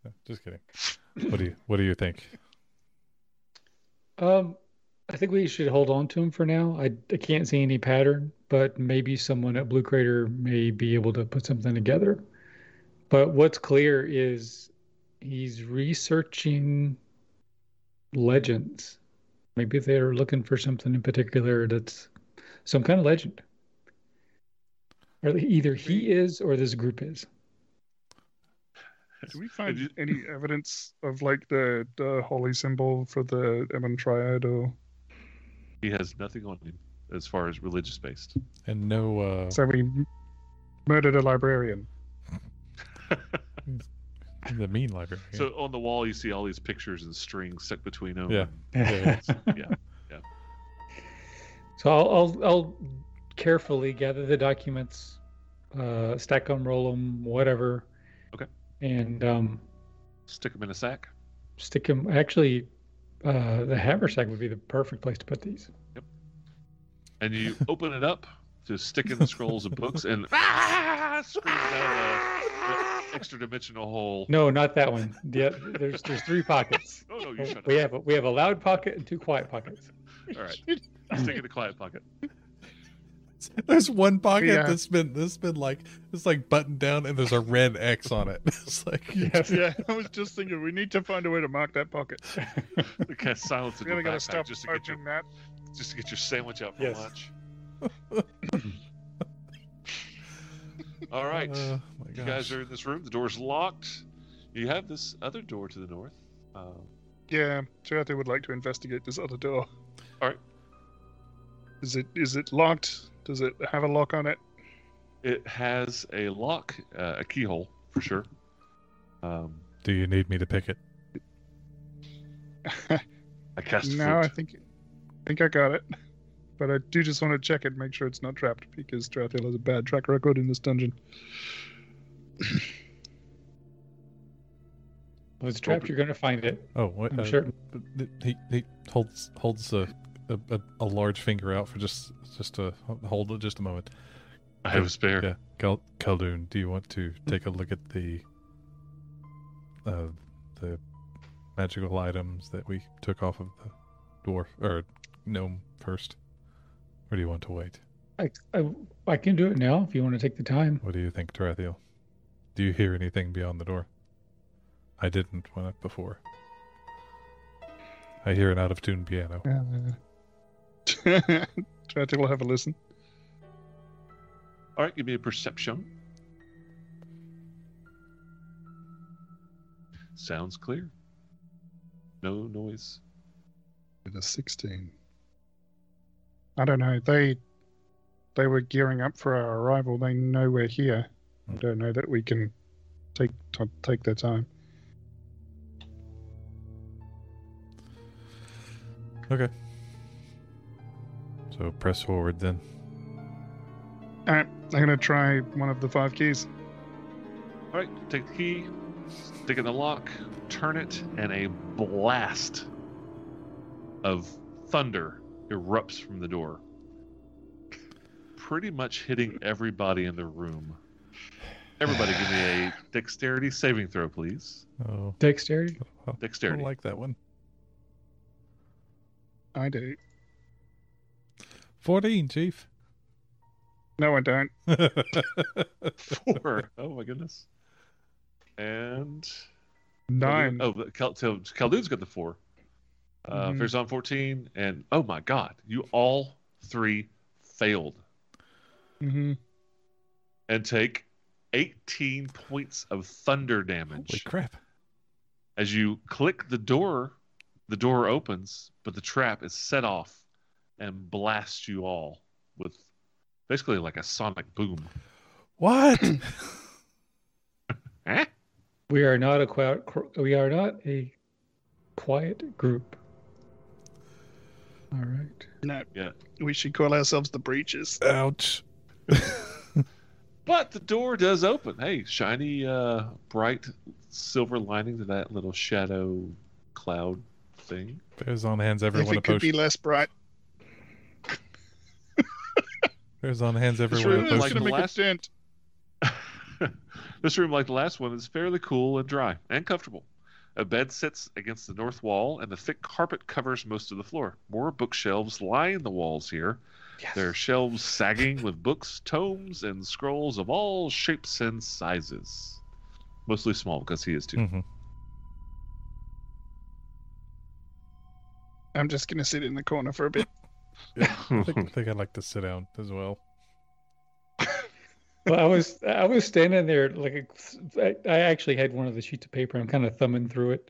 No, just kidding. What do you What do you think?
um, I think we should hold on to him for now. I, I can't see any pattern, but maybe someone at Blue Crater may be able to put something together. But what's clear is he's researching legends. Maybe they're looking for something in particular that's some kind of legend. Or either he is or this group is.
Do we find
you-
any evidence of like the, the holy symbol for the Emmon Triad or
He has nothing on him as far as religious based.
and no uh,
so we murdered a librarian?
uh, the mean library.
So on the wall, you see all these pictures and strings stuck between them.
Yeah.
Yeah,
So I'll, I'll, I'll carefully gather the documents, uh, stack them, roll them, whatever.
Okay.
And um,
Stick them in a sack.
stick them. Actually, uh, the haversack would be the perfect place to put these.
and you open it up to stick in the scrolls and books and ah, screams out of the extra dimensional hole. Oh,
No, not that one. Yeah, there's there's three pockets.
No, no, you shut
We
up.
have a, we have a loud pocket and two quiet pockets.
All right, stick it in the quiet pocket.
There's one pocket
Yeah.
that's been that's been like it's like buttoned down and there's a red X on it. It's like
Yes.
Yeah, I was just thinking we need to find a way to mark that pocket.
Okay, silence in
We really
your
got to
backpack
stop
just to get your
opening that.
just to get your sandwich out for
Yes.
lunch. All right,
uh, my
you guys
gosh.
are in this room. The door's locked. You have this other door to the north. Um,
Yeah, Chiate would like to investigate this other door.
Alright.
Is it is it locked? Does it have a lock on it?
it has a lock, uh, a keyhole for sure. Um,
Do you need me to pick it?
I cast a
no, I
flute.
think I think I got it. But I do just want to check it, make sure it's not trapped, because Chiate has a bad track record in this dungeon.
If it's trapped, you're going to find it.
Oh, what,
I'm
uh,
sure.
b- b- He he holds holds a a, a a large finger out for just just a hold it just a moment.
I have a spare.
Yeah, Cal- Caldoon, do you want to take a look at the uh, the magical items that we took off of the dwarf or gnome first, or do you want to wait?
I, I, I can do it now if you want to take the time.
What do you think, Tarathiel? Do you hear anything beyond the door? I didn't when I, before. I hear an out of tune piano.
Uh, Chiate will have a listen.
All right, give me a perception. Sounds clear. No noise.
With a sixteen. I don't know. They they were gearing up for our arrival. They know we're here. I don't know that we can take t- take their time.
So press forward then.
All right, I'm gonna try one of the five keys.
All right, take the key, stick it in the lock, turn it, and a blast of thunder erupts from the door, pretty much hitting everybody in the room. Everybody, give me a dexterity saving throw, please.
Oh,
Dexterity.
I don't
Dexterity.
like that one.
I do.
14, Chief.
No, I don't.
Four. Oh my goodness. And
Nine.
Oh, but Cal- so Khaldun's got the four. Uh,
Mm-hmm.
Mhm.
Fear's on 14. And oh my God, you all three failed
Mm-hmm.
and take 18 points of thunder
Holy
damage.
crap.
As you click the door, the door opens, but the trap is set off and blasts you all with basically like a sonic boom.
What?
Eh?
We are not a quiet. We are not a quiet group. All right.
No.
Yeah.
We should call ourselves the breaches.
Ouch.
But the door does open. Hey, shiny, uh, bright silver lining to that little shadow cloud thing.
Farazan hands everyone a potion.
less bright,
Farazan hands everyone
room
a
is
potion.
gonna make a Last-
dent.
this room, like the last one, is fairly cool and dry and comfortable. A bed sits against the north wall, and the thick carpet covers most of the floor. More bookshelves lie in the walls here. There are shelves sagging with books, tomes, and scrolls of all shapes and sizes. Mostly small because he is too.
Mhm.
I'm just gonna sit in the corner for a bit.
I think, I think I'd like to sit down as well.
well, I was I was standing there like I I actually had one of the sheets of paper. I'm kind of thumbing through it,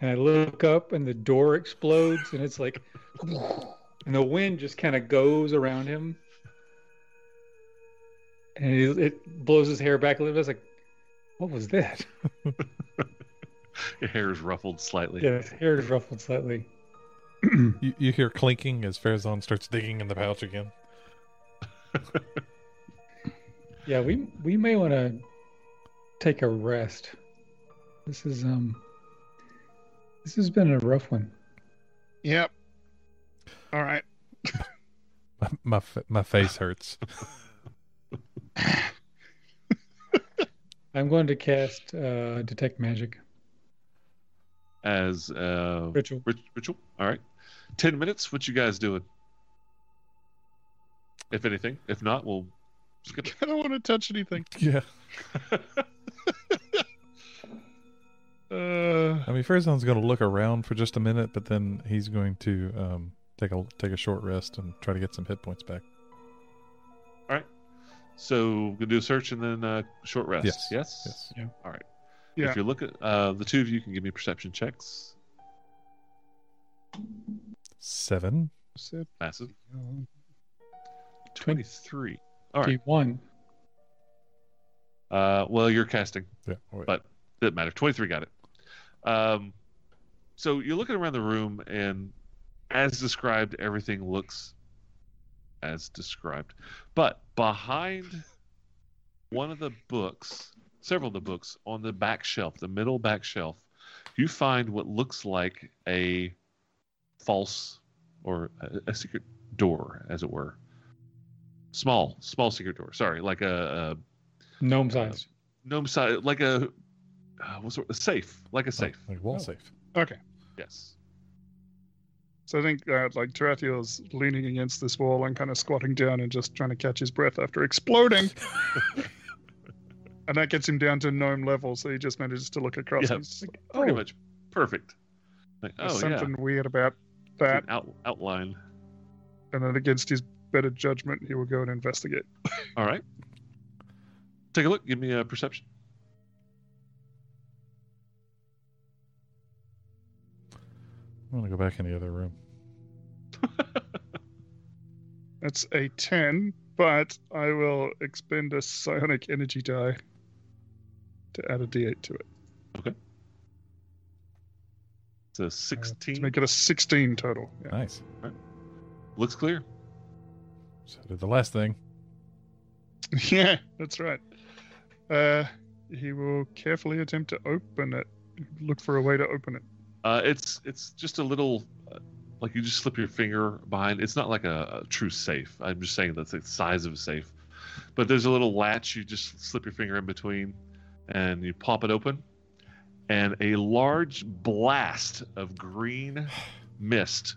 and I look up, and the door explodes, and it's like, and the wind just kind of goes around him, and it, it blows his hair back a little bit. I was like, what was that?
Your hair is ruffled slightly.
Yeah, his hair is ruffled slightly.
You, you hear clinking as Farazan starts digging in the pouch again.
Yeah, we we may want to take a rest. This is um this has been a rough one.
Yep. All right.
My my, fa- my face hurts.
I'm going to cast uh detect magic
As uh,
ritual.
rit- ritual. All right. 10 minutes. What you guys doing? If anything. If not, we'll skip
I don't want to touch anything.
Yeah,
it.
Uh,
I mean Farazan's going to look around for just a minute, but then he's going to um, take a take a short rest and try to get some hit points back.
so we're going to do a search and then uh, short rest.
Yes.
Yes.
Yes.
Yeah.
If you're looking, uh, the two of you can give me perception checks.
Seven.
said,
Massive.
um,
23. All right.
One.
Uh, well, you're casting.
Yeah. wait.
But- Didn't matter. 23 got it. Um, so you're looking around the room, and as described, everything looks as described. But behind one of the books, several of the books, on the back shelf, the middle back shelf, you find what looks like a false or a, a secret door, as it were. Small, small secret door. Sorry, like a, a
Gnome size.
gnome size, like a uh, what's the word? a safe, like a
Oh,
safe.
like wall
Oh.
safe.
okay.
Yes.
So I think that like Tarathiel's leaning against this wall and kind of squatting down and just trying to catch his breath after exploding. and that gets him down to gnome level, so he just manages to look across.
Yeah.
and he's like,
Pretty
"Oh,
much perfect. Like,
There's
oh yeah,
something
It's
weird about
an
that.
out, outline.
And then against his better judgment, he will go and investigate.
All right. Take a look. Give me a perception.
I'm going to go back in the other room.
That's a 10, but I will expend a psionic energy die to add a d8 to it.
It's a
To
16.
make it a 16 total. Yeah.
Nice.
Looks clear.
So did the last thing.
yeah, that's right. Uh, he will carefully attempt to open it, look for a way to open it.
Uh, it's it's just a little, uh, like you just slip your finger behind. It's not like a, a true safe. I'm just saying that's the size of a safe. But there's a little latch. You just slip your finger in between, and you pop it open, and a large blast of green mist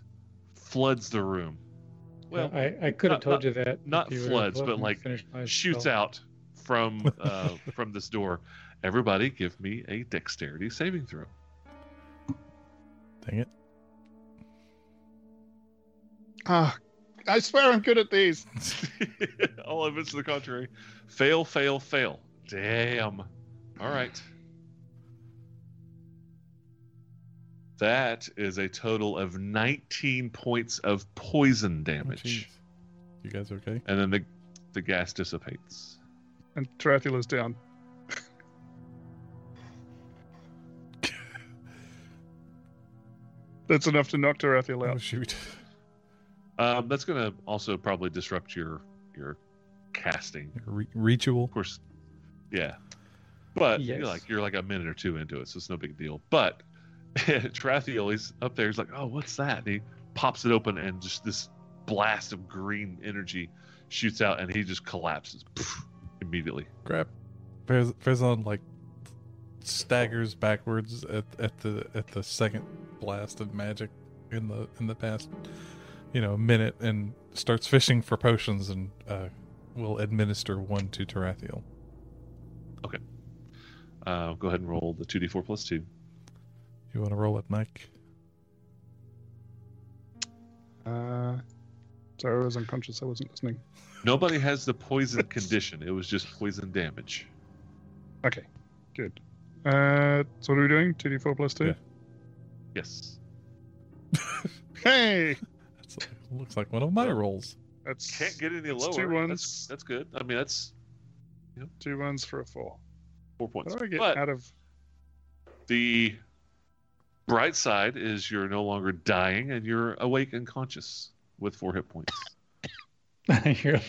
floods the room. Well,
I, I could have
not-
told you that. if
not
you would have
floods,
let
but
me
like
finish my
shoots
spell.
out from uh, from this door. Everybody, give me a dexterity saving throw.
Dang it.
Ah, I swear I'm good at these.
All of it's to the contrary. Fail, fail, fail. Damn. All right. That is a total of 19 points of poison
Oh,
damage.
jeez. you guys okay?
and then the, the gas dissipates.
And Tarathiel's down. That's enough to knock Tarathiel
Oh
out.
shoot.
Um, that's going to also probably disrupt your your casting.
Re- ritual.
Of course, yeah. But
Yes.
you're like you're like a minute or two into it, so it's no big deal. But Trathiel, he's up there. He's like, "Oh, what's that?" And he pops it open, and just this blast of green energy shoots out, and he just collapses poof, immediately.
Crap. Fez- Fezon like staggers backwards at, at the at the second blast of magic in the in the past you know minute and starts fishing for potions and uh, will administer one to Tarathiel.
Uh, go ahead and roll the two d four plus two.
You want to roll it, Mike?
Uh, Sorry, I was unconscious. I wasn't listening.
Nobody has the poison condition. It was just poison damage.
Okay, good. Uh, so what are we doing? 2d4 plus 2?
Yeah.
Yes.
Hey!
That's, looks like one of my rolls.
That's
Can't get any
It's
lower.
two
That's,
ones.
that's good. I mean, that's
two ones for a four.
four points.
How do Oh, I get
But
out of.
the bright side is you're no longer dying and you're awake and conscious with four hit points.
You're-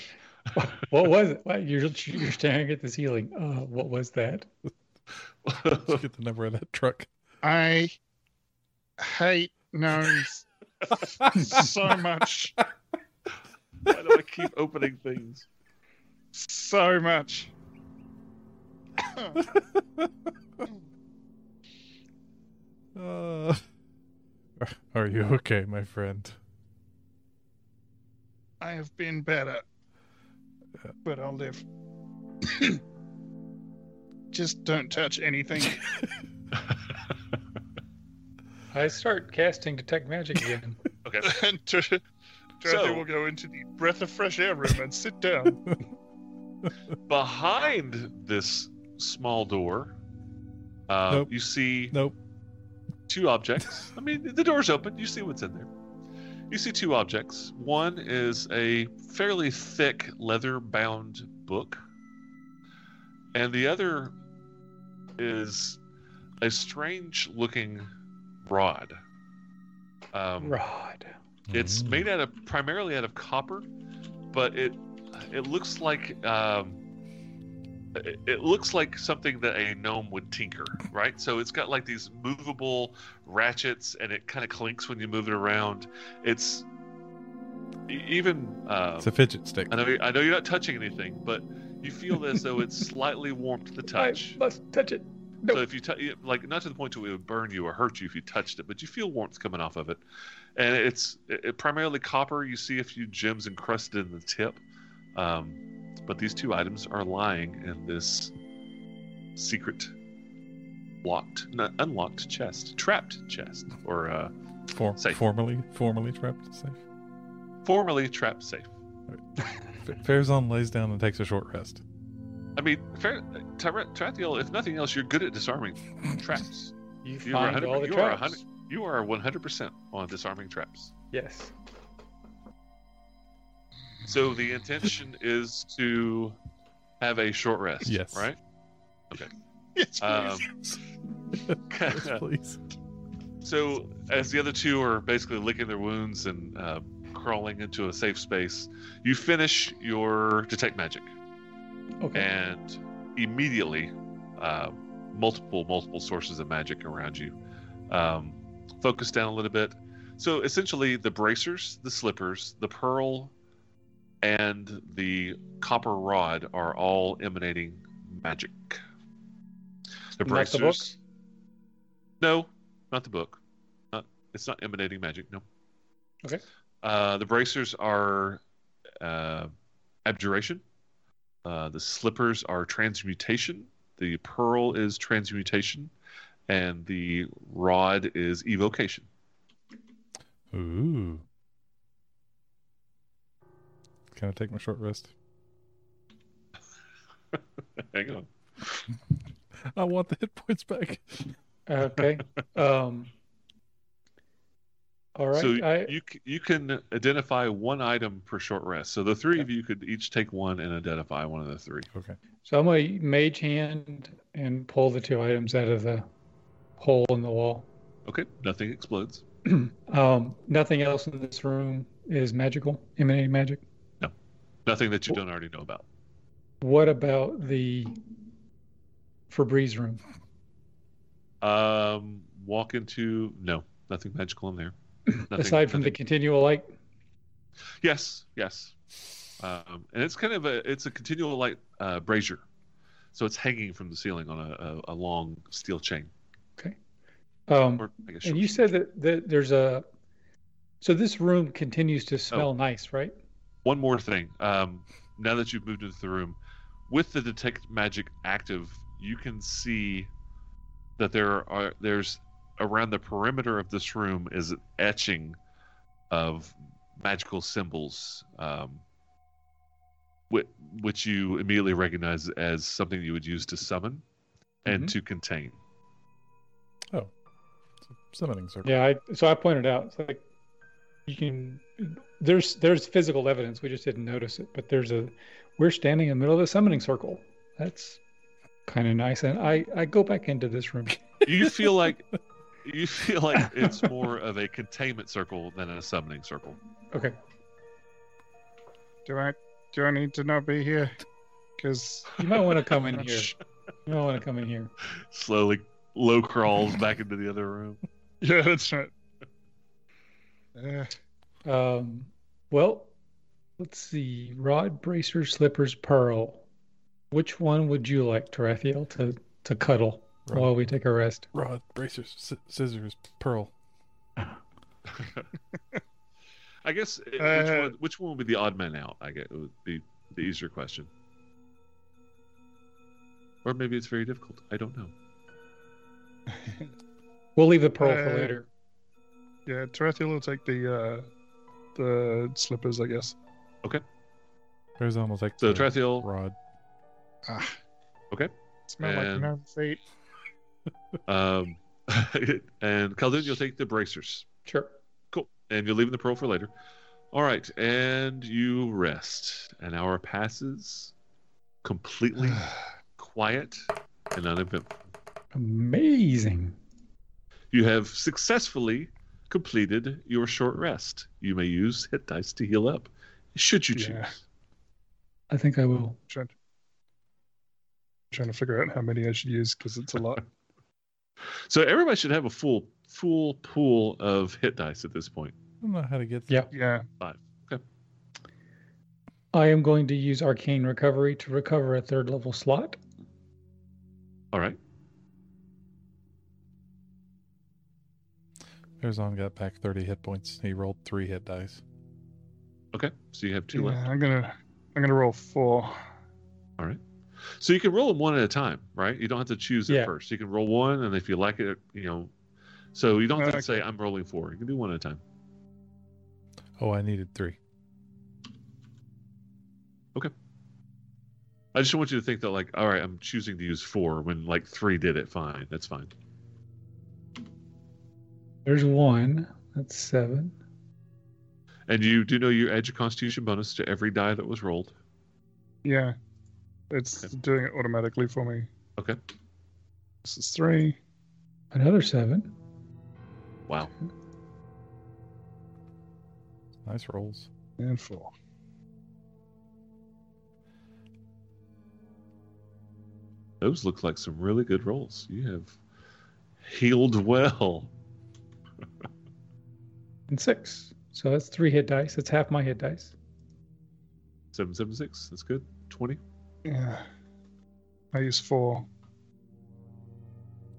what- what was it? What, you're, you're staring at the ceiling. Uh, what was that?
Let's get the number of that truck.
I hate gnomes so much.
Why do I keep opening things?
So much.
Uh, are you okay, my friend?
I have been better. But I'll live. Just don't touch anything.
I start casting detect magic again.
Okay.
and Dor- Dorothy
So-
will go into the breath of fresh air room and sit down.
Behind this small door, uh,
Nope.
you see
Nope.
two objects. I mean, the door's open. You see what's in there. You see two objects. One is a fairly thick leather bound book, and the other is a strange looking rod. Um,
Rod.
It's
Mm.
made out of primarily out of copper, but it it looks like um, it, it looks like something that a gnome would tinker, right? So it's got like these movable ratchets, and it kind of clinks when you move it around. It's e- even uh,
It's a fidget stick.
I know I know you're not touching anything, but you feel as though it's slightly warm to the touch.
I must touch it.
So if you t- like, not to the point to it would burn you or hurt you if you touched it, but you feel warmth coming off of it, and it's it, it- primarily copper. You see a few gems encrusted in the tip, um, but these two items are lying in this secret, locked, not unlocked chest, trapped chest, or uh,
For,
safe.
formerly, formerly trapped safe.
formerly trapped safe.
Fa- Farazan lays down and takes a short rest.
I mean, fair, Tyra, Tarathiel, if nothing else, you're good at disarming traps.
You
You are
find
100,
all the
you are
traps.
100, you are 100% on disarming traps.
Yes.
So the intention is to have a short rest.
Yes.
Right.
Yes,
Um,
Yes, please.
so as the other two are basically licking their wounds and uh, crawling into a safe space, you finish your detect magic,
Okay.
and immediately, uh, multiple multiple sources of magic around you. Um, focus down a little bit. So essentially, the bracers, the slippers, the pearl, and the copper rod are all emanating magic. The
Not the book?
bracers. No, not the book. Not, it's not emanating magic. No.
Okay.
Uh, the bracers are uh, abjuration. Uh, the slippers are transmutation. The pearl is transmutation, and the rod is evocation.
Ooh. Can I take my short rest?
Hang on.
I want the hit points back.
okay. Um. All right.
so
I,
you c- you can identify one item per short rest. So the three of you could each take one and identify one of the three.
Okay.
so I'm gonna mage hand and pull the two items out of the hole in the wall.
Okay, nothing explodes.
um. Nothing else in this room is magical, emanating magic.
Nothing that you don't already know about.
What about the Febreze room?
Um, walk into no, nothing magical in there. Nothing,
Aside from the
nothing-
continual light.
yes, yes, um, and it's kind of a it's a continual light uh, brazier, so it's hanging from the ceiling on a, a, a long steel chain.
Um.
Or I guess
And
short-
you said that, that there's a. So this room continues
Oh.
to smell nice, right?
one more thing. Um, now that you've moved into the room, with the detect magic active, you can see that there are there's around the perimeter of this room is an etching of magical symbols, um, which, which you immediately recognize as something you would use to summon and
Mhm.
to contain.
It's a summoning circle.
Yeah, I, so I pointed out it's like you can there's there's physical evidence we just didn't notice it, but there's a we're standing in the middle of a summoning circle. That's kind of nice, and I I go back into this room.
You feel like you feel like it's more of a containment circle than a summoning circle.
Okay,
Do I do I need to not be here? Because
you might want to come in here. You might want to come in here.
Slowly, low crawls back into the other room.
yeah, that's right. Uh,
Um, well, let's see. Rod, bracer, slippers, pearl. Which one would you like, Tarathiel, to to cuddle
Rod.
while we take a rest?
Rod, bracers, sci- scissors, pearl.
I guess it-
Uh,
which, one, which one would be the odd man out? I guess it would be the easier question. Or maybe it's very difficult. I don't know.
We'll leave the pearl for
Uh,
later.
yeah, Tarathiel will take the uh, the slippers, I guess.
Arizona will take
So
the
Trathiel,
rod.
Ah.
Okay.
Smell
And-
like another feet.
um, and Caldoun, you'll take the bracers.
Sure.
Cool. And you're leaving the pearl for later. All right. And you rest. An hour passes. Completely quiet and uneventful.
Amazing.
You have successfully completed your short rest. You may use hit dice to heal up, should you choose.
Yeah.
I think I will.
trying, trying to figure out how many I should use because it's a lot.
So everybody should have a full full pool of hit dice at this point.
I don't know how to get.
Yeah.
yeah.
I am going to use arcane recovery to recover a third level slot.
All right.
Arizona got back 30 hit points. He rolled three hit dice.
Okay. So you have two
yeah,
left.
I'm gonna I'm gonna roll four.
So you can roll them one at a time, right? You don't have to choose it
Yeah.
first. You can roll one, and if you like it, you know. So you don't have to
Okay.
say I'm rolling four. You can do one at a time.
Oh, I needed three.
I just want you to think that like, all right, I'm choosing to use four when like three did it. Fine, that's fine.
There's one. That's seven.
And you do know you add your Constitution bonus to every die that was rolled.
Yeah, it's
Okay.
doing it automatically for me.
Okay.
This is three.
Another seven.
Wow.
Nice rolls.
And four.
Those look like some really good rolls. You have healed well.
And six. So that's three hit dice. That's half my hit dice.
Seven seven six. That's good. Twenty.
Yeah. I use four.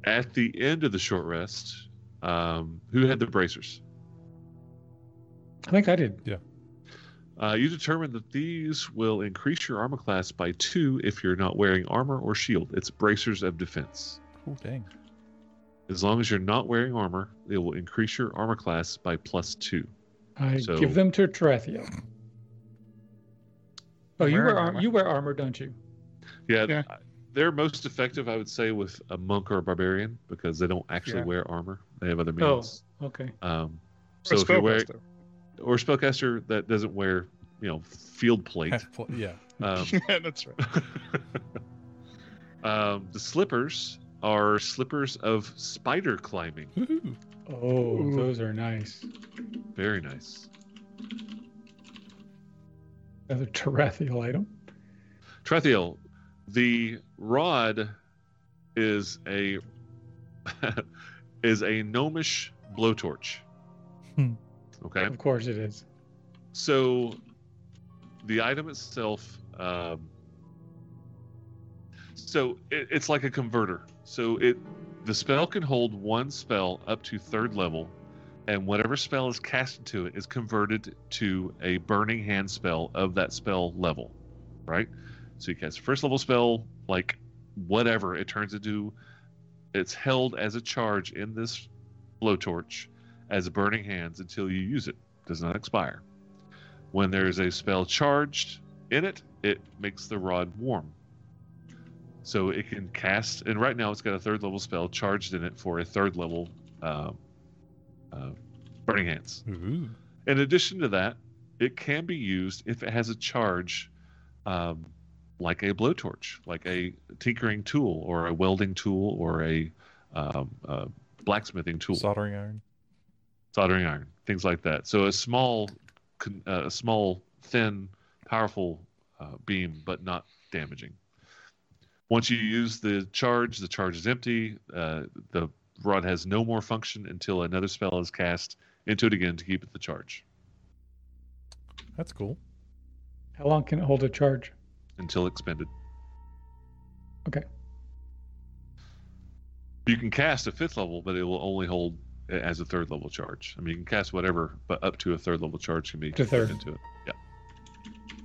at the end of the short rest, um, who had the bracers?
I think I did.
Uh, you determine that these will increase your armor class by two if you're not wearing armor or shield. It's bracers of defense.
Oh, dang.
As long as you're not wearing armor, it will increase your armor class by plus two.
I
So-
give them to Tarathiel. Oh, you
Wearing
wear armor.
armor.
you wear armor, don't you?
Yeah,
Yeah.
I- they're most effective, I would say, with a monk or a barbarian because they don't actually
Yeah.
wear armor. They have other
Oh.
means.
Okay.
Um, so
Or
if you're wearing,
spellcaster.
or a spellcaster that doesn't wear, you know, field plate.
Half pl- yeah.
um,
yeah, that's right.
um, the slippers are slippers of spider climbing.
Woohoo.
Oh,
Ooh.
those are nice.
Very nice.
Another Tarathiel item.
Trethiel, the rod is a is a gnomish blowtorch.
Hmm.
Okay,
Of course it is.
so the item itself. Um, so it, it's like a converter. So it the spell can hold one spell up to third level, and whatever spell is casted to it is converted to a burning hand spell of that spell level, right? So you cast a first level spell, like whatever it turns into. It's held as a charge in this blowtorch as burning hands until you use it. Does not expire. When there is a spell charged in it, it makes the rod warm. So it can cast, and right now it's got a third level spell charged in it for a third level uh, uh, Burning Hands.
Ooh.
In addition to that, it can be used if it has a charge um, like a blowtorch, like a tinkering tool, or a welding tool, or a um, uh, blacksmithing tool,
Soldering iron.
soldering iron, things like that. So a small, con- uh, a small, thin, powerful uh, beam, but not damaging. Once you use the charge, the charge is empty. Uh, the rod has no more function until another spell is cast into it again to keep it the charge
That's cool.
How long can it hold a charge?
until expended.
Okay.
You can cast a fifth level, but it will only hold it as a third level charge. I mean, you can cast whatever, but up to a third level charge can be
To
put
third.
into it. Yeah.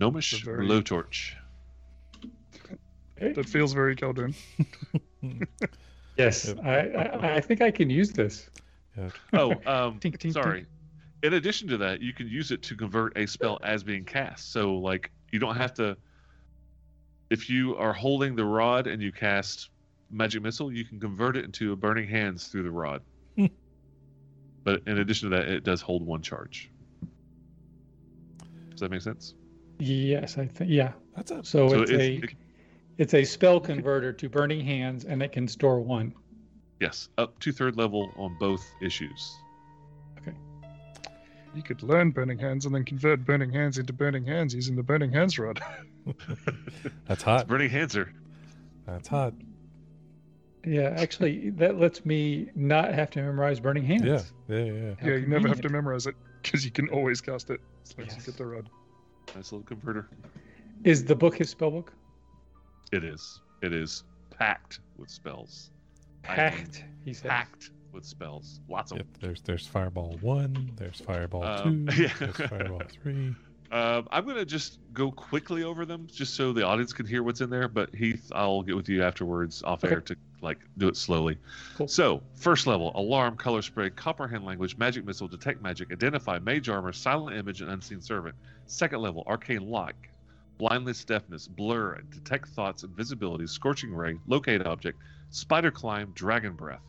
Gnomish
It's a very-
low torch.
That feels very Keldrin.
Yes, I, I, I think I can use this.
Oh, um,
Tink, tink,
sorry. In addition to that, you can use it to convert a spell as being cast. So, like, you don't have to. If you are holding the rod and you cast magic missile, you can convert it into a burning hands through the rod.
Hmm.
but in addition to that, it does hold one charge. Does that make sense?
Yes, I think. Yeah.
That's a
So,
So
it's, a
it's-
it's a spell converter to burning hands, and it can store one.
Yes, up to third level on both issues.
You could learn Burning Hands and then convert Burning Hands into Burning Hands using the Burning Hands rod.
that's hot.
Burning hands are
That's hot.
Yeah, actually, that lets me not have to memorize burning hands.
Yeah. Yeah. Yeah.
How
yeah, you never have to
convenient.
memorize it because you can always cast it as long as
Yes.
you get the rod.
nice little converter.
Is the book his spellbook?
It is. It is packed with spells. I mean,
Packed. He said.
packed with spells. Lots of
Yep, there's there's fireball one, there's fireball
Um,
two,
yeah.
there's fireball three.
Um, I'm gonna just go quickly over them, just so the audience can hear what's in there. But Heath, I'll get with you afterwards off
Okay.
air to like do it slowly.
Cool.
So, first level: alarm, color spray, comprehend language, magic missile, detect magic, identify, mage armor, silent image, and unseen servant. Second level: arcane lock, blindless deafness, blur, detect thoughts, invisibility, scorching ray, locate object, spider climb, dragon breath.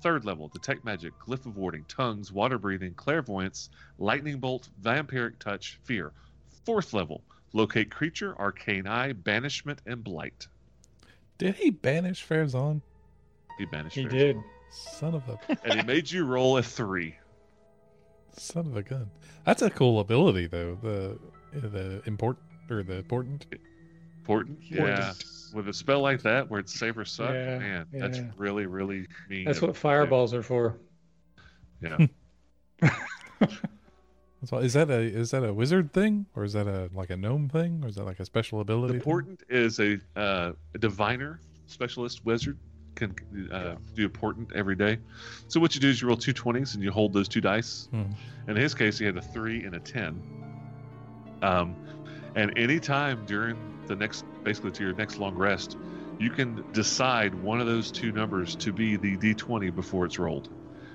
Third level: detect magic, glyph of warding, tongues, water breathing, clairvoyance, lightning bolt, vampiric touch, fear. Fourth level, locate creature, arcane eye, banishment, and blight.
Did he banish Farazan?
He banished.
He
her.
did.
Son of a
and he made you roll a three.
son of a gun. That's a cool ability though. The the import or the important.
Important, yeah. With a spell like that, where it's save or suck,
Yeah,
man, that's
yeah.
really, really mean.
That's
of-
what fireballs are for.
Yeah.
That's why- Is that a is that a wizard thing or is that a like a gnome thing or is that like a special ability? thing?
important is a, uh, a diviner specialist wizard can uh, do important every day. So what you do is you roll two twenties and you hold those two dice.
Hmm.
In his case, he had a three and a ten. Um, and any time during the next, basically to your next long rest, you can decide one of those two numbers to be the d20 before it's rolled.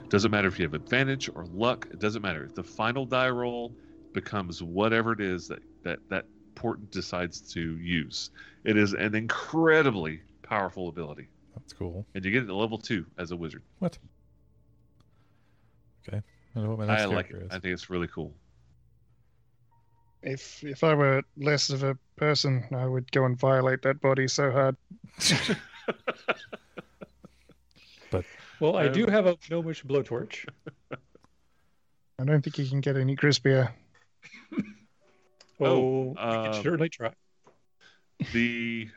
Doesn't matter if you have advantage or luck. It doesn't matter. The final die roll becomes whatever it is that that that portent decides to use. It is an incredibly powerful ability,
That's cool.
and you get it at level two as a wizard.
I don't know what my next
I like
character
it.
is.
I think it's really cool.
If if I were less of a person, I would go and violate that body so hard.
Well, I
Um,
do have a gnomish blowtorch.
I don't think you can get any crispier.
Oh,
Oh, I
um,
can certainly try.
the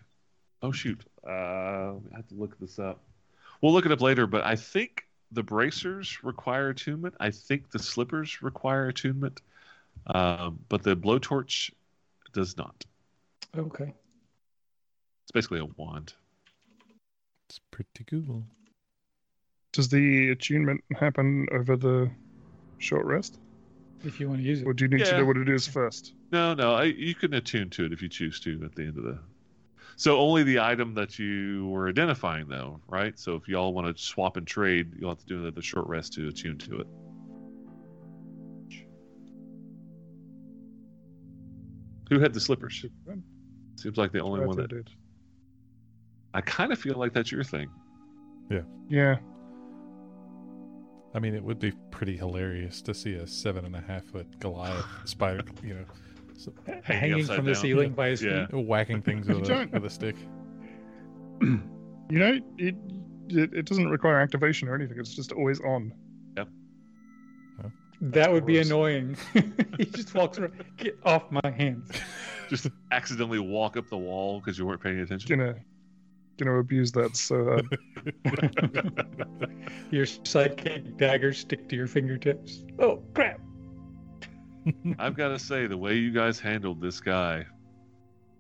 oh shoot uh, i have to look this up we'll look it up later but i think the bracers require attunement i think the slippers require attunement um, but the blowtorch does not
Okay.
it's basically a wand
It's pretty cool.
Does the attunement happen over the short rest,
If you want to use it.
or do you need to
Yeah.
know what it is first?
no no I, you can attune to it if you choose to at the end of the so only the item that you were identifying though right so if y'all want to swap and trade you'll have to do another short rest to attune to it Who had the slippers? Seems like the only one
Arthur
that.
did.
I kind of feel like that's your thing.
Yeah.
I mean, it would be pretty hilarious to see a seven and a half foot Goliath spider, you know, s-
hanging
upside
from the
down.
ceiling by his
Yeah.
feet.
whacking things with a,
Giant.
with a stick.
You know, it, it it doesn't require activation or anything. It's just always on.
That would be
Gross.
annoying. he just walks around. Get off my hands.
Just accidentally walk up the wall because you weren't paying attention.
Gonna gonna abuse that so uh, hard.
Your psychic daggers stick to your fingertips. Oh crap!
I've got to say, the way you guys handled this guy,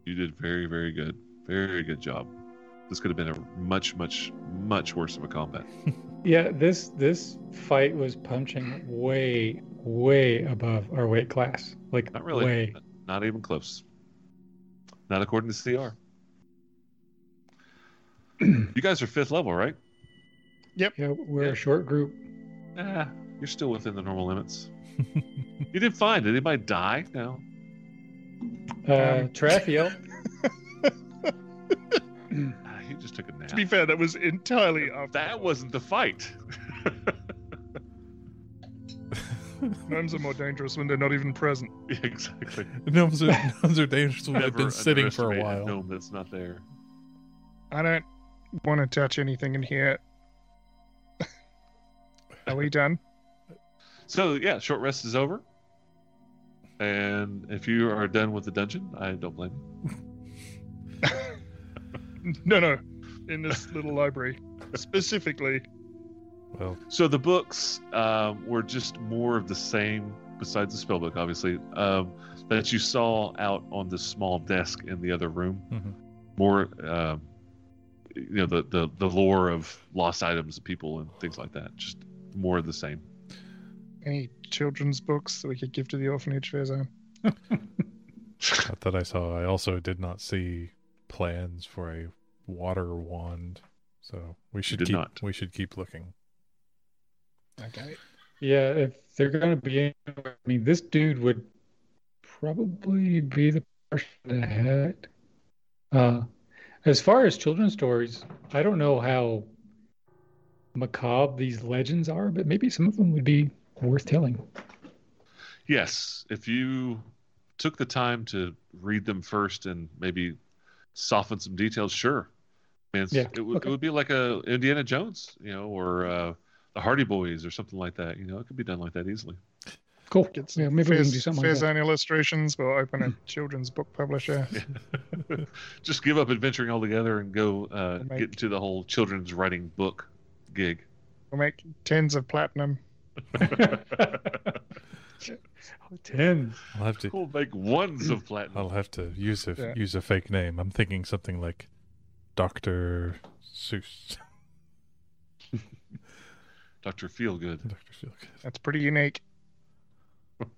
you did very, very good. Very good job. This could have been a much, much, much worse of a combat.
Yeah, this this fight was punching way way above our weight class. Like
Not really.
way.
Not even close. Not according to CR. you guys are fifth level, right?
Yeah, we're a short group.
Nah, you're still within the normal limits. you did fine. Did anybody die? No. Um,
Uh, Traphiel.
Ah, he just took a nap.
to be fair, that was entirely after
that wasn't the fight.
gnomes are more dangerous when they're not even present.
Yeah, exactly.
Gnomes are, gnomes are dangerous when they've
Never
been sitting for a
underestimate
while.
Gnome that's not there.
I don't want to touch anything in here. Are we done?
So yeah, short rest is over. And if you are done with the dungeon, I don't blame you.
No, no. In this little library, specifically.
Well,
So the books um, were just more of the same, besides the spell book, obviously, um, that you saw out on the small desk in the other room.
Mhm.
More, um, you know, the, the the lore of lost items, people, and things like that. Just more of the same.
Any children's books that we could give to the orphanage, Faison?
not that I saw. I also did not see plans for a water wand, so we should
did
keep
not.
we should keep looking.
Okay.
Yeah, if they're gonna be, anywhere, I mean, this dude would probably be the person to hit. Uh, as far as children's stories, I don't know how macabre these legends are, but maybe some of them would be worth telling.
Yes, if you took the time to read them first and maybe soften some details, sure. I mean, it's-
Yeah,
it, would,
okay.
it would be like a Indiana Jones, you know, or uh, the Hardy Boys or something like that. You know, it could be done like that easily.
Cool.
Get some
Yeah, maybe we can do something like that. Hmm.
Faison illustrations. We'll open a children's book publisher.
Just give up adventuring altogether and go uh,
And make-
get into the whole children's writing book gig.
We'll make tens of platinum.
Ten.
I'll have to
We'll make ones of platinum.
I'll have to use a
Yeah.
use a fake name. I'm thinking something like Doctor Seuss.
Dr. Feelgood.
Doctor Feelgood.
That's pretty unique.
All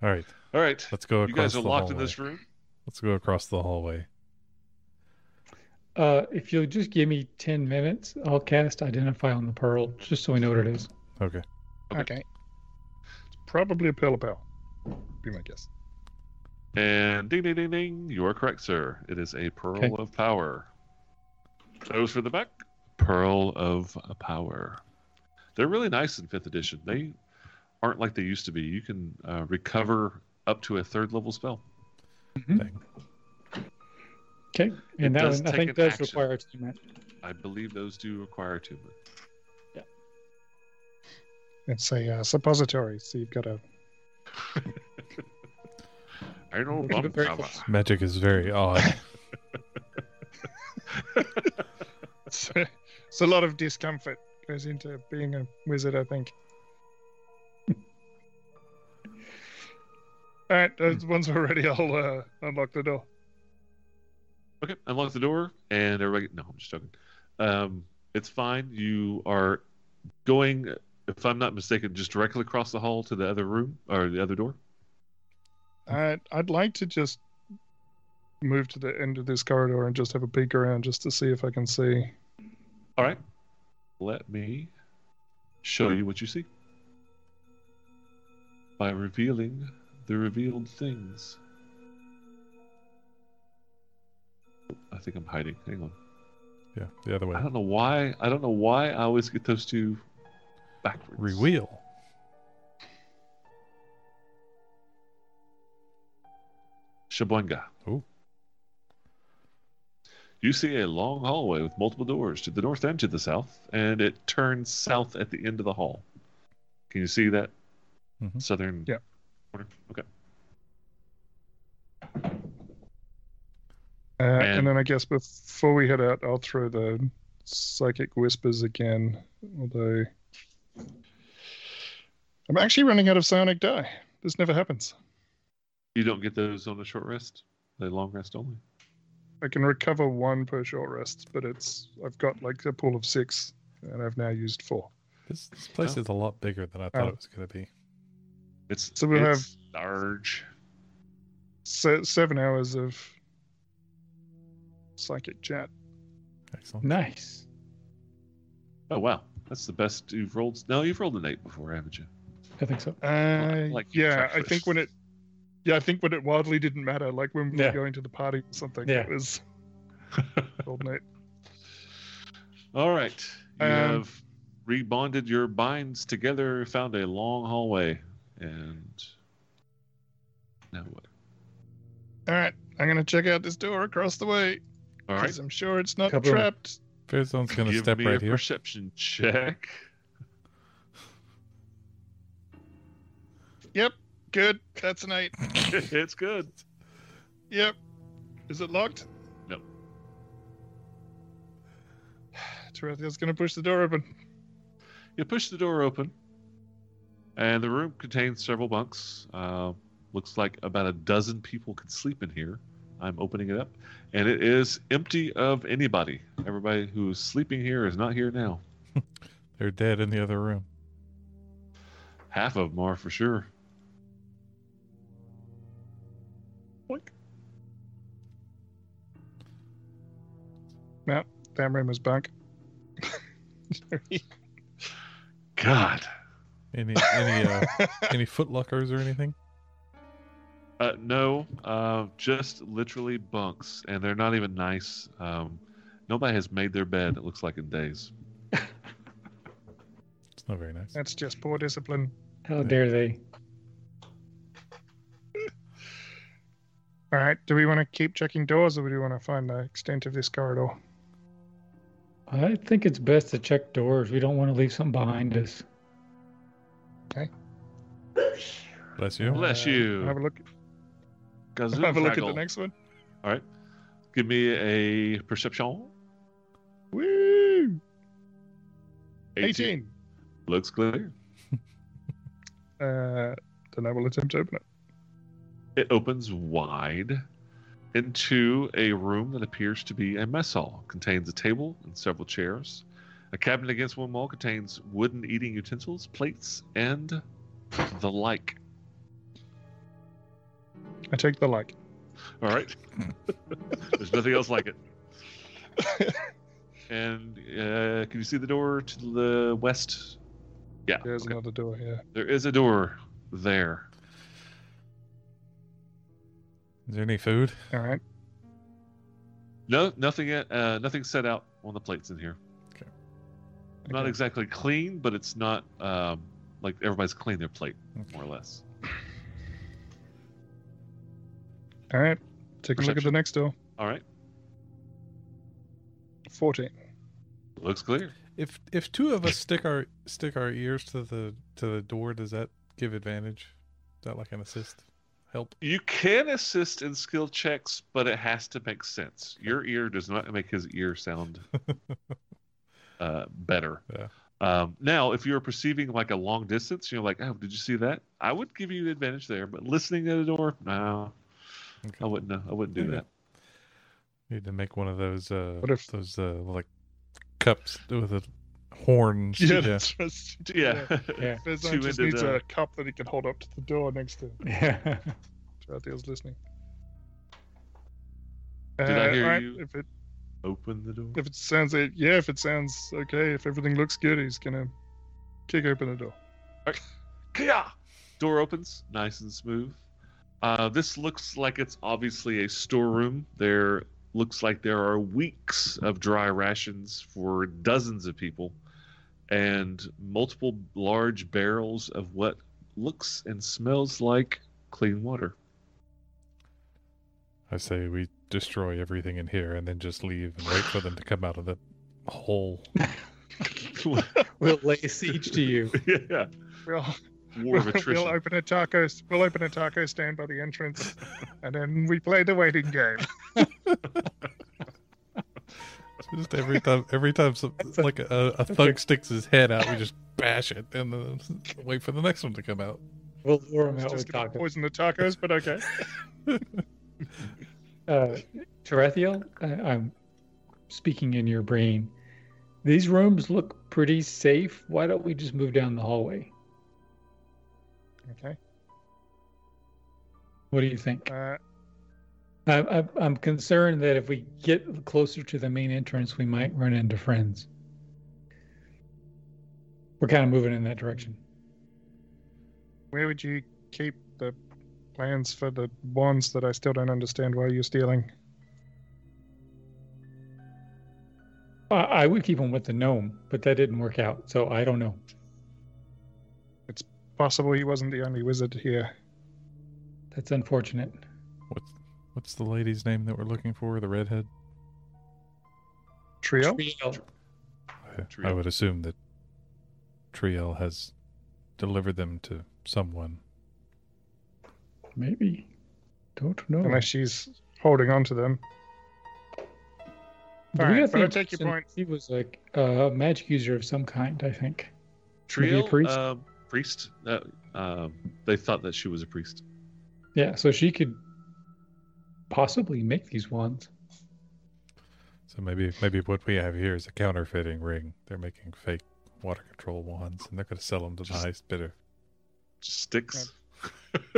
right,
All right.
let's go across
You guys are
the
locked in
hallway.
this room.
Let's go across the hallway.
Uh, if you'll just give me ten minutes, I'll cast Identify on the Pearl, just so we know what it is.
Okay.
Okay.
Okay. It's probably a pearl of pearl. Be my guess.
And ding, ding, ding, ding. You are correct, sir. It is a Pearl
Okay.
of Power. Those for the back. Pearl of Power. They're really nice in 5th edition. They aren't like they used to be. You can uh, recover up to a third level spell. Hmm?
Dang.
Okay. And that
does
one, I
take
think
an
does
action.
require a team action.
I believe those do require attunement.
It's a uh, suppository, so you've got to.
I know
Looking
bum
very
cover.
close.
Magic is very odd.
It's, it's a lot of discomfort goes into being a wizard, I think. All right, those ones are ready. I'll uh, unlock the door.
Okay, unlock the door, and everybody. No, I'm just joking. Um, it's fine. You are going, if I'm not mistaken, just directly across the hall to the other room or the other door.
Uh, I'd like to just move to the end of this corridor and just have a peek around just to see if I can see.
All right. Let me show you what you see by revealing the revealed things. I think I'm hiding. Hang on.
Yeah, the other way.
I don't know why. I don't know why I always get those two backwards.
Rewheel.
Shabunga.
Ooh.
You see a long hallway with multiple doors to the north and to the south, and it turns south at the end of the hall. Can you see that
Mhm.
southern
Yeah.
corner? Okay.
Uh,
And-
and then I guess before we head out, I'll throw the psychic whispers again. Although I'm actually running out of psionic die. This never happens.
You don't get those on a short rest. They long rest only.
I can recover one per short rest, but it's I've got like a pool of six, and I've now used four.
This, this place
Oh.
is a lot bigger than I thought
Oh.
it was going to be.
It's
So we'll
it's large.
So seven hours of psychic chat.
Excellent.
Nice.
Oh wow, that's the best you've rolled. No, you've rolled an eight before, haven't you?
I think so.
Uh,
like
yeah,
track
I think when it,
lists.
yeah, I think when it wildly didn't matter, like when we
Yeah.
were going to the party or something,
Yeah.
it was old night.
All right. You
Um,
have rebonded your binds together, found a long hallway, and now what?
All right, I'm gonna check out this door across the way
All right.
because I'm sure it's not
Kaboom.
trapped.
Fairzone's going to
Give
step
me
right
a
here.
perception check.
Good, that's an eight.
it's good.
Yep. Is it locked?
No.
Tarathiel's gonna push the door open.
You push the door open, and the room contains several bunks. Uh, looks like about a dozen people can sleep in here. I'm opening it up, and it is empty of anybody. Everybody who is sleeping here is not here now.
They're dead in the other room.
Half of them are for sure.
Damn room was bunk.
God.
Any any uh, any footlockers or anything?
Uh, no, uh, just literally bunks, and they're not even nice. Um, nobody has made their bed. It looks like in days.
It's not very nice.
That's just poor discipline.
How dare they?
All right, do we want to keep checking doors, or do we want to find the extent of this corridor?
I think it's best to check doors. We don't want to leave something behind us.
Bless you.
Bless
Uh,
you.
Have a look.
Gazoo
Have a look at the
Fraggle.
next one.
All right, give me a perception.
Woo! 18.
Looks clear.
Uh, then I will attempt to open it.
It opens wide into a room that appears to be a mess hall. Contains a table and several chairs. A cabinet against one wall contains wooden eating utensils, plates, and the like.
I take the like.
All right. There's nothing else like it. And uh, can you see the door to the west? Yeah.
There's
okay.
another door here.
There is a door there.
Is there any food?
All right.
No, nothing. yet- Uh, nothing set out on the plates in here. Not
Okay.
exactly clean, but it's not um, like everybody's cleaned their plate more or less.
All right. Take a look at the
Perception.
next door.
All right.
14.
Looks clear.
If if two of us stick our stick our ears to the to the door, does that give advantage? Is that like an assist? Help?
You can assist in skill checks, but it has to make sense. Your ear does not make his ear sound uh, better.
Yeah.
Um, now, if you're perceiving like a long distance, you're like, oh, did you see that? I would give you advantage there, but listening at a door, no,
Okay.
I wouldn't. I wouldn't do
Okay.
that.
Need to make one of those uh
What if-
those uh like cups with the horns.
that's-
Yeah.
Yeah.
Fezan
Two ended,
just needs
uh,
a cup that he can hold up to the door next to
Yeah.
Tarathiel's uh, listening.
Did I hear
all right,
you?
If it,
Open the door.
if it sounds, it, yeah, if it sounds okay, if everything looks good, he's going to kick open the door.
Kia! Door opens, nice and smooth. Uh, this looks like it's obviously a storeroom. There looks like there are weeks of dry rations for dozens of people and multiple large barrels of what looks and smells like clean water.
I say we destroy everything in here and then just leave and wait for them to come out of the hole.
We'll lay siege to you.
yeah.
We'll,
War
we'll,
of attrition.
we'll open a taco. We'll open a taco stand by the entrance, and then we play the waiting game.
Just every time, every time, some,
That's a-
like a, a thug sticks his head out, we just bash it and then wait for the next one to come out.
We'll lure
I
them
was
out with
just gonna
tacos.
poison the tacos, but okay.
uh, Tarathiel, I, I'm speaking in your brain. These rooms look pretty safe. Why don't we just move down the hallway?
Okay.
What do you think?
Uh,
I, I, I'm concerned that if we get closer to the main entrance, we might run into friends. We're kind of moving in that direction.
where would you keep the plans for the bonds that I still don't understand why you're stealing?
I, I would keep them with the gnome, but that didn't work out, so I don't know.
Possible he wasn't the only wizard here.
That's unfortunate.
What's what's the lady's name that we're looking for? The redhead.
Trio?
Triel,
I- I
Triel.
would assume that Triel has delivered them to someone.
Maybe. Don't know.
Unless she's holding on to them.
Do
All
we
right,
have
but
the
I take your point.
impression He was like a magic user of some kind, I think. Maybe a
Trio,
priest?
um, priest. Uh, um, they thought that she was a priest.
Yeah, so she could possibly make these wands.
So maybe maybe what we have here is a counterfeiting ring. They're making fake water control wands and they're going to sell them to the
Just-
highest bidder.
Just sticks.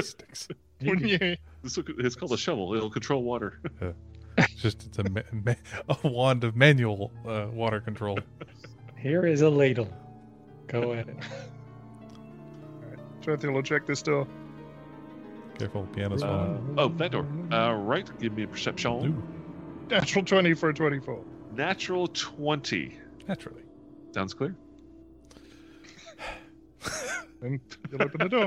Sticks.
Wouldn't you?
This will- It's called a shovel. It'll control water.
It's Just it's a, ma- ma- a wand of manual uh, water control.
Here is a ladle. Go at it.
Trithiel will check this door.
Careful, piano's
Uh,
falling.
oh, that door. All right. Give me a perception.
Ooh,
Natural 20 for a 24.
Natural 20.
naturally.
Sounds clear?
Then you'll open the door.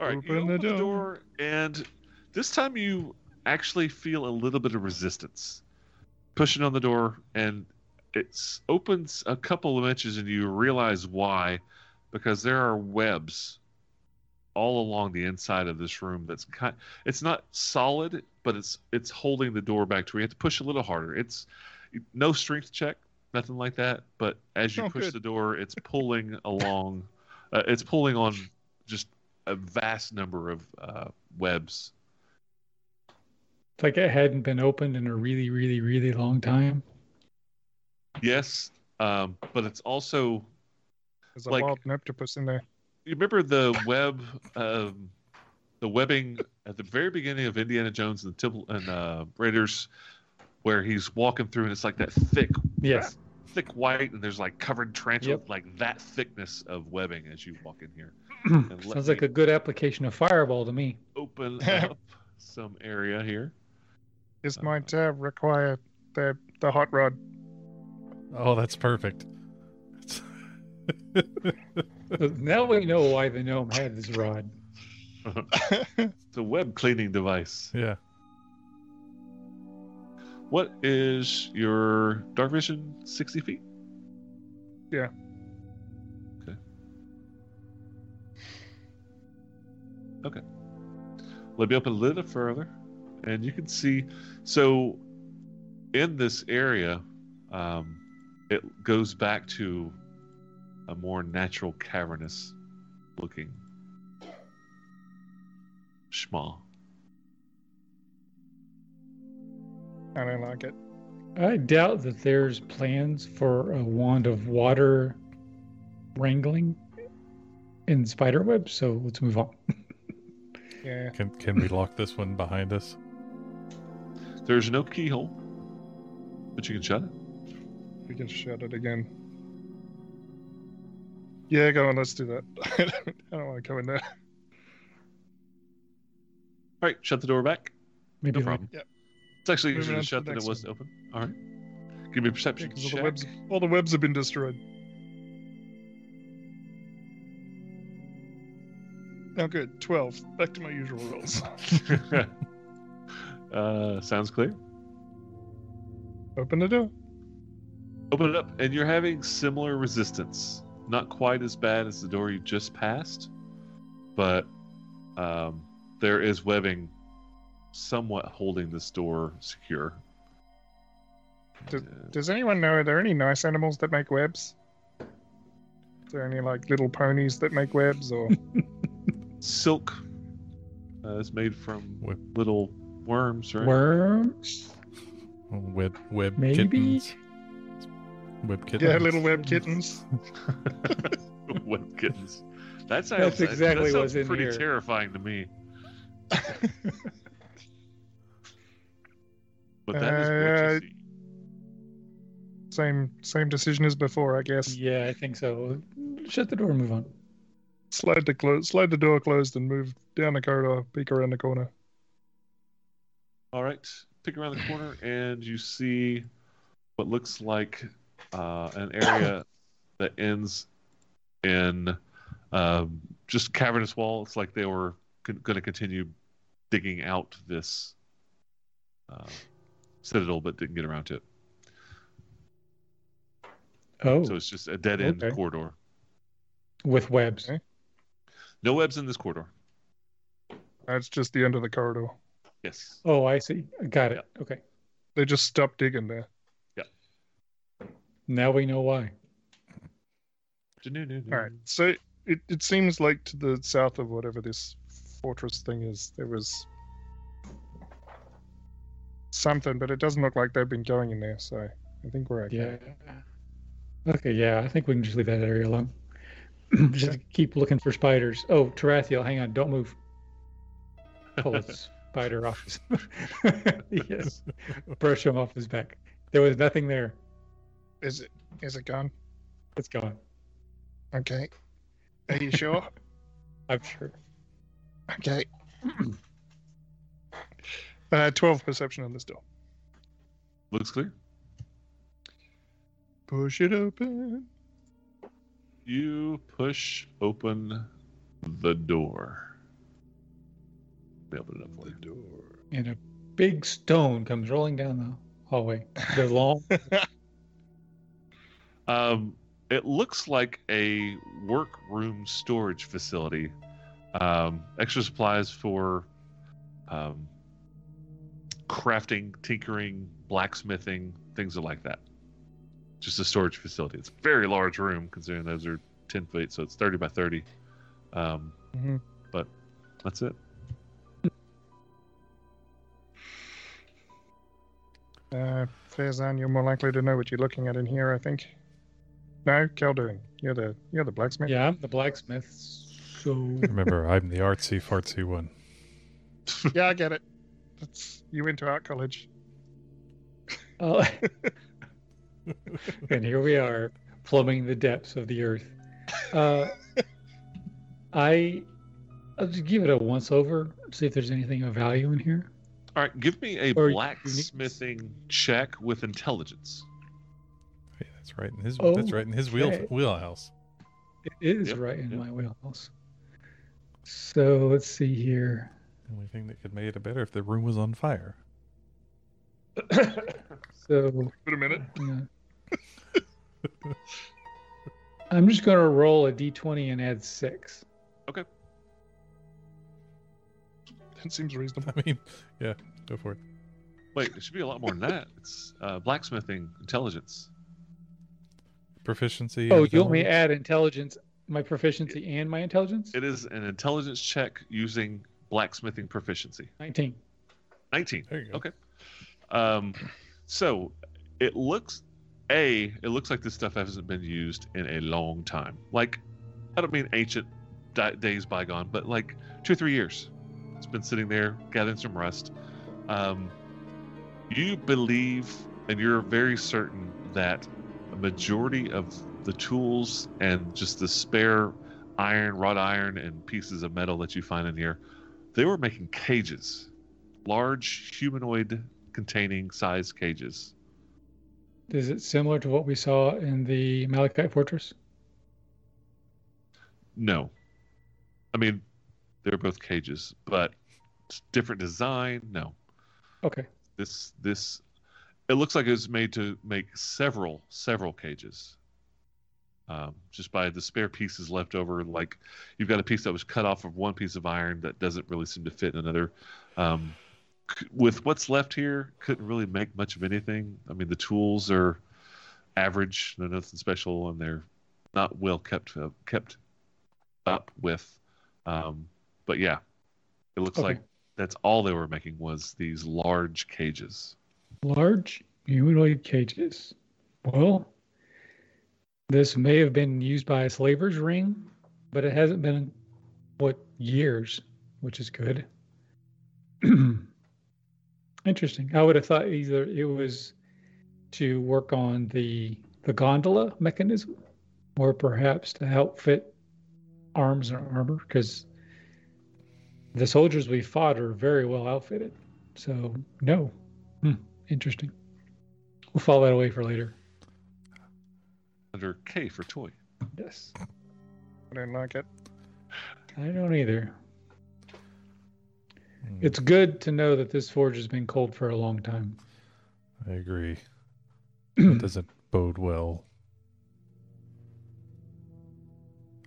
All right. you
Open the
open the
door.
door, and this time you actually feel a little bit of resistance. Pushing on the door, and it opens a couple of inches, and you realize why, because there are webs all along the inside of this room. That's kind. It's not solid, but it's it's holding the door back to where you have to push a little harder. It's no strength check, nothing like that. But as you
Oh,
push
good.
the door, it's pulling along. Uh, it's pulling on just a vast number of uh, webs.
It's like it hadn't been opened in a really, really, really long time.
Yes, um, but it's also
There's a
Like-
wild octopus in there.
you remember the web, um, the webbing at the very beginning of Indiana Jones and the Temple and uh, Raiders, where he's walking through and it's like that thick,
Yes.
thick white, and there's like covered tarantula, like that thickness of webbing as you walk in here. let
Sounds like
me-
a good application of fireball to me.
Open up some area here. Oh,
This might uh, require the, the hot rod.
Oh, that's perfect.
now we know why the gnome had this rod.
It's a web cleaning device.
yeah.
What is your dark vision? Sixty feet. Let me open a little further, and you can see. So, in this area, um, it goes back to a more natural cavernous looking schma.
I don't like it.
I doubt that there's plans for a wand of water wrangling in spider web, so let's move on.
Yeah.
Can can we lock this one behind us?
There's no keyhole, but you can shut it.
We can shut it again. Yeah, go on, let's do that. I don't want to go in there.
All right, shut the door back.
Maybe
No
later.
problem.
Yep.
It's actually easier
Moving on
to
to
shut
the
than it
next
was to open. All right. Give me a perception
Because all the
check.
webs, all the webs have been destroyed. Now, good. Twelve. Back to my usual rules.
uh, sounds clear.
Open the door.
Open it up, and you're having similar resistance. Not quite as bad as the door you just passed, but um, there is webbing somewhat holding this door secure. Uh,
Does anyone know? Are there any nice animals that make webs? Is there any like little ponies that make webs, or
silk uh, is made from
Web.
little worms, right?
Worms?
Web web
Maybe.
kittens. Web kittens.
yeah, little web kittens?
Web kittens. That sounds
That's
that-
exactly
that sounds
what's in
pretty
here.
terrifying to me. but that is
Uh,
what you see.
Same same decision as before, I guess.
Yeah, I think so. Shut the door and move on.
Slide the clo- slide the door closed, and move down the corridor. Peek around the corner.
All right, pick around the corner, and you see what looks like uh, an area that ends in um, just cavernous wall. It's like they were con- going to continue digging out this uh, citadel, but didn't get around to it.
Oh,
So it's just a dead end
Okay.
corridor.
with webs.
No webs in this corridor.
That's just the end of the corridor.
Yes.
Oh, I see. Got it. Okay.
They just stopped digging there.
Now we know why.
All
All right. So it, it seems like to the south of whatever this fortress thing is, there was something, but it doesn't look like they've been going in there. So I think we're okay.
Yeah. Okay, yeah, I think we can just leave that area alone. just keep looking for spiders. Oh, Tarathiel, hang on, don't move. Pull his spider off his Yes. Brush him off his back. There was nothing there.
Is it is it gone?
It's gone.
Okay. Are you sure?
I'm sure.
okay. Uh, twelve perception on this door.
Looks clear.
Push it open.
You push open the door. Let me open it up for you.
door.
And a big stone comes rolling down the hallway. The long
Um, it looks like a workroom storage facility. Um, extra supplies for um, crafting, tinkering, blacksmithing, things like that. Just a storage facility. It's a very large room considering those are 10 feet, so it's 30 by 30. Um,
Mhm.
But that's it.
Uh, Fairzan, you're more likely to know what you're looking at in here, I think. No, Keldoon, you're the you're the blacksmith.
Yeah, I'm the blacksmith. So
Remember, I'm the artsy fartsy one.
yeah, I get it. That's you went to art college.
Oh. and here we are, plumbing the depths of the earth. Uh, I, I'll just give it a once over, see if there's anything of value in here.
All right, give me a
Or unique-
blacksmithing check with intelligence.
Hey, that's right in his.
Oh,
that's right in his wheel
okay.
wheelhouse.
It is
Yep,
right in
yep.
my wheelhouse. So let's see here.
The only thing that could make it better if the room was on fire.
So
Wait a minute.
yeah. I'm just going to roll a d20 and add six.
That seems reasonable.
I mean, yeah, go for it.
Wait, it should be a lot more than that. It's uh, blacksmithing intelligence.
Proficiency.
Oh,
and
you want me
intelligence?
to add intelligence, my proficiency, and my intelligence?
It is an intelligence check using blacksmithing proficiency.
19.
19.
There you go.
Okay. Um, so it looks, A, it looks like this stuff hasn't been used in a long time. Like, I don't mean ancient di- days bygone, but like two or three years. It's been sitting there gathering some rust. Um, you believe, and you're very certain that a majority of the tools and just the spare iron, wrought iron, and pieces of metal that you find in here, they were making cages large humanoid containing size cages.
Is it similar to what we saw in the Malachite Fortress?
No. I mean, they're both cages, but it's different design. No.
Okay.
This this it looks like it was made to make several several cages. Um, just by the spare pieces left over, like you've got a piece that was cut off of one piece of iron that doesn't really seem to fit in another. Um, c- with what's left here, couldn't really make much of anything. I mean, the tools are average; they're nothing special, and they're not well kept uh, kept up with. Um, but yeah, it looks
Okay.
like that's all they were making was these large cages.
Large humanoid cages. Well, this may have been used by a slaver's ring, but it hasn't been what years, which is good. Interesting. I would have thought either it was to work on the the gondola mechanism, or perhaps to help fit arms and armor, because the soldiers we fought are very well outfitted. So no, Interesting. We'll file that away for later.
Under K for toy.
Yes.
I don't like it.
I don't either.
Mm,
It's good to know that this forge has been cold for a long time.
I agree.
Hmm.
That doesn't bode well.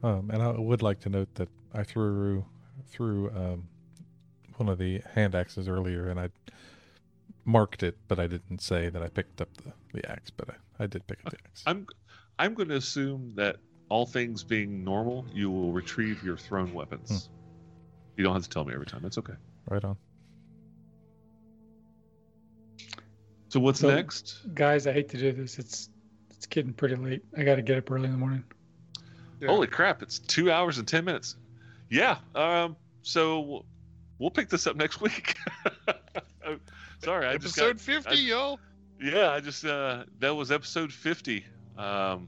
Um, and I would like to note that I threw through um, one of the hand axes earlier, and I marked it, but I didn't say that I picked up the, the axe. But I, I did pick up the axe.
I'm I'm going to assume that all things being normal, you will retrieve your thrown weapons. You don't have to tell me every time. It's okay.
right on.
So what's
So-
next?
Guys, I hate to do this. It's it's getting pretty late. I got to get up early in the morning.
Yeah.
Holy crap! It's two hours and ten minutes. Yeah. Um. So we'll, we'll pick this up next week. I'm Sorry, I just got,
Episode 50,
I-
y'all.
yeah. I just uh that was episode fifty. Um,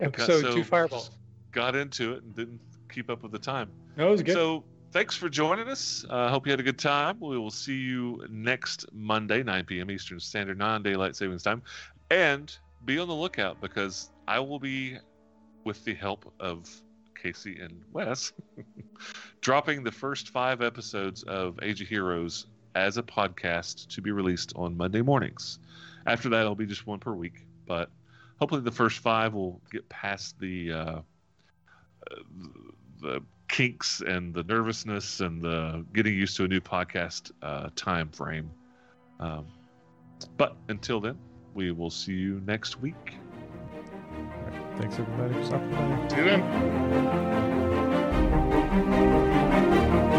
Episode
so-
two, fireballs.
got into it and didn't keep up with the time.
That was good.
So thanks for joining us. I uh, hope you had a good time. We will see you next Monday, 9 p.m. Eastern Standard, non daylight savings time. And be on the lookout because I will be, with the help of Casey and Wes, dropping the first five episodes of Age of Heroes as a podcast to be released on Monday mornings. After that, it'll be just one per week, but hopefully the first five will get past the uh, uh, the kinks and the nervousness and the getting used to a new podcast uh, time frame. Um, but until then, we will see you next week.
Thanks everybody for stopping by.
See you then.